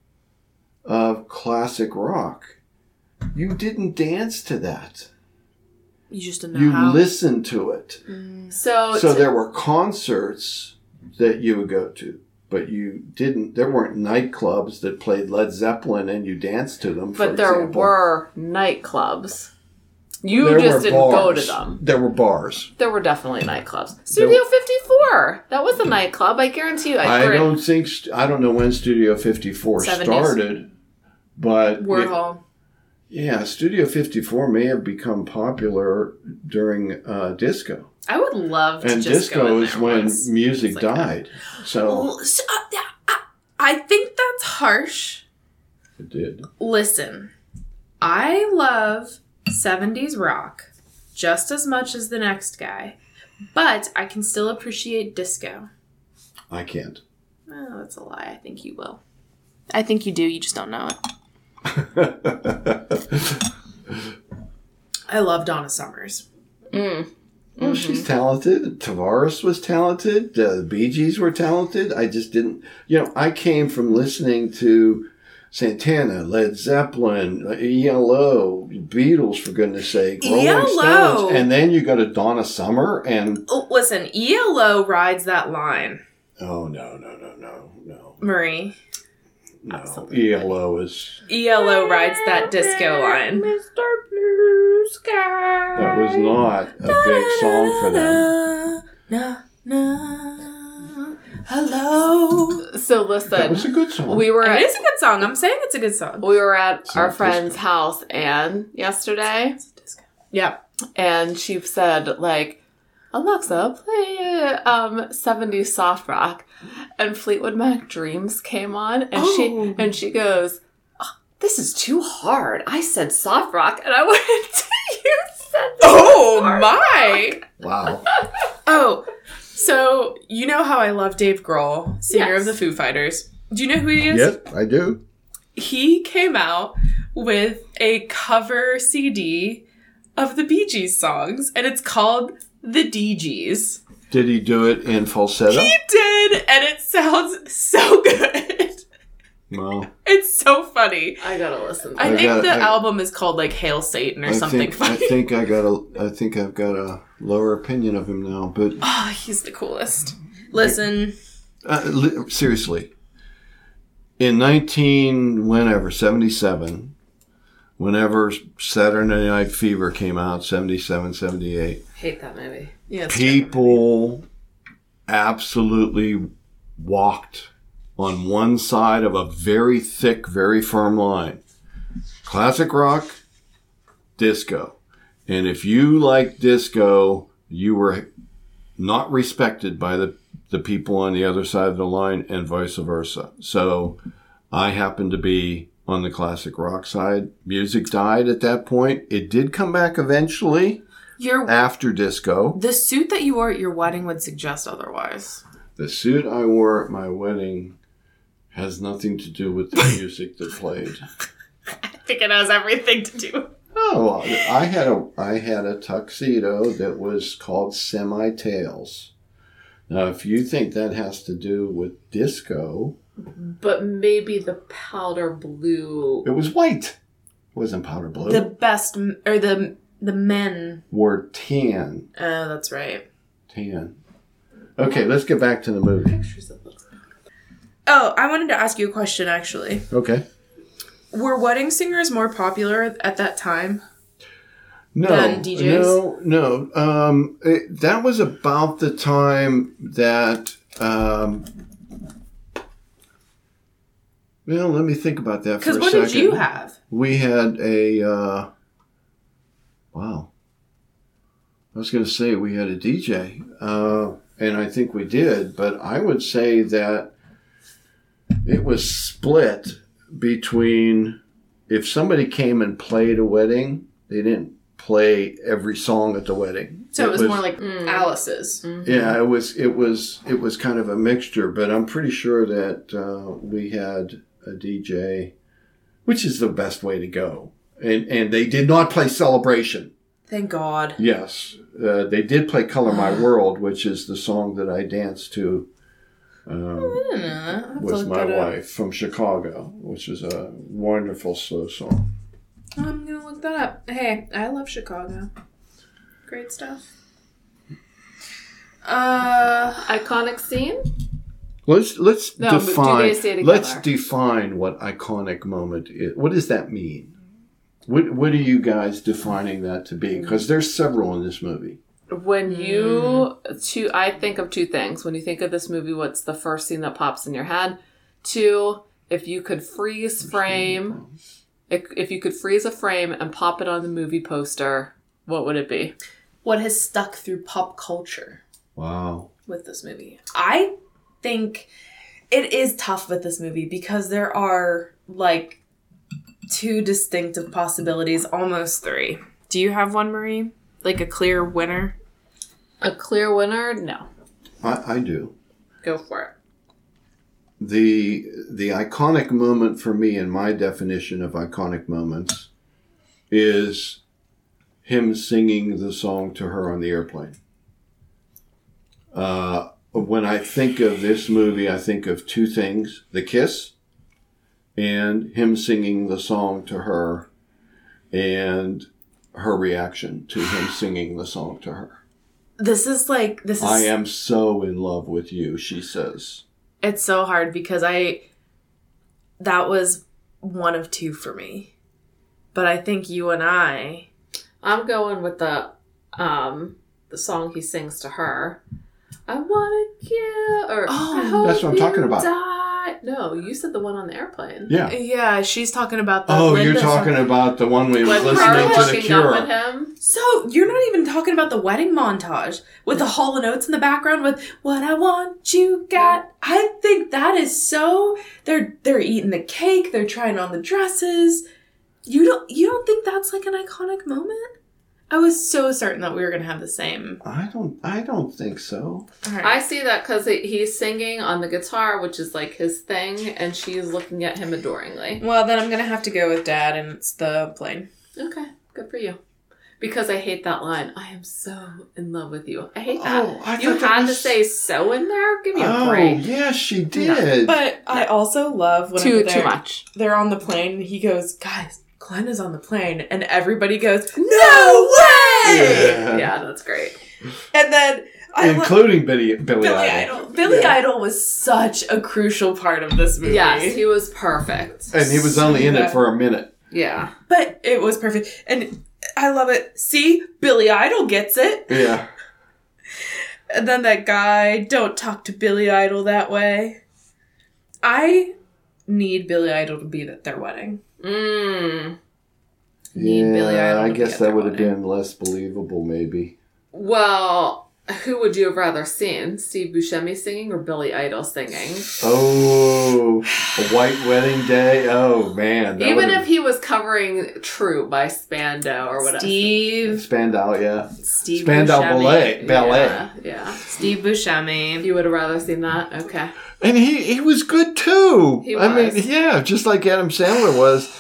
[SPEAKER 4] of classic rock. You didn't dance to that.
[SPEAKER 3] You just didn't know
[SPEAKER 4] You
[SPEAKER 3] how.
[SPEAKER 4] listened to it.
[SPEAKER 2] So,
[SPEAKER 4] so
[SPEAKER 2] to-
[SPEAKER 4] there were concerts that you would go to but you didn't there weren't nightclubs that played led zeppelin and you danced to them for
[SPEAKER 2] but there
[SPEAKER 4] example.
[SPEAKER 2] were nightclubs. You
[SPEAKER 4] There were
[SPEAKER 2] just didn't go to
[SPEAKER 4] bars.
[SPEAKER 2] them.
[SPEAKER 4] there were bars
[SPEAKER 2] There were definitely nightclubs. Studio 54. That was a nightclub. I guarantee you.
[SPEAKER 4] Mm. i,
[SPEAKER 2] guarantee-
[SPEAKER 4] don't think st- i don't know when studio 54
[SPEAKER 3] 70s.
[SPEAKER 4] started but
[SPEAKER 3] Warhol.
[SPEAKER 4] yeah studio 54 may have become popular during uh, disco
[SPEAKER 3] I would love to
[SPEAKER 4] and
[SPEAKER 3] just go
[SPEAKER 4] disco
[SPEAKER 3] in
[SPEAKER 4] is
[SPEAKER 3] there
[SPEAKER 4] when
[SPEAKER 3] once.
[SPEAKER 4] music
[SPEAKER 3] It's like
[SPEAKER 4] died so
[SPEAKER 3] Well, so, uh, I- I think that's harsh.
[SPEAKER 4] it did
[SPEAKER 3] Listen, I love 70s rock just as much as the next guy, but I can still appreciate disco.
[SPEAKER 4] i can't
[SPEAKER 3] Oh, that's a lie. I think you will.
[SPEAKER 5] I think you do. You just don't know it.
[SPEAKER 3] I love Donna Summers.
[SPEAKER 2] Mm.
[SPEAKER 4] Well, she's talented. Tavares was talented. Uh, the Bee Gees were talented. I just didn't, you know, I came from listening to Santana, Led Zeppelin, uh, ELO, Beatles, for goodness sake, Rolling
[SPEAKER 3] ELO.
[SPEAKER 4] Stones. And then you go to Donna Summer, and
[SPEAKER 3] Oh, listen, ELO rides that line,
[SPEAKER 4] oh, no, no, no, no, no.
[SPEAKER 3] Marie.
[SPEAKER 4] No, ELO is
[SPEAKER 3] ELO rides that disco line. Mr. Blue Sky.
[SPEAKER 4] that was not a big song for them.
[SPEAKER 3] Hello.
[SPEAKER 2] So listen.
[SPEAKER 4] That was a good song.
[SPEAKER 2] we were
[SPEAKER 3] It
[SPEAKER 2] at,
[SPEAKER 3] is a good song. I'm saying it's a good song.
[SPEAKER 2] we were at
[SPEAKER 4] It's
[SPEAKER 2] our
[SPEAKER 4] not
[SPEAKER 2] friend's house and yesterday
[SPEAKER 3] Yeah.
[SPEAKER 2] and she said like Alexa, play um 70s soft rock. And Fleetwood Mac Dreams came on and
[SPEAKER 3] Oh.
[SPEAKER 2] she and she goes, "Ah, This is too hard. I said soft rock and I went you said this
[SPEAKER 3] Oh
[SPEAKER 2] is hard."
[SPEAKER 3] my.
[SPEAKER 4] wow.
[SPEAKER 3] Oh, so you know how I love Dave Grohl, singer
[SPEAKER 2] Yes.
[SPEAKER 3] of the Foo Fighters. Do you know who he is?
[SPEAKER 4] yep, I do.
[SPEAKER 3] He came out with a cover CD of the Bee Gees songs, and it's called The DGs.
[SPEAKER 4] Did he do it in falsetto?
[SPEAKER 3] He did, and it sounds so good.
[SPEAKER 4] Well,
[SPEAKER 3] It's so funny.
[SPEAKER 2] I gotta listen.
[SPEAKER 3] I,
[SPEAKER 4] I
[SPEAKER 3] think
[SPEAKER 4] got-
[SPEAKER 3] the
[SPEAKER 4] I-
[SPEAKER 3] album is called like Hail Satan or
[SPEAKER 4] I
[SPEAKER 3] something
[SPEAKER 4] think,
[SPEAKER 3] funny.
[SPEAKER 4] I think I got a. I think I've got a lower opinion of him now. But
[SPEAKER 3] oh, he's the coolest. Listen,
[SPEAKER 4] uh, li- seriously, in nineteen whenever seventy seven, whenever Saturday Night Fever came out, 77, 78,
[SPEAKER 2] hate that movie.
[SPEAKER 3] yeah, it's
[SPEAKER 4] people absolutely walked on one side of a very thick, very firm line. Classic rock, disco. And if you like disco, you were not respected by the, the people on the other side of the line and vice versa. So I happened to be on the classic rock side. Music died at that point. It did come back eventually
[SPEAKER 3] your
[SPEAKER 4] after disco.
[SPEAKER 3] the suit that you wore at your wedding would suggest otherwise.
[SPEAKER 4] The suit I wore at my wedding has nothing to do with the music that played.
[SPEAKER 3] I think it has everything to do.
[SPEAKER 4] Oh, I had a I had a tuxedo that was called semi tails. Now, if you think that has to do with disco,
[SPEAKER 2] But maybe the powder blue
[SPEAKER 4] it was white. It wasn't powder blue.
[SPEAKER 3] The best m- or the the men.
[SPEAKER 4] wore tan,
[SPEAKER 3] Oh, that's right.
[SPEAKER 4] tan. Okay, let's get back to the movie.
[SPEAKER 2] pictures of them.
[SPEAKER 3] Oh, I wanted to ask you a question actually.
[SPEAKER 4] Okay.
[SPEAKER 3] Were wedding singers more popular at that time?
[SPEAKER 4] No,
[SPEAKER 3] than DJs?
[SPEAKER 4] no, no. Um, it, that was about the time that. Um, well, let me think about that for a
[SPEAKER 3] Because what
[SPEAKER 4] second.
[SPEAKER 3] did you have?
[SPEAKER 4] We had a. Uh, wow. I was going to say we had a DJ, uh, and I think we did, but I would say that it was split between if somebody came and played a wedding, they didn't play every song at the wedding.
[SPEAKER 3] So it, was, more like Alice's.
[SPEAKER 4] yeah, it was it was it was kind of a mixture, but I'm pretty sure that uh, we had a DJ, which is the best way to go. And and they did not play Celebration.
[SPEAKER 9] Thank God.
[SPEAKER 4] Yes, uh, they did play Color My World, which is the song that I danced to. Um,
[SPEAKER 3] I don't know. I'll have to
[SPEAKER 4] was
[SPEAKER 3] look
[SPEAKER 4] my
[SPEAKER 3] that up.
[SPEAKER 4] wife from Chicago, which is a wonderful slow song.
[SPEAKER 3] I'm gonna look that up. Hey, I love Chicago. Great stuff. Uh,
[SPEAKER 2] Iconic scene?
[SPEAKER 4] Let's let's
[SPEAKER 2] No, but do
[SPEAKER 4] define
[SPEAKER 2] they stay together?
[SPEAKER 4] let's define what iconic moment is. What does that mean? What what are you guys defining that to be? Because there's several in this movie.
[SPEAKER 2] When you two I think of two things. When you think of this movie, what's the first scene that pops in your head? Two, if you could freeze frame if if you could freeze a frame and pop it on the movie poster, what would it be?
[SPEAKER 3] what has stuck through pop culture
[SPEAKER 4] Wow.
[SPEAKER 3] with this movie? I think it is tough with this movie because there are like two distinctive possibilities, almost three.
[SPEAKER 9] Do you have one, Marie? Like a clear winner?
[SPEAKER 2] A clear winner? No.
[SPEAKER 4] I, I do.
[SPEAKER 2] Go for it.
[SPEAKER 4] The the iconic moment for me in my definition of iconic moments is him singing the song to her on the airplane. Uh, when I think of this movie, I think of two things the kiss and him singing the song to her and her reaction to him singing the song to her.
[SPEAKER 3] This is like this is
[SPEAKER 4] I am so in love with you, she says.
[SPEAKER 3] it's so hard because I that was one of two for me. But I think you and I
[SPEAKER 2] I'm going with the um the song he sings to her. I want to kill or I
[SPEAKER 3] Oh,
[SPEAKER 2] hope
[SPEAKER 4] that's what I'm
[SPEAKER 2] you
[SPEAKER 4] talking about.
[SPEAKER 2] die. No, you said the one on the airplane.
[SPEAKER 4] Yeah.
[SPEAKER 3] Yeah, she's talking about the
[SPEAKER 4] Oh, you're
[SPEAKER 3] Linda song.
[SPEAKER 4] talking about the one we were
[SPEAKER 2] When her
[SPEAKER 4] listening to the
[SPEAKER 2] hooking up with
[SPEAKER 4] Cure.
[SPEAKER 2] him.
[SPEAKER 3] So you're not even talking about the wedding montage with the Hall and Oates in the background with "What I Want You Got." I think that is so. They're they're eating the cake. They're trying on the dresses. You don't you don't think that's like an iconic moment? I was so certain that we were gonna have the same.
[SPEAKER 4] I don't. I don't think so.
[SPEAKER 3] All right.
[SPEAKER 2] I see that because he's singing on the guitar, which is like his thing, and she's looking at him adoringly.
[SPEAKER 3] well, then I'm gonna have to go with Dad, and it's the plane.
[SPEAKER 2] Okay, good for you. Because I hate that line. I am so in love with you. I hate that.
[SPEAKER 4] Oh, I
[SPEAKER 2] you
[SPEAKER 4] thought that
[SPEAKER 2] had to
[SPEAKER 4] was-
[SPEAKER 2] say so in there. Give me a
[SPEAKER 4] Oh,
[SPEAKER 2] break.
[SPEAKER 4] yes, she did.
[SPEAKER 3] But I also love when
[SPEAKER 2] Too too much.
[SPEAKER 3] they're on the plane and he goes, guys, Glenn is on the plane. And everybody goes, no way!
[SPEAKER 4] yeah.
[SPEAKER 2] Yeah, that's great.
[SPEAKER 3] And then I love
[SPEAKER 4] including Billy Billy,
[SPEAKER 3] Billy
[SPEAKER 4] Idol.
[SPEAKER 3] Idol. Billy
[SPEAKER 4] Yeah.
[SPEAKER 3] Idol was such a crucial part of this movie.
[SPEAKER 2] Yes, he was perfect.
[SPEAKER 4] and he was only in it for a minute.
[SPEAKER 2] Yeah.
[SPEAKER 3] But it was perfect. And I love it. See, Billy Idol gets it.
[SPEAKER 4] Yeah,
[SPEAKER 3] And then that guy, don't talk to Billy Idol that way. I need Billy Idol to be at their wedding.
[SPEAKER 2] Mmm.
[SPEAKER 3] Need Billy
[SPEAKER 4] yeah.
[SPEAKER 3] Idol
[SPEAKER 4] I
[SPEAKER 3] to be
[SPEAKER 4] guess
[SPEAKER 3] at
[SPEAKER 4] that
[SPEAKER 3] that
[SPEAKER 4] would have
[SPEAKER 3] wedding.
[SPEAKER 4] been less believable, maybe.
[SPEAKER 2] Well, who would you have rather seen? Steve Buscemi singing or Billy Idol singing?
[SPEAKER 4] Oh, a white wedding day. Oh man, that
[SPEAKER 2] Even
[SPEAKER 4] would've-
[SPEAKER 2] if he was covering True by Spando or whatever.
[SPEAKER 3] Steve,
[SPEAKER 4] Spandau, yeah,
[SPEAKER 3] Steve
[SPEAKER 4] Spandau
[SPEAKER 3] Buscemi.
[SPEAKER 4] ballet, ballet,
[SPEAKER 2] Yeah, yeah.
[SPEAKER 3] Steve Buscemi.
[SPEAKER 2] You would have rather seen that? Okay.
[SPEAKER 4] and he he was good too.
[SPEAKER 2] He
[SPEAKER 4] I mean,
[SPEAKER 2] was.
[SPEAKER 4] yeah, just like Adam Sandler was.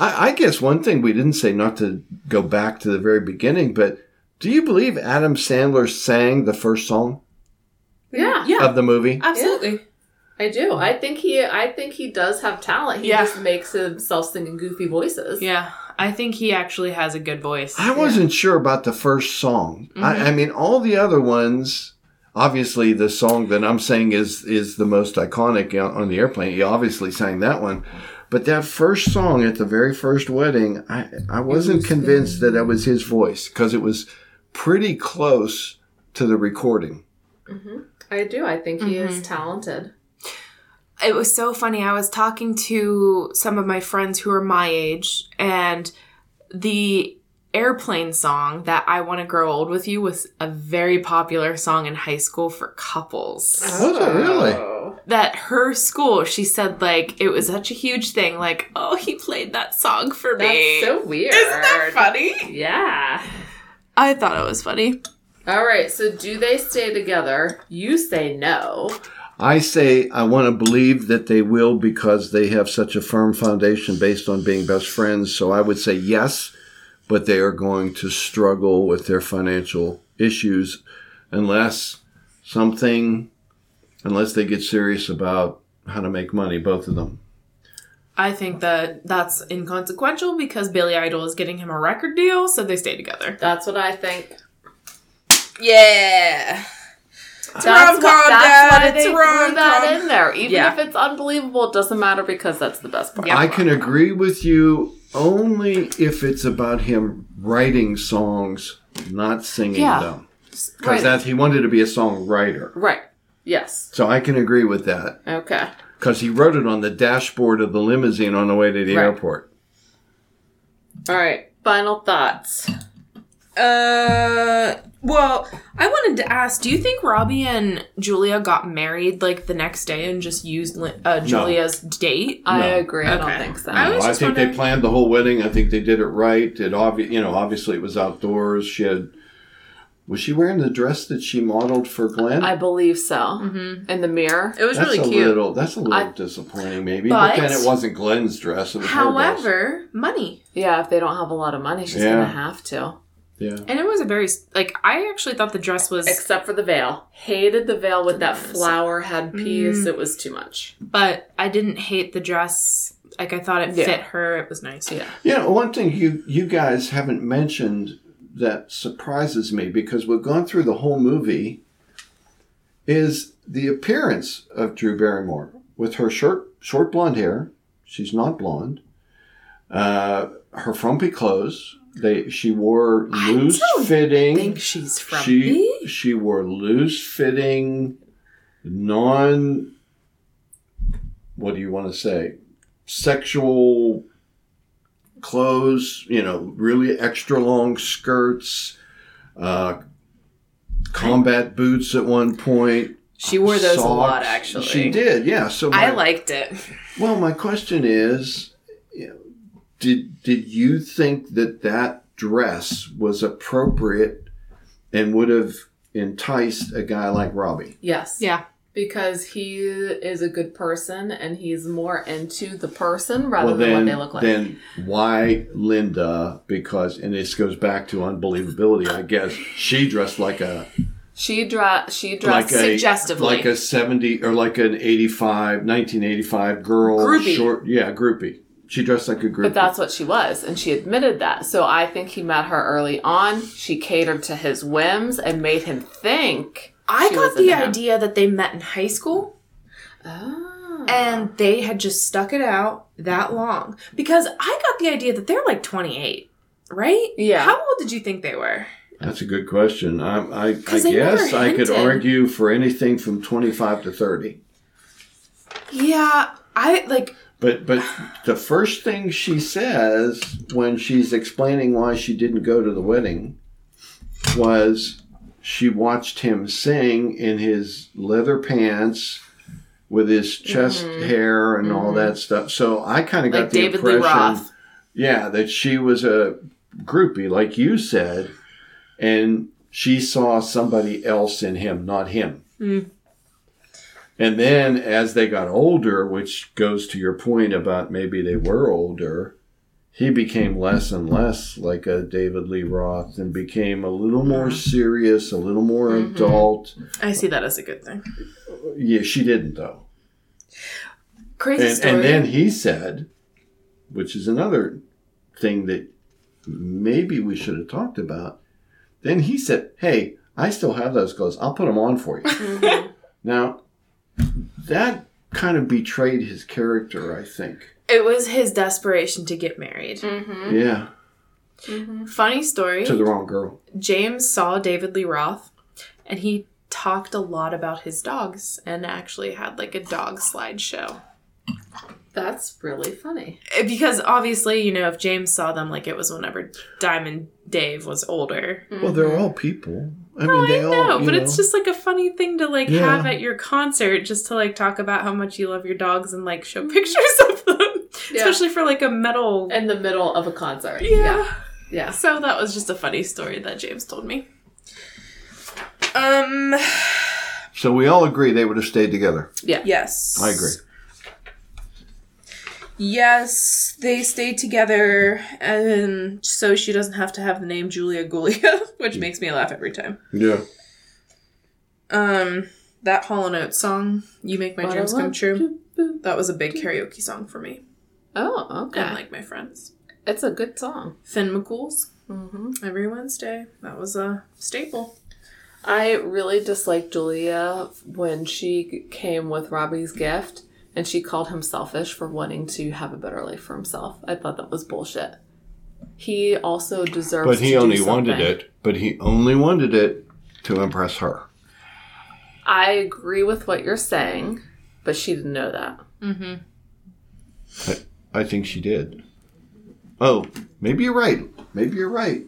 [SPEAKER 4] I, I guess one thing we didn't say, not to go back to the very beginning, but do you believe Adam Sandler sang the first song
[SPEAKER 2] Yeah,
[SPEAKER 3] Yeah,
[SPEAKER 4] of the movie?
[SPEAKER 3] absolutely.
[SPEAKER 2] I do. I think he I think he does have talent. He
[SPEAKER 3] Yeah.
[SPEAKER 2] just makes himself singing goofy voices.
[SPEAKER 3] Yeah, I think he actually has a good voice.
[SPEAKER 4] I wasn't sure about the first song. I, I mean, all the other ones. Obviously, the song that I'm saying is is the most iconic on on the airplane. He obviously sang that one, but that first song at the very first wedding, I I wasn't convinced that that was his voice because it was pretty close to the recording. Mm-hmm.
[SPEAKER 2] I do. I think he
[SPEAKER 10] Mm-hmm.
[SPEAKER 2] is talented.
[SPEAKER 3] It was so funny. I was talking to some of my friends who are my age, and the airplane song that I Want to Grow Old with You was a very popular song in high school for couples.
[SPEAKER 4] Was it Oh, really?
[SPEAKER 2] Oh.
[SPEAKER 3] that her school, she said like it was such a huge thing. Like, oh, he played that song for me.
[SPEAKER 2] That's so weird.
[SPEAKER 10] Isn't that funny?
[SPEAKER 2] Yeah.
[SPEAKER 3] I thought it was funny.
[SPEAKER 2] All right. So do they stay together? You say no.
[SPEAKER 4] I say I want to believe that they will because they have such a firm foundation based on being best friends. So I would say yes, but they are going to struggle with their financial issues unless something, unless they get serious about how to make money, both of them.
[SPEAKER 3] I think that that's inconsequential because Billy Idol is getting him a record deal, so they stay together.
[SPEAKER 2] That's what I think.
[SPEAKER 10] Yeah.
[SPEAKER 2] That's
[SPEAKER 10] rom-com,
[SPEAKER 2] what, that's
[SPEAKER 10] Dad,
[SPEAKER 2] why
[SPEAKER 10] it's
[SPEAKER 2] they
[SPEAKER 10] rom-com.
[SPEAKER 2] threw that in there. Even
[SPEAKER 10] Yeah.
[SPEAKER 2] if it's unbelievable, it doesn't matter because that's the best part.
[SPEAKER 10] Yeah.
[SPEAKER 4] I can agree with you only if it's about him writing songs, not singing
[SPEAKER 2] Yeah.
[SPEAKER 4] them.
[SPEAKER 2] Right.
[SPEAKER 4] Because that he wanted to be a songwriter.
[SPEAKER 2] Right. Yes.
[SPEAKER 4] So I can agree with that.
[SPEAKER 2] Okay.
[SPEAKER 4] because he wrote it on the dashboard of the limousine on the way to the
[SPEAKER 2] Right.
[SPEAKER 4] airport.
[SPEAKER 2] All right. Final thoughts.
[SPEAKER 3] Uh, well, I wanted to ask, do you think Robbie and Julia got married like the next day and just used Lin- uh, Julia's date?
[SPEAKER 2] I
[SPEAKER 4] No.
[SPEAKER 2] agree. I
[SPEAKER 3] Okay.
[SPEAKER 2] don't think so.
[SPEAKER 3] I
[SPEAKER 4] I,
[SPEAKER 3] was just
[SPEAKER 4] think they
[SPEAKER 3] wondering-
[SPEAKER 4] planned the whole wedding. I think they did it right. It obvi- you know, obviously it was outdoors. She had was she wearing the dress that she modeled for Glenn?
[SPEAKER 2] I believe so.
[SPEAKER 3] Mm-hmm.
[SPEAKER 2] In the mirror.
[SPEAKER 10] It was
[SPEAKER 4] that's
[SPEAKER 10] really
[SPEAKER 4] a
[SPEAKER 10] cute.
[SPEAKER 4] little that's a little
[SPEAKER 2] I-
[SPEAKER 4] disappointing maybe.
[SPEAKER 3] But-
[SPEAKER 4] But, then it wasn't Glenn's dress. It was her dress.
[SPEAKER 3] However, money.
[SPEAKER 2] Yeah, if they don't have a lot of money, she's
[SPEAKER 4] Yeah.
[SPEAKER 2] gonna have to.
[SPEAKER 4] yeah,
[SPEAKER 3] And it was a very, s- like, I actually thought the dress was,
[SPEAKER 2] Except for the veil. Hated the veil with that
[SPEAKER 3] Yes.
[SPEAKER 2] flower
[SPEAKER 3] Mm.
[SPEAKER 2] headpiece. It was too much.
[SPEAKER 3] but I didn't hate the dress. Like, I thought it
[SPEAKER 2] Yeah.
[SPEAKER 3] fit her. It was nice.
[SPEAKER 2] Yeah.
[SPEAKER 4] yeah. One thing you you guys haven't mentioned that surprises me because we've gone through the whole movie is the appearance of Drew Barrymore with her short, short blonde hair. She's not blonde. Uh, her frumpy clothes. They she wore loose fitting.
[SPEAKER 2] think she's from
[SPEAKER 4] she she wore loose fitting, non. What do you want to say? Sexual clothes. You know, really extra long skirts. Uh, combat boots at one point.
[SPEAKER 10] She wore those a lot,
[SPEAKER 4] Socks.
[SPEAKER 10] actually.
[SPEAKER 4] She did, yeah. So my,
[SPEAKER 3] I liked it.
[SPEAKER 4] Well, my question is, you know, did did you think that that dress was appropriate and would have enticed a guy like Robbie?
[SPEAKER 2] Yes.
[SPEAKER 3] Yeah.
[SPEAKER 2] Because he is a good person and he's more into the person rather
[SPEAKER 4] well,
[SPEAKER 2] than
[SPEAKER 4] then,
[SPEAKER 2] what they look like.
[SPEAKER 4] then why Linda? Because and this goes back to unbelievability, I guess. She dressed like a
[SPEAKER 2] she dra- she
[SPEAKER 4] like
[SPEAKER 2] dressed
[SPEAKER 4] a
[SPEAKER 3] suggestively.
[SPEAKER 4] like a seventy or like an 85, 1985 girl,
[SPEAKER 3] Groupie.
[SPEAKER 4] short, yeah, groupie. She dressed like a groupie.
[SPEAKER 2] but that's what she was, and she admitted that. So I think he met her early on. She catered to his whims and made him think.
[SPEAKER 3] I
[SPEAKER 2] she
[SPEAKER 3] got
[SPEAKER 2] was
[SPEAKER 3] the
[SPEAKER 2] into him.
[SPEAKER 3] idea that they met in high school
[SPEAKER 2] Oh.
[SPEAKER 3] and they had just stuck it out that long because I got the idea that they're like 28, right?
[SPEAKER 2] Yeah.
[SPEAKER 3] How old did you think they were?
[SPEAKER 4] That's a good question. I, I, I
[SPEAKER 3] 'Cause they
[SPEAKER 4] guess
[SPEAKER 3] never
[SPEAKER 4] I could
[SPEAKER 3] hinted.
[SPEAKER 4] argue for anything from 25 to 30.
[SPEAKER 3] Yeah, I like
[SPEAKER 4] But but the first thing she says when she's explaining why she didn't go to the wedding was she watched him sing in his leather pants with his chest hair and all that stuff. So I kind of got
[SPEAKER 2] Mm-hmm. Like
[SPEAKER 4] the
[SPEAKER 2] David Lee
[SPEAKER 4] impression
[SPEAKER 2] Roth.
[SPEAKER 4] yeah, that she was a groupie like you said and she saw somebody else in him, not him. And then as they got older, which goes to your point about maybe they were older, he became less and less like a David Lee Roth and became a little more serious, a little more adult.
[SPEAKER 3] I see that as a good thing.
[SPEAKER 4] Yeah, she didn't though.
[SPEAKER 3] Crazy
[SPEAKER 4] And,
[SPEAKER 3] story.
[SPEAKER 4] and then he said, which is another thing that maybe we should have talked about. Then he said, Hey, I still have those clothes. I'll put them on for you.
[SPEAKER 5] Mm-hmm.
[SPEAKER 4] now, that kind of betrayed his character, I think.
[SPEAKER 3] it was his desperation to get married.
[SPEAKER 5] Mm-hmm.
[SPEAKER 4] Yeah,
[SPEAKER 3] Funny story.
[SPEAKER 4] to the wrong girl.
[SPEAKER 3] James saw David Lee Roth and he talked a lot about his dogs and actually had like a dog slideshow.
[SPEAKER 2] That's really funny.
[SPEAKER 5] Because obviously, you know, if James saw them, like it was whenever Diamond Dave was older.
[SPEAKER 4] Well, they're all people.
[SPEAKER 5] No,
[SPEAKER 4] I mean,
[SPEAKER 5] Mm-hmm. Oh, I
[SPEAKER 4] they all.
[SPEAKER 5] know,
[SPEAKER 4] you
[SPEAKER 5] but it's just like a funny thing to like
[SPEAKER 4] Yeah.
[SPEAKER 5] have at your concert, just to like talk about how much you love your dogs and like
[SPEAKER 3] Mm-hmm.
[SPEAKER 5] show pictures of them,
[SPEAKER 2] Yeah.
[SPEAKER 5] especially for like a metal.
[SPEAKER 3] Uh,
[SPEAKER 2] in the middle of a concert.
[SPEAKER 5] yeah.
[SPEAKER 2] Yeah.
[SPEAKER 5] So that was just a funny story that James told me.
[SPEAKER 3] Um.
[SPEAKER 4] So we all agree they would have stayed together.
[SPEAKER 3] Yes.
[SPEAKER 4] I agree.
[SPEAKER 3] Yes, they stay together, and so she doesn't have to have the name Julia Gulia, which makes me laugh every time.
[SPEAKER 4] Yeah.
[SPEAKER 3] Um, that Hollow Note song, "You Make My
[SPEAKER 2] What I
[SPEAKER 3] Dreams Come
[SPEAKER 2] want
[SPEAKER 3] True," that was a big karaoke song for me
[SPEAKER 2] Oh, okay.
[SPEAKER 3] and like my friends.
[SPEAKER 2] it's a good song.
[SPEAKER 3] Finn McCool's
[SPEAKER 2] hmm
[SPEAKER 3] every Wednesday. That was a staple.
[SPEAKER 2] I really disliked Julia when she came with Robbie's gift and she called him selfish for wanting to have a better life for himself. I thought that was bullshit. He also deserves
[SPEAKER 4] But he
[SPEAKER 2] to do
[SPEAKER 4] only wanted
[SPEAKER 2] something.
[SPEAKER 4] it. But he only wanted it to impress her.
[SPEAKER 2] I agree with what you're saying, but she didn't know that.
[SPEAKER 4] I think she did. Oh, maybe you're right. Maybe you're right,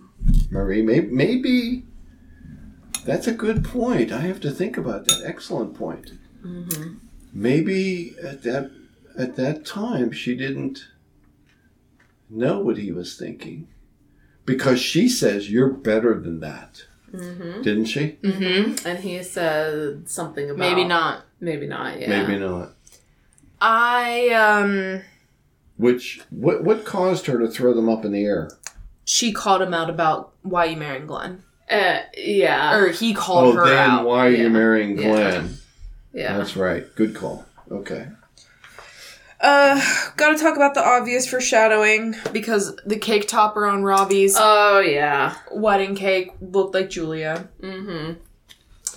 [SPEAKER 4] Marie. Maybe, maybe that's a good point. I have to think about that. Excellent point. Maybe at that at that time she didn't know what he was thinking because she says you're better than that, didn't she?
[SPEAKER 2] And he said something about
[SPEAKER 3] Maybe not.
[SPEAKER 2] Maybe not. Yeah.
[SPEAKER 4] Maybe not.
[SPEAKER 3] I um,
[SPEAKER 4] Which what what caused her to throw them up in the air?
[SPEAKER 3] she called him out about why you marrying Glenn,
[SPEAKER 2] Uh, yeah.
[SPEAKER 3] or he called her
[SPEAKER 4] Oh, then
[SPEAKER 3] out.
[SPEAKER 4] why are
[SPEAKER 2] Yeah.
[SPEAKER 4] you marrying
[SPEAKER 2] Yeah.
[SPEAKER 4] Glenn?
[SPEAKER 2] yeah.
[SPEAKER 4] That's right. Good call. Okay.
[SPEAKER 3] Uh, gotta talk about the obvious foreshadowing Uh, because the cake topper on Robbie's
[SPEAKER 2] oh yeah.
[SPEAKER 3] wedding cake looked like Julia.
[SPEAKER 2] Mm-hmm.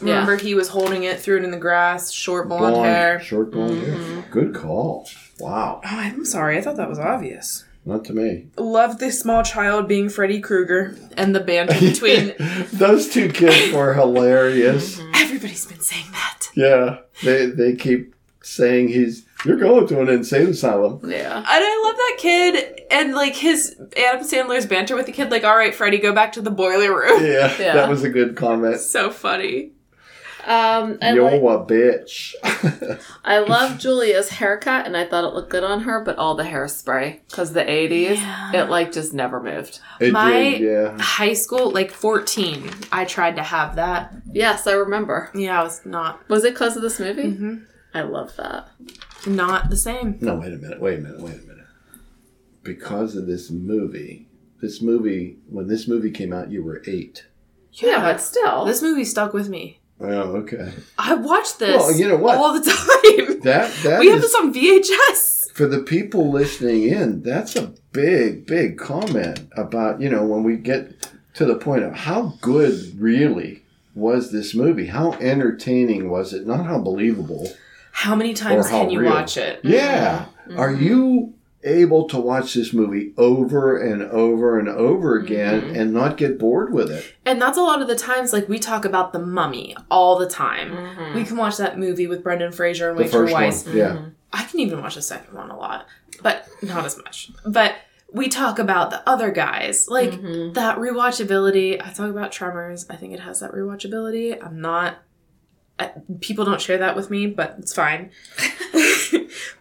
[SPEAKER 2] Yeah.
[SPEAKER 3] Remember, he was holding it, threw it in the grass, short blonde, hair.
[SPEAKER 4] Short blonde hair. Good call. Wow.
[SPEAKER 3] Oh, I'm sorry, I thought that was obvious.
[SPEAKER 4] Not to me.
[SPEAKER 3] Love this small child being Freddy Krueger and the banter between. Mm-hmm.
[SPEAKER 4] Those two kids were hilarious.
[SPEAKER 3] Everybody's been saying that.
[SPEAKER 4] Yeah. They they keep saying he's you're going to an insane asylum.
[SPEAKER 2] Yeah.
[SPEAKER 5] And I love that kid and like his Adam Sandler's banter with the kid, like, all right, Freddie, go back to the boiler room.
[SPEAKER 4] Yeah.
[SPEAKER 2] Yeah.
[SPEAKER 4] That was a good comment.
[SPEAKER 5] so funny.
[SPEAKER 2] Um, I,
[SPEAKER 4] You're
[SPEAKER 2] like,
[SPEAKER 4] a bitch.
[SPEAKER 2] I love Julia's haircut, and I thought it looked good on her, but all the hairspray because the '80s, it like just never moved.
[SPEAKER 4] it
[SPEAKER 5] My-
[SPEAKER 4] did, yeah.
[SPEAKER 5] High school, like 14, I tried to have that.
[SPEAKER 2] Yes, I remember.
[SPEAKER 5] Yeah, I was not
[SPEAKER 2] Was it because of this movie?
[SPEAKER 5] Mm-hmm.
[SPEAKER 2] I love that.
[SPEAKER 5] not the same.
[SPEAKER 4] No, wait a minute, wait a minute, wait a minute. Because of this movie, this movie when this movie came out you were eight.
[SPEAKER 2] Yeah, but still.
[SPEAKER 5] This movie stuck with me.
[SPEAKER 4] Oh, okay.
[SPEAKER 5] I watched this
[SPEAKER 4] Well, you know what?
[SPEAKER 5] all the time.
[SPEAKER 4] That that
[SPEAKER 5] we have
[SPEAKER 4] is-
[SPEAKER 5] this on VHS.
[SPEAKER 4] for the people listening in, that's a big, big comment about, you know, when we get to the point of how good really was this movie? How entertaining was it? Not how believable.
[SPEAKER 5] How many times
[SPEAKER 4] Or how
[SPEAKER 5] can you
[SPEAKER 4] real.
[SPEAKER 5] watch it?
[SPEAKER 4] Yeah. Are you able to watch this movie over and over and over again and not get bored with it?
[SPEAKER 5] And that's a lot of the times, like, we talk about The Mummy all the time.
[SPEAKER 2] Mhm.
[SPEAKER 5] We can watch that movie with Brendan Fraser and
[SPEAKER 4] The
[SPEAKER 5] Rachel
[SPEAKER 4] first
[SPEAKER 5] Weisz.
[SPEAKER 2] Mm-hmm.
[SPEAKER 4] one. Yeah.
[SPEAKER 5] I can even watch the second one a lot, but not as much. But we talk about the other guys, like
[SPEAKER 2] Mhm.
[SPEAKER 5] that rewatchability. I talk about Tremors. I think it has that rewatchability. I'm not. I, people don't share that with me, but it's fine.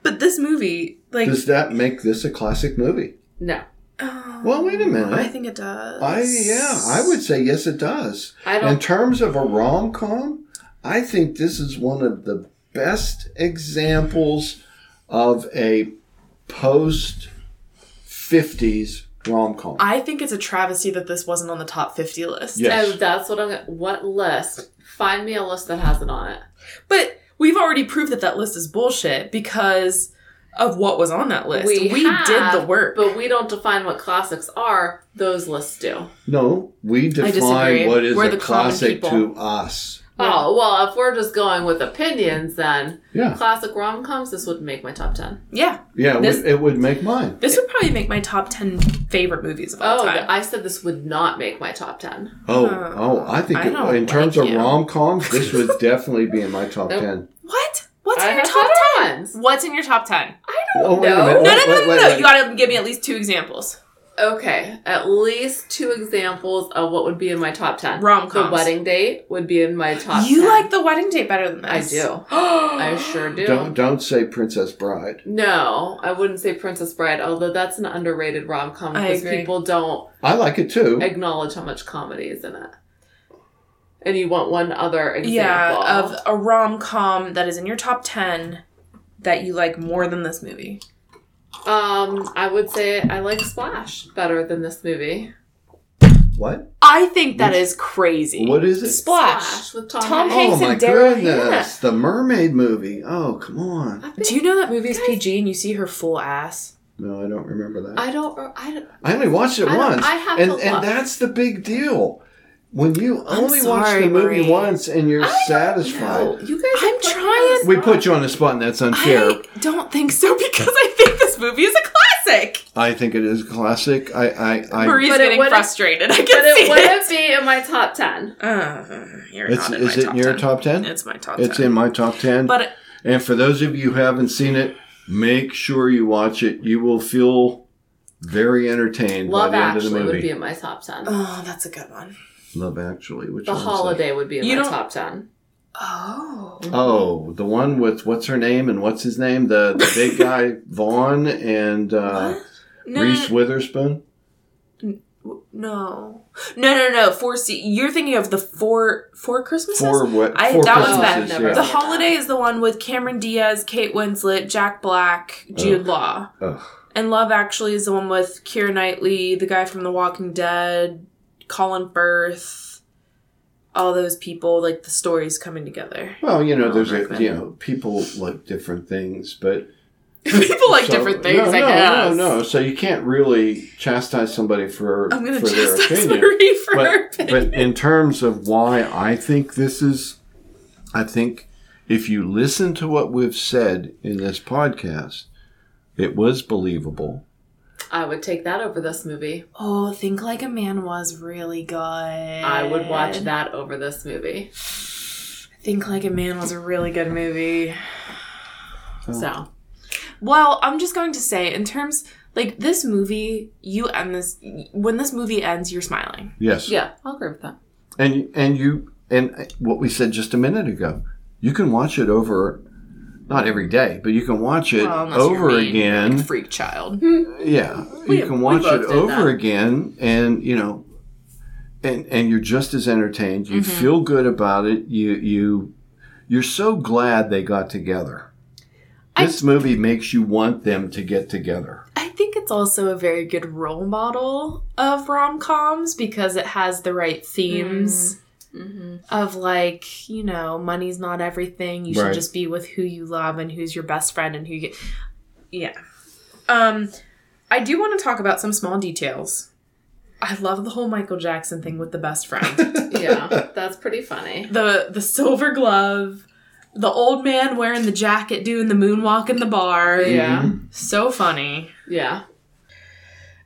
[SPEAKER 5] but this movie, like,
[SPEAKER 4] Does that make this a classic movie?
[SPEAKER 2] No,
[SPEAKER 5] oh,
[SPEAKER 4] Well, wait a minute.
[SPEAKER 5] I think it does.
[SPEAKER 4] I yeah, I would say yes it does.
[SPEAKER 2] I
[SPEAKER 4] In
[SPEAKER 2] don't.
[SPEAKER 4] terms of a rom com, I think this is one of the best examples of a post 50s rom com.
[SPEAKER 5] I think it's a travesty that this wasn't on the top fifty list.
[SPEAKER 2] Oh, that's what I'm. gonna- What list? Find me a list that has it on it.
[SPEAKER 5] But we've already proved that that list is bullshit because of what was on that list. We, did the
[SPEAKER 2] have,
[SPEAKER 5] work.
[SPEAKER 2] but we don't define what classics are. Those lists do.
[SPEAKER 4] No, we define
[SPEAKER 5] disagree.
[SPEAKER 4] what is
[SPEAKER 5] We're
[SPEAKER 4] a
[SPEAKER 5] the common
[SPEAKER 4] classic
[SPEAKER 5] people.
[SPEAKER 4] to us.
[SPEAKER 2] Oh well, if we're just going with opinions, then
[SPEAKER 4] Yeah.
[SPEAKER 2] classic rom coms. This would make my top ten.
[SPEAKER 5] yeah,
[SPEAKER 4] Yeah, it would-
[SPEAKER 5] This-
[SPEAKER 4] it would make mine.
[SPEAKER 5] This would probably make my top 10 favorite movies of all
[SPEAKER 2] Oh,
[SPEAKER 5] time.
[SPEAKER 2] I said this would not make my top ten.
[SPEAKER 4] Oh,
[SPEAKER 5] Uh,
[SPEAKER 4] oh, I think
[SPEAKER 5] I
[SPEAKER 4] it,
[SPEAKER 5] don't
[SPEAKER 4] in terms
[SPEAKER 5] like
[SPEAKER 4] of
[SPEAKER 5] you.
[SPEAKER 4] rom coms, this would definitely be in my top
[SPEAKER 2] Nope.
[SPEAKER 4] 10.
[SPEAKER 5] what? What's
[SPEAKER 2] I
[SPEAKER 5] in your
[SPEAKER 2] have
[SPEAKER 5] top
[SPEAKER 2] other
[SPEAKER 5] 10?
[SPEAKER 2] ones.
[SPEAKER 5] What's in your top 10?
[SPEAKER 2] I
[SPEAKER 4] Oh, wait a
[SPEAKER 2] No.
[SPEAKER 3] No, no,
[SPEAKER 4] minute. Wait,
[SPEAKER 3] no, no,
[SPEAKER 4] wait,
[SPEAKER 3] no,
[SPEAKER 4] wait,
[SPEAKER 3] no.
[SPEAKER 4] wait.
[SPEAKER 3] You gotta give me at least two examples.
[SPEAKER 2] Okay, at least two examples of what would be in my top 10.
[SPEAKER 11] Rom-coms.
[SPEAKER 2] The wedding date would be in my top
[SPEAKER 3] You
[SPEAKER 2] 10.
[SPEAKER 3] like the wedding date better than
[SPEAKER 2] I
[SPEAKER 3] this.
[SPEAKER 2] do. I sure do.
[SPEAKER 4] Don't don't say Princess Bride.
[SPEAKER 2] No, I wouldn't say Princess Bride, although that's an underrated rom com
[SPEAKER 11] I
[SPEAKER 2] because
[SPEAKER 11] agree.
[SPEAKER 2] people don't
[SPEAKER 4] I like it too.
[SPEAKER 2] acknowledge how much comedy is in it. And you want one other example.
[SPEAKER 11] Yeah, of a rom com that is in your top 10 that you like more than this movie.
[SPEAKER 2] Um, I would say I like Splash better than this movie.
[SPEAKER 4] what?
[SPEAKER 3] I think that is crazy.
[SPEAKER 4] What is it?
[SPEAKER 3] Splash.
[SPEAKER 2] with Tom,
[SPEAKER 3] Tom
[SPEAKER 2] Hanks.
[SPEAKER 4] Oh
[SPEAKER 3] Hanks
[SPEAKER 4] my
[SPEAKER 3] and Daryl
[SPEAKER 4] goodness! The Mermaid movie. Oh come on!
[SPEAKER 2] I think-
[SPEAKER 3] Do you know that movie is PG and you see her full ass?
[SPEAKER 4] No, I don't remember that.
[SPEAKER 2] I don't. I don't.
[SPEAKER 4] I only watched it
[SPEAKER 2] I don't-
[SPEAKER 4] once.
[SPEAKER 2] I have
[SPEAKER 4] and,
[SPEAKER 2] to
[SPEAKER 4] and
[SPEAKER 2] look.
[SPEAKER 4] that's the big deal. When you
[SPEAKER 3] I'm
[SPEAKER 4] only watch
[SPEAKER 3] sorry,
[SPEAKER 4] the movie
[SPEAKER 3] Marie.
[SPEAKER 4] once and you're satisfied.
[SPEAKER 2] No, you guys.
[SPEAKER 3] I'm
[SPEAKER 2] are putting me
[SPEAKER 3] trying-
[SPEAKER 2] on the
[SPEAKER 4] We
[SPEAKER 2] spot.
[SPEAKER 4] put you on the spot and that's unfair.
[SPEAKER 3] I don't think so because I think this movie is a classic.
[SPEAKER 4] I think it is a classic. I I, I
[SPEAKER 3] Marie's
[SPEAKER 2] But it
[SPEAKER 3] getting
[SPEAKER 2] wouldn't-
[SPEAKER 3] frustrated. I can
[SPEAKER 2] But
[SPEAKER 3] see
[SPEAKER 2] it
[SPEAKER 3] it.
[SPEAKER 2] wouldn't be in my top ten.
[SPEAKER 11] Uh, you're
[SPEAKER 4] it's
[SPEAKER 11] not in
[SPEAKER 4] is
[SPEAKER 11] my
[SPEAKER 4] it
[SPEAKER 11] top
[SPEAKER 4] in your
[SPEAKER 11] 10.
[SPEAKER 4] top ten?
[SPEAKER 11] It's my top
[SPEAKER 4] It's
[SPEAKER 11] 10.
[SPEAKER 4] in my top ten.
[SPEAKER 3] But it-
[SPEAKER 4] and for those of you who haven't seen it, make sure you watch it. You will feel very entertained
[SPEAKER 2] Love
[SPEAKER 4] by the end of the
[SPEAKER 2] Actually
[SPEAKER 4] movie.
[SPEAKER 2] would be in my top ten.
[SPEAKER 3] oh, that's a good one.
[SPEAKER 4] Love Actually, which
[SPEAKER 2] the
[SPEAKER 4] one's that?
[SPEAKER 2] holiday would be in
[SPEAKER 11] You
[SPEAKER 2] my
[SPEAKER 11] don't-
[SPEAKER 2] top ten.
[SPEAKER 3] Oh,
[SPEAKER 4] Oh, the one with what's her name and what's his name? The the big guy Vaughn and uh,
[SPEAKER 3] no,
[SPEAKER 4] Reese Witherspoon.
[SPEAKER 3] no, no, no, no. Four C. You're thinking of the four four Christmases.
[SPEAKER 4] Four what?
[SPEAKER 3] I-
[SPEAKER 4] four
[SPEAKER 3] that one's
[SPEAKER 4] Christmases,
[SPEAKER 2] bad. Never.
[SPEAKER 3] The
[SPEAKER 4] yeah.
[SPEAKER 3] holiday is the one with Cameron Diaz, Kate Winslet, Jack Black, Jude Law,
[SPEAKER 4] Ugh.
[SPEAKER 3] and Love Actually is the one with Keira Knightley, the guy from The Walking Dead, Colin Firth, all those people. Like the stories coming together.
[SPEAKER 4] Well, you know, there's a
[SPEAKER 3] Rickman.
[SPEAKER 4] you know people like different things, but
[SPEAKER 3] people like
[SPEAKER 4] so-
[SPEAKER 3] different things.
[SPEAKER 4] No,
[SPEAKER 3] I
[SPEAKER 4] no,
[SPEAKER 3] guess.
[SPEAKER 4] no, no. So you can't really chastise somebody for
[SPEAKER 3] I'm gonna
[SPEAKER 4] for their
[SPEAKER 3] chastise
[SPEAKER 4] opinion.
[SPEAKER 3] Marie for her
[SPEAKER 4] but,
[SPEAKER 3] opinion.
[SPEAKER 4] but in terms of why I think this is, I think if you listen to what we've said in this podcast, it was believable.
[SPEAKER 2] I would take that over this movie.
[SPEAKER 3] Oh, Think Like a Man was really good.
[SPEAKER 2] I would watch that over this movie.
[SPEAKER 3] Think Like a Man was a really good movie.
[SPEAKER 4] Oh.
[SPEAKER 2] So
[SPEAKER 3] Well, I'm just going to say, in terms like this movie, you end this when this movie ends, you're smiling.
[SPEAKER 4] Yes.
[SPEAKER 2] yeah, I'll agree with that.
[SPEAKER 4] And and you and what we said just a minute ago, you can watch it over. Not every day, but you can watch it
[SPEAKER 3] Well, unless you're
[SPEAKER 4] over
[SPEAKER 3] mean,
[SPEAKER 4] again.
[SPEAKER 3] like, freak child.
[SPEAKER 4] Yeah, you can watch
[SPEAKER 2] both
[SPEAKER 4] it
[SPEAKER 2] did
[SPEAKER 4] over
[SPEAKER 2] that.
[SPEAKER 4] again, and you know, and and you're just as entertained. You
[SPEAKER 2] Mm-hmm.
[SPEAKER 4] feel good about it. You you you're so glad they got together. This movie makes you want them to get together.
[SPEAKER 3] I think it's also a very good role model of rom coms because it has the right themes. Of like you know, money's not everything. You should
[SPEAKER 4] Right.
[SPEAKER 3] just be with who you love and who's your best friend and who you.
[SPEAKER 11] Yeah.
[SPEAKER 3] Um, I do want to talk about some small details. I love the whole Michael Jackson thing with the best friend.
[SPEAKER 2] Yeah, that's pretty funny.
[SPEAKER 3] the the silver glove, the old man wearing the jacket doing the moonwalk in the bar.
[SPEAKER 2] Yeah,
[SPEAKER 4] Mm-hmm.
[SPEAKER 3] So funny.
[SPEAKER 2] yeah.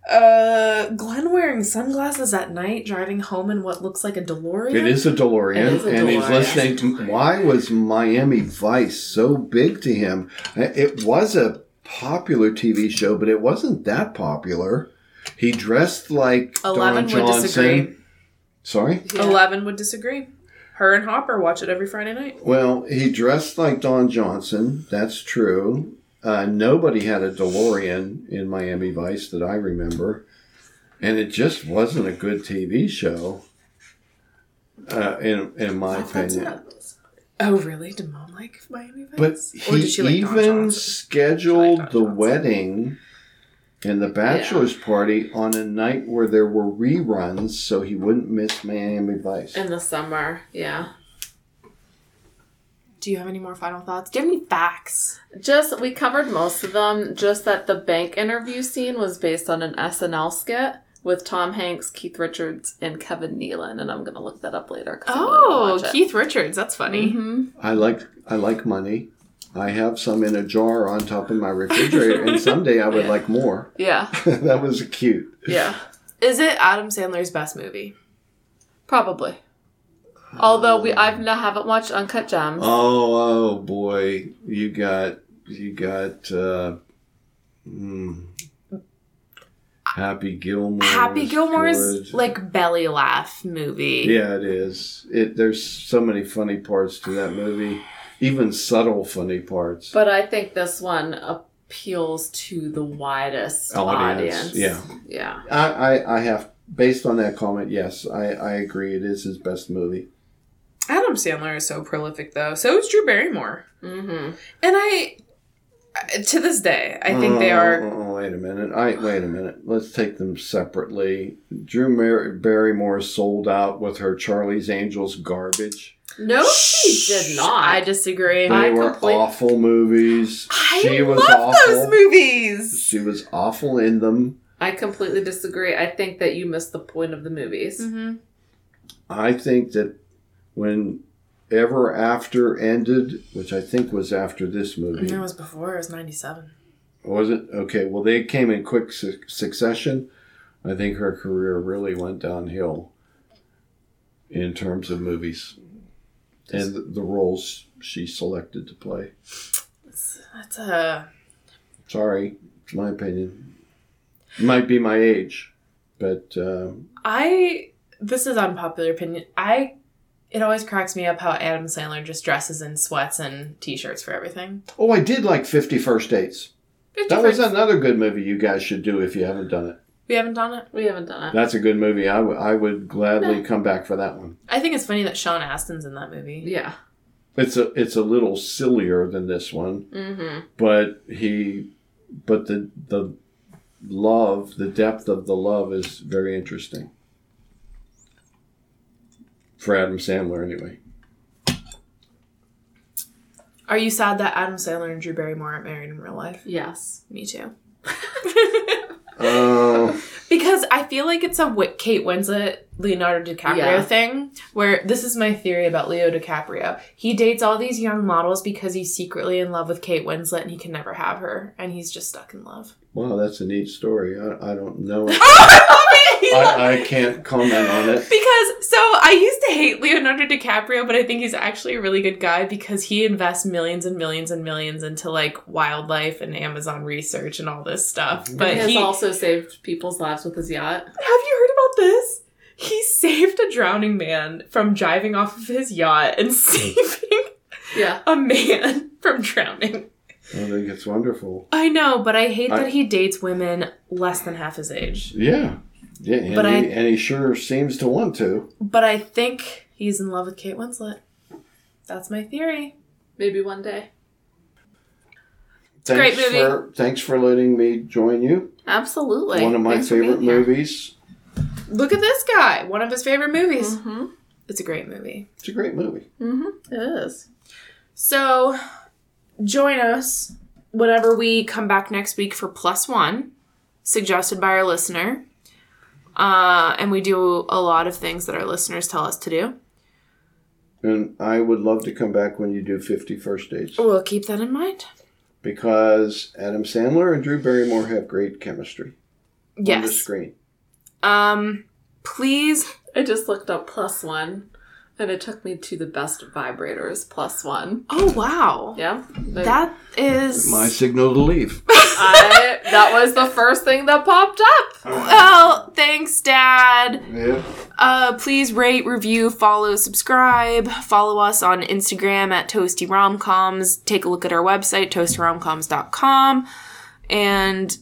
[SPEAKER 3] Uh Glenn wearing sunglasses at night driving home in what looks like a DeLorean.
[SPEAKER 4] It is a DeLorean,
[SPEAKER 2] It is a
[SPEAKER 4] and he's
[SPEAKER 2] DeLorean.
[SPEAKER 4] listening. To, why was Miami Vice so big to him? Uh, It was a popular TV show, but it wasn't that popular. He dressed like
[SPEAKER 3] Eleven
[SPEAKER 4] Don
[SPEAKER 3] would
[SPEAKER 4] Johnson.
[SPEAKER 3] disagree.
[SPEAKER 4] Sorry.
[SPEAKER 3] Eleven would disagree. Her and Hopper watch it every Friday night.
[SPEAKER 4] Well, he dressed like Don Johnson. That's true. Uh, nobody had a DeLorean in Miami Vice that I remember, and it just wasn't a good TV show. Uh, in in my opinion,
[SPEAKER 3] Oh really? Did mom like Miami Vice?
[SPEAKER 4] but
[SPEAKER 3] or
[SPEAKER 4] he
[SPEAKER 3] did she like Don
[SPEAKER 4] even
[SPEAKER 3] Johnson?
[SPEAKER 4] scheduled
[SPEAKER 3] Don
[SPEAKER 4] the
[SPEAKER 3] Johnson.
[SPEAKER 4] wedding and the bachelor's party on a night where there were reruns, so he wouldn't miss Miami Vice.
[SPEAKER 2] In the summer, yeah.
[SPEAKER 3] Do you have any more final thoughts? Do you have any facts?
[SPEAKER 2] Just we covered most of them. Just that the bank interview scene was based on an SNL skit with Tom Hanks, Keith Richards, and Kevin Nealon, and I'm gonna look that up later. 'cause I really
[SPEAKER 3] Oh,
[SPEAKER 2] wanna watch it. Mm-hmm.
[SPEAKER 3] Keith Richards. That's funny.
[SPEAKER 4] I like I like money. I have some in a jar on top of my refrigerator, and someday I would like more.
[SPEAKER 2] Yeah,
[SPEAKER 4] that was cute.
[SPEAKER 2] yeah,
[SPEAKER 3] Is it Adam Sandler's best movie?
[SPEAKER 2] probably. Although we, I've not haven't watched Uncut Gems.
[SPEAKER 4] Oh, oh boy, you got you got uh, Mm. Happy Gilmore.
[SPEAKER 3] Happy
[SPEAKER 4] is
[SPEAKER 3] Gilmore's
[SPEAKER 4] good.
[SPEAKER 3] like belly laugh movie.
[SPEAKER 4] Yeah, it is. It there's so many funny parts to that movie, even subtle funny parts.
[SPEAKER 2] But I think this one appeals to the widest
[SPEAKER 4] Audience,
[SPEAKER 2] audience.
[SPEAKER 4] Oh, yeah.
[SPEAKER 2] Yeah.
[SPEAKER 4] I, I I have based on that comment. Yes, I I agree. It is his best movie.
[SPEAKER 12] Adam Sandler is so prolific, though. So is Drew Barrymore.
[SPEAKER 2] Mm-hmm.
[SPEAKER 12] And I, I- to this day, I think they are.
[SPEAKER 4] Oh, wait a minute. I wait a minute. Let's take them separately. Drew Mar- Barrymore sold out with her Charlie's Angels garbage.
[SPEAKER 2] No, she did not.
[SPEAKER 3] I disagree.
[SPEAKER 4] They
[SPEAKER 2] I
[SPEAKER 4] were
[SPEAKER 2] complete-
[SPEAKER 4] awful movies.
[SPEAKER 12] I
[SPEAKER 4] she was
[SPEAKER 12] love
[SPEAKER 4] awful.
[SPEAKER 12] those movies.
[SPEAKER 4] She was awful in them.
[SPEAKER 2] I completely disagree. I think that you missed the point of the movies.
[SPEAKER 3] Mm.
[SPEAKER 12] Mm-hmm.
[SPEAKER 4] I think that when Ever After ended, which I think was after this movie,
[SPEAKER 12] was before. It was '97.
[SPEAKER 4] was it? Okay, well, they came in quick su- succession. I think her career really went downhill in terms of movies and the, the roles she selected to play.
[SPEAKER 12] That's a.
[SPEAKER 4] Sorry, it's my opinion. Might be my age, but uh,
[SPEAKER 3] I this is unpopular opinion. I it always cracks me up how Adam Sandler just dresses in sweats and t-shirts for everything.
[SPEAKER 4] oh, I did like Fifty First Dates. That was another good movie you guys should do if you haven't done it.
[SPEAKER 3] We haven't done it.
[SPEAKER 2] We haven't done it.
[SPEAKER 4] That's a good movie. I, w- I would gladly come back for that one.
[SPEAKER 3] I think it's funny that Sean Astin's in that movie.
[SPEAKER 2] Yeah.
[SPEAKER 4] It's a it's a little sillier than this one,
[SPEAKER 2] Mm-hmm.
[SPEAKER 4] but he but the the love, the depth of the love is very interesting. For Adam Sandler anyway.
[SPEAKER 3] Are you sad that Adam Sandler and Drew Barrymore aren't married in real life?
[SPEAKER 2] Yes.
[SPEAKER 3] Me too.
[SPEAKER 4] Oh,
[SPEAKER 3] Because I feel like it's a Wi- Kate Winslet, Leonardo DiCaprio
[SPEAKER 2] Yeah.
[SPEAKER 3] thing, where this is my theory about Leo DiCaprio. He dates all these young models because he's secretly in love with Kate Winslet and he can never have her, and he's just stuck in love.
[SPEAKER 4] wow, that's a neat story. I, I don't know.
[SPEAKER 3] Oh,
[SPEAKER 4] it.
[SPEAKER 3] I love it! He loves-
[SPEAKER 4] I, I can't comment on it.
[SPEAKER 3] Because so I used to hate Leonardo DiCaprio, but I think he's actually a really good guy because he invests millions and millions and millions into like wildlife and Amazon research and all this stuff.
[SPEAKER 4] Mhm.
[SPEAKER 3] But
[SPEAKER 2] he has
[SPEAKER 3] he,
[SPEAKER 2] also saved people's lives with his yacht.
[SPEAKER 3] have you heard about this? He saved a drowning man from driving off of his yacht and saving
[SPEAKER 2] Yeah.
[SPEAKER 3] a man from drowning.
[SPEAKER 4] I think it's wonderful.
[SPEAKER 3] I know, but I hate
[SPEAKER 4] I-
[SPEAKER 3] that he dates women less than half his age.
[SPEAKER 4] Yeah. Yeah, and,
[SPEAKER 3] But
[SPEAKER 4] he,
[SPEAKER 3] I-
[SPEAKER 4] and he sure seems to want to.
[SPEAKER 3] But I think he's in love with Kate Winslet. That's my theory.
[SPEAKER 2] Maybe one day.
[SPEAKER 3] a great movie.
[SPEAKER 4] For, thanks for letting me join you.
[SPEAKER 2] Absolutely.
[SPEAKER 4] One of my
[SPEAKER 2] Thanks for
[SPEAKER 4] favorite
[SPEAKER 2] being here.
[SPEAKER 4] movies.
[SPEAKER 3] Look at this guy, one of his favorite movies.
[SPEAKER 2] Mhm.
[SPEAKER 3] It's a great movie.
[SPEAKER 4] It's a great movie.
[SPEAKER 2] Mhm. It is.
[SPEAKER 3] So join us whenever we come back next week for plus one, suggested by our listener. Uh, and we do a lot of things that our listeners tell us to do.
[SPEAKER 4] And I would love to come back when you do 50 First Dates
[SPEAKER 3] We'll keep that in mind.
[SPEAKER 4] because Adam Sandler and Drew Barrymore have great chemistry on the
[SPEAKER 3] Yes.
[SPEAKER 4] screen.
[SPEAKER 3] Um, please.
[SPEAKER 2] I just looked up plus one, and it took me to the best vibrators plus one.
[SPEAKER 3] Oh wow,
[SPEAKER 2] Yeah. They-
[SPEAKER 3] that is.
[SPEAKER 4] My signal to leave.
[SPEAKER 2] I, that was the first thing that popped up.
[SPEAKER 3] Well, Oh, thanks, Dad.
[SPEAKER 4] yeah.
[SPEAKER 3] Uh, please rate, review, follow, subscribe. Follow us on Instagram at Toasty Romcoms. Take a look at our website, toastyromcoms.com. And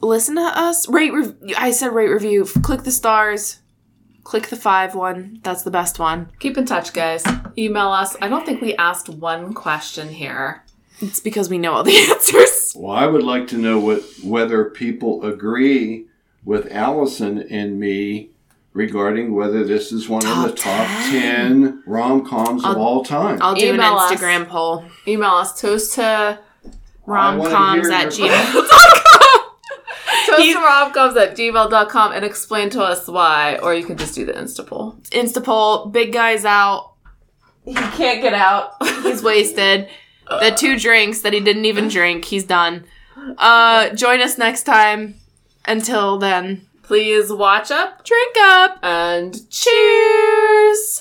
[SPEAKER 3] listen to us. Rate, rev- I said rate, review. Click the stars. Click the five one. That's the best one.
[SPEAKER 2] Keep in touch, guys. Email us. I don't think we asked one question here.
[SPEAKER 3] It's because we know all the answers.
[SPEAKER 4] Well, I would like to know what whether people agree with Allison and me regarding whether this is one of the top 10 rom coms of all time.
[SPEAKER 3] I'll do
[SPEAKER 2] Email us.
[SPEAKER 3] an Instagram poll.
[SPEAKER 2] Email us toast to
[SPEAKER 3] Romcoms
[SPEAKER 4] I
[SPEAKER 3] at
[SPEAKER 4] wanna hear your-
[SPEAKER 3] gmail.com.
[SPEAKER 2] toast to romcoms at gmail.com and explain to us why, or you can just do the Insta poll.
[SPEAKER 3] Insta poll. Big guy's out. He can't get out. He's wasted. The two drinks that he didn't even drink. He's done. Uh, join us next time. Until then,
[SPEAKER 2] Please watch up
[SPEAKER 3] drink up
[SPEAKER 2] and
[SPEAKER 3] cheers.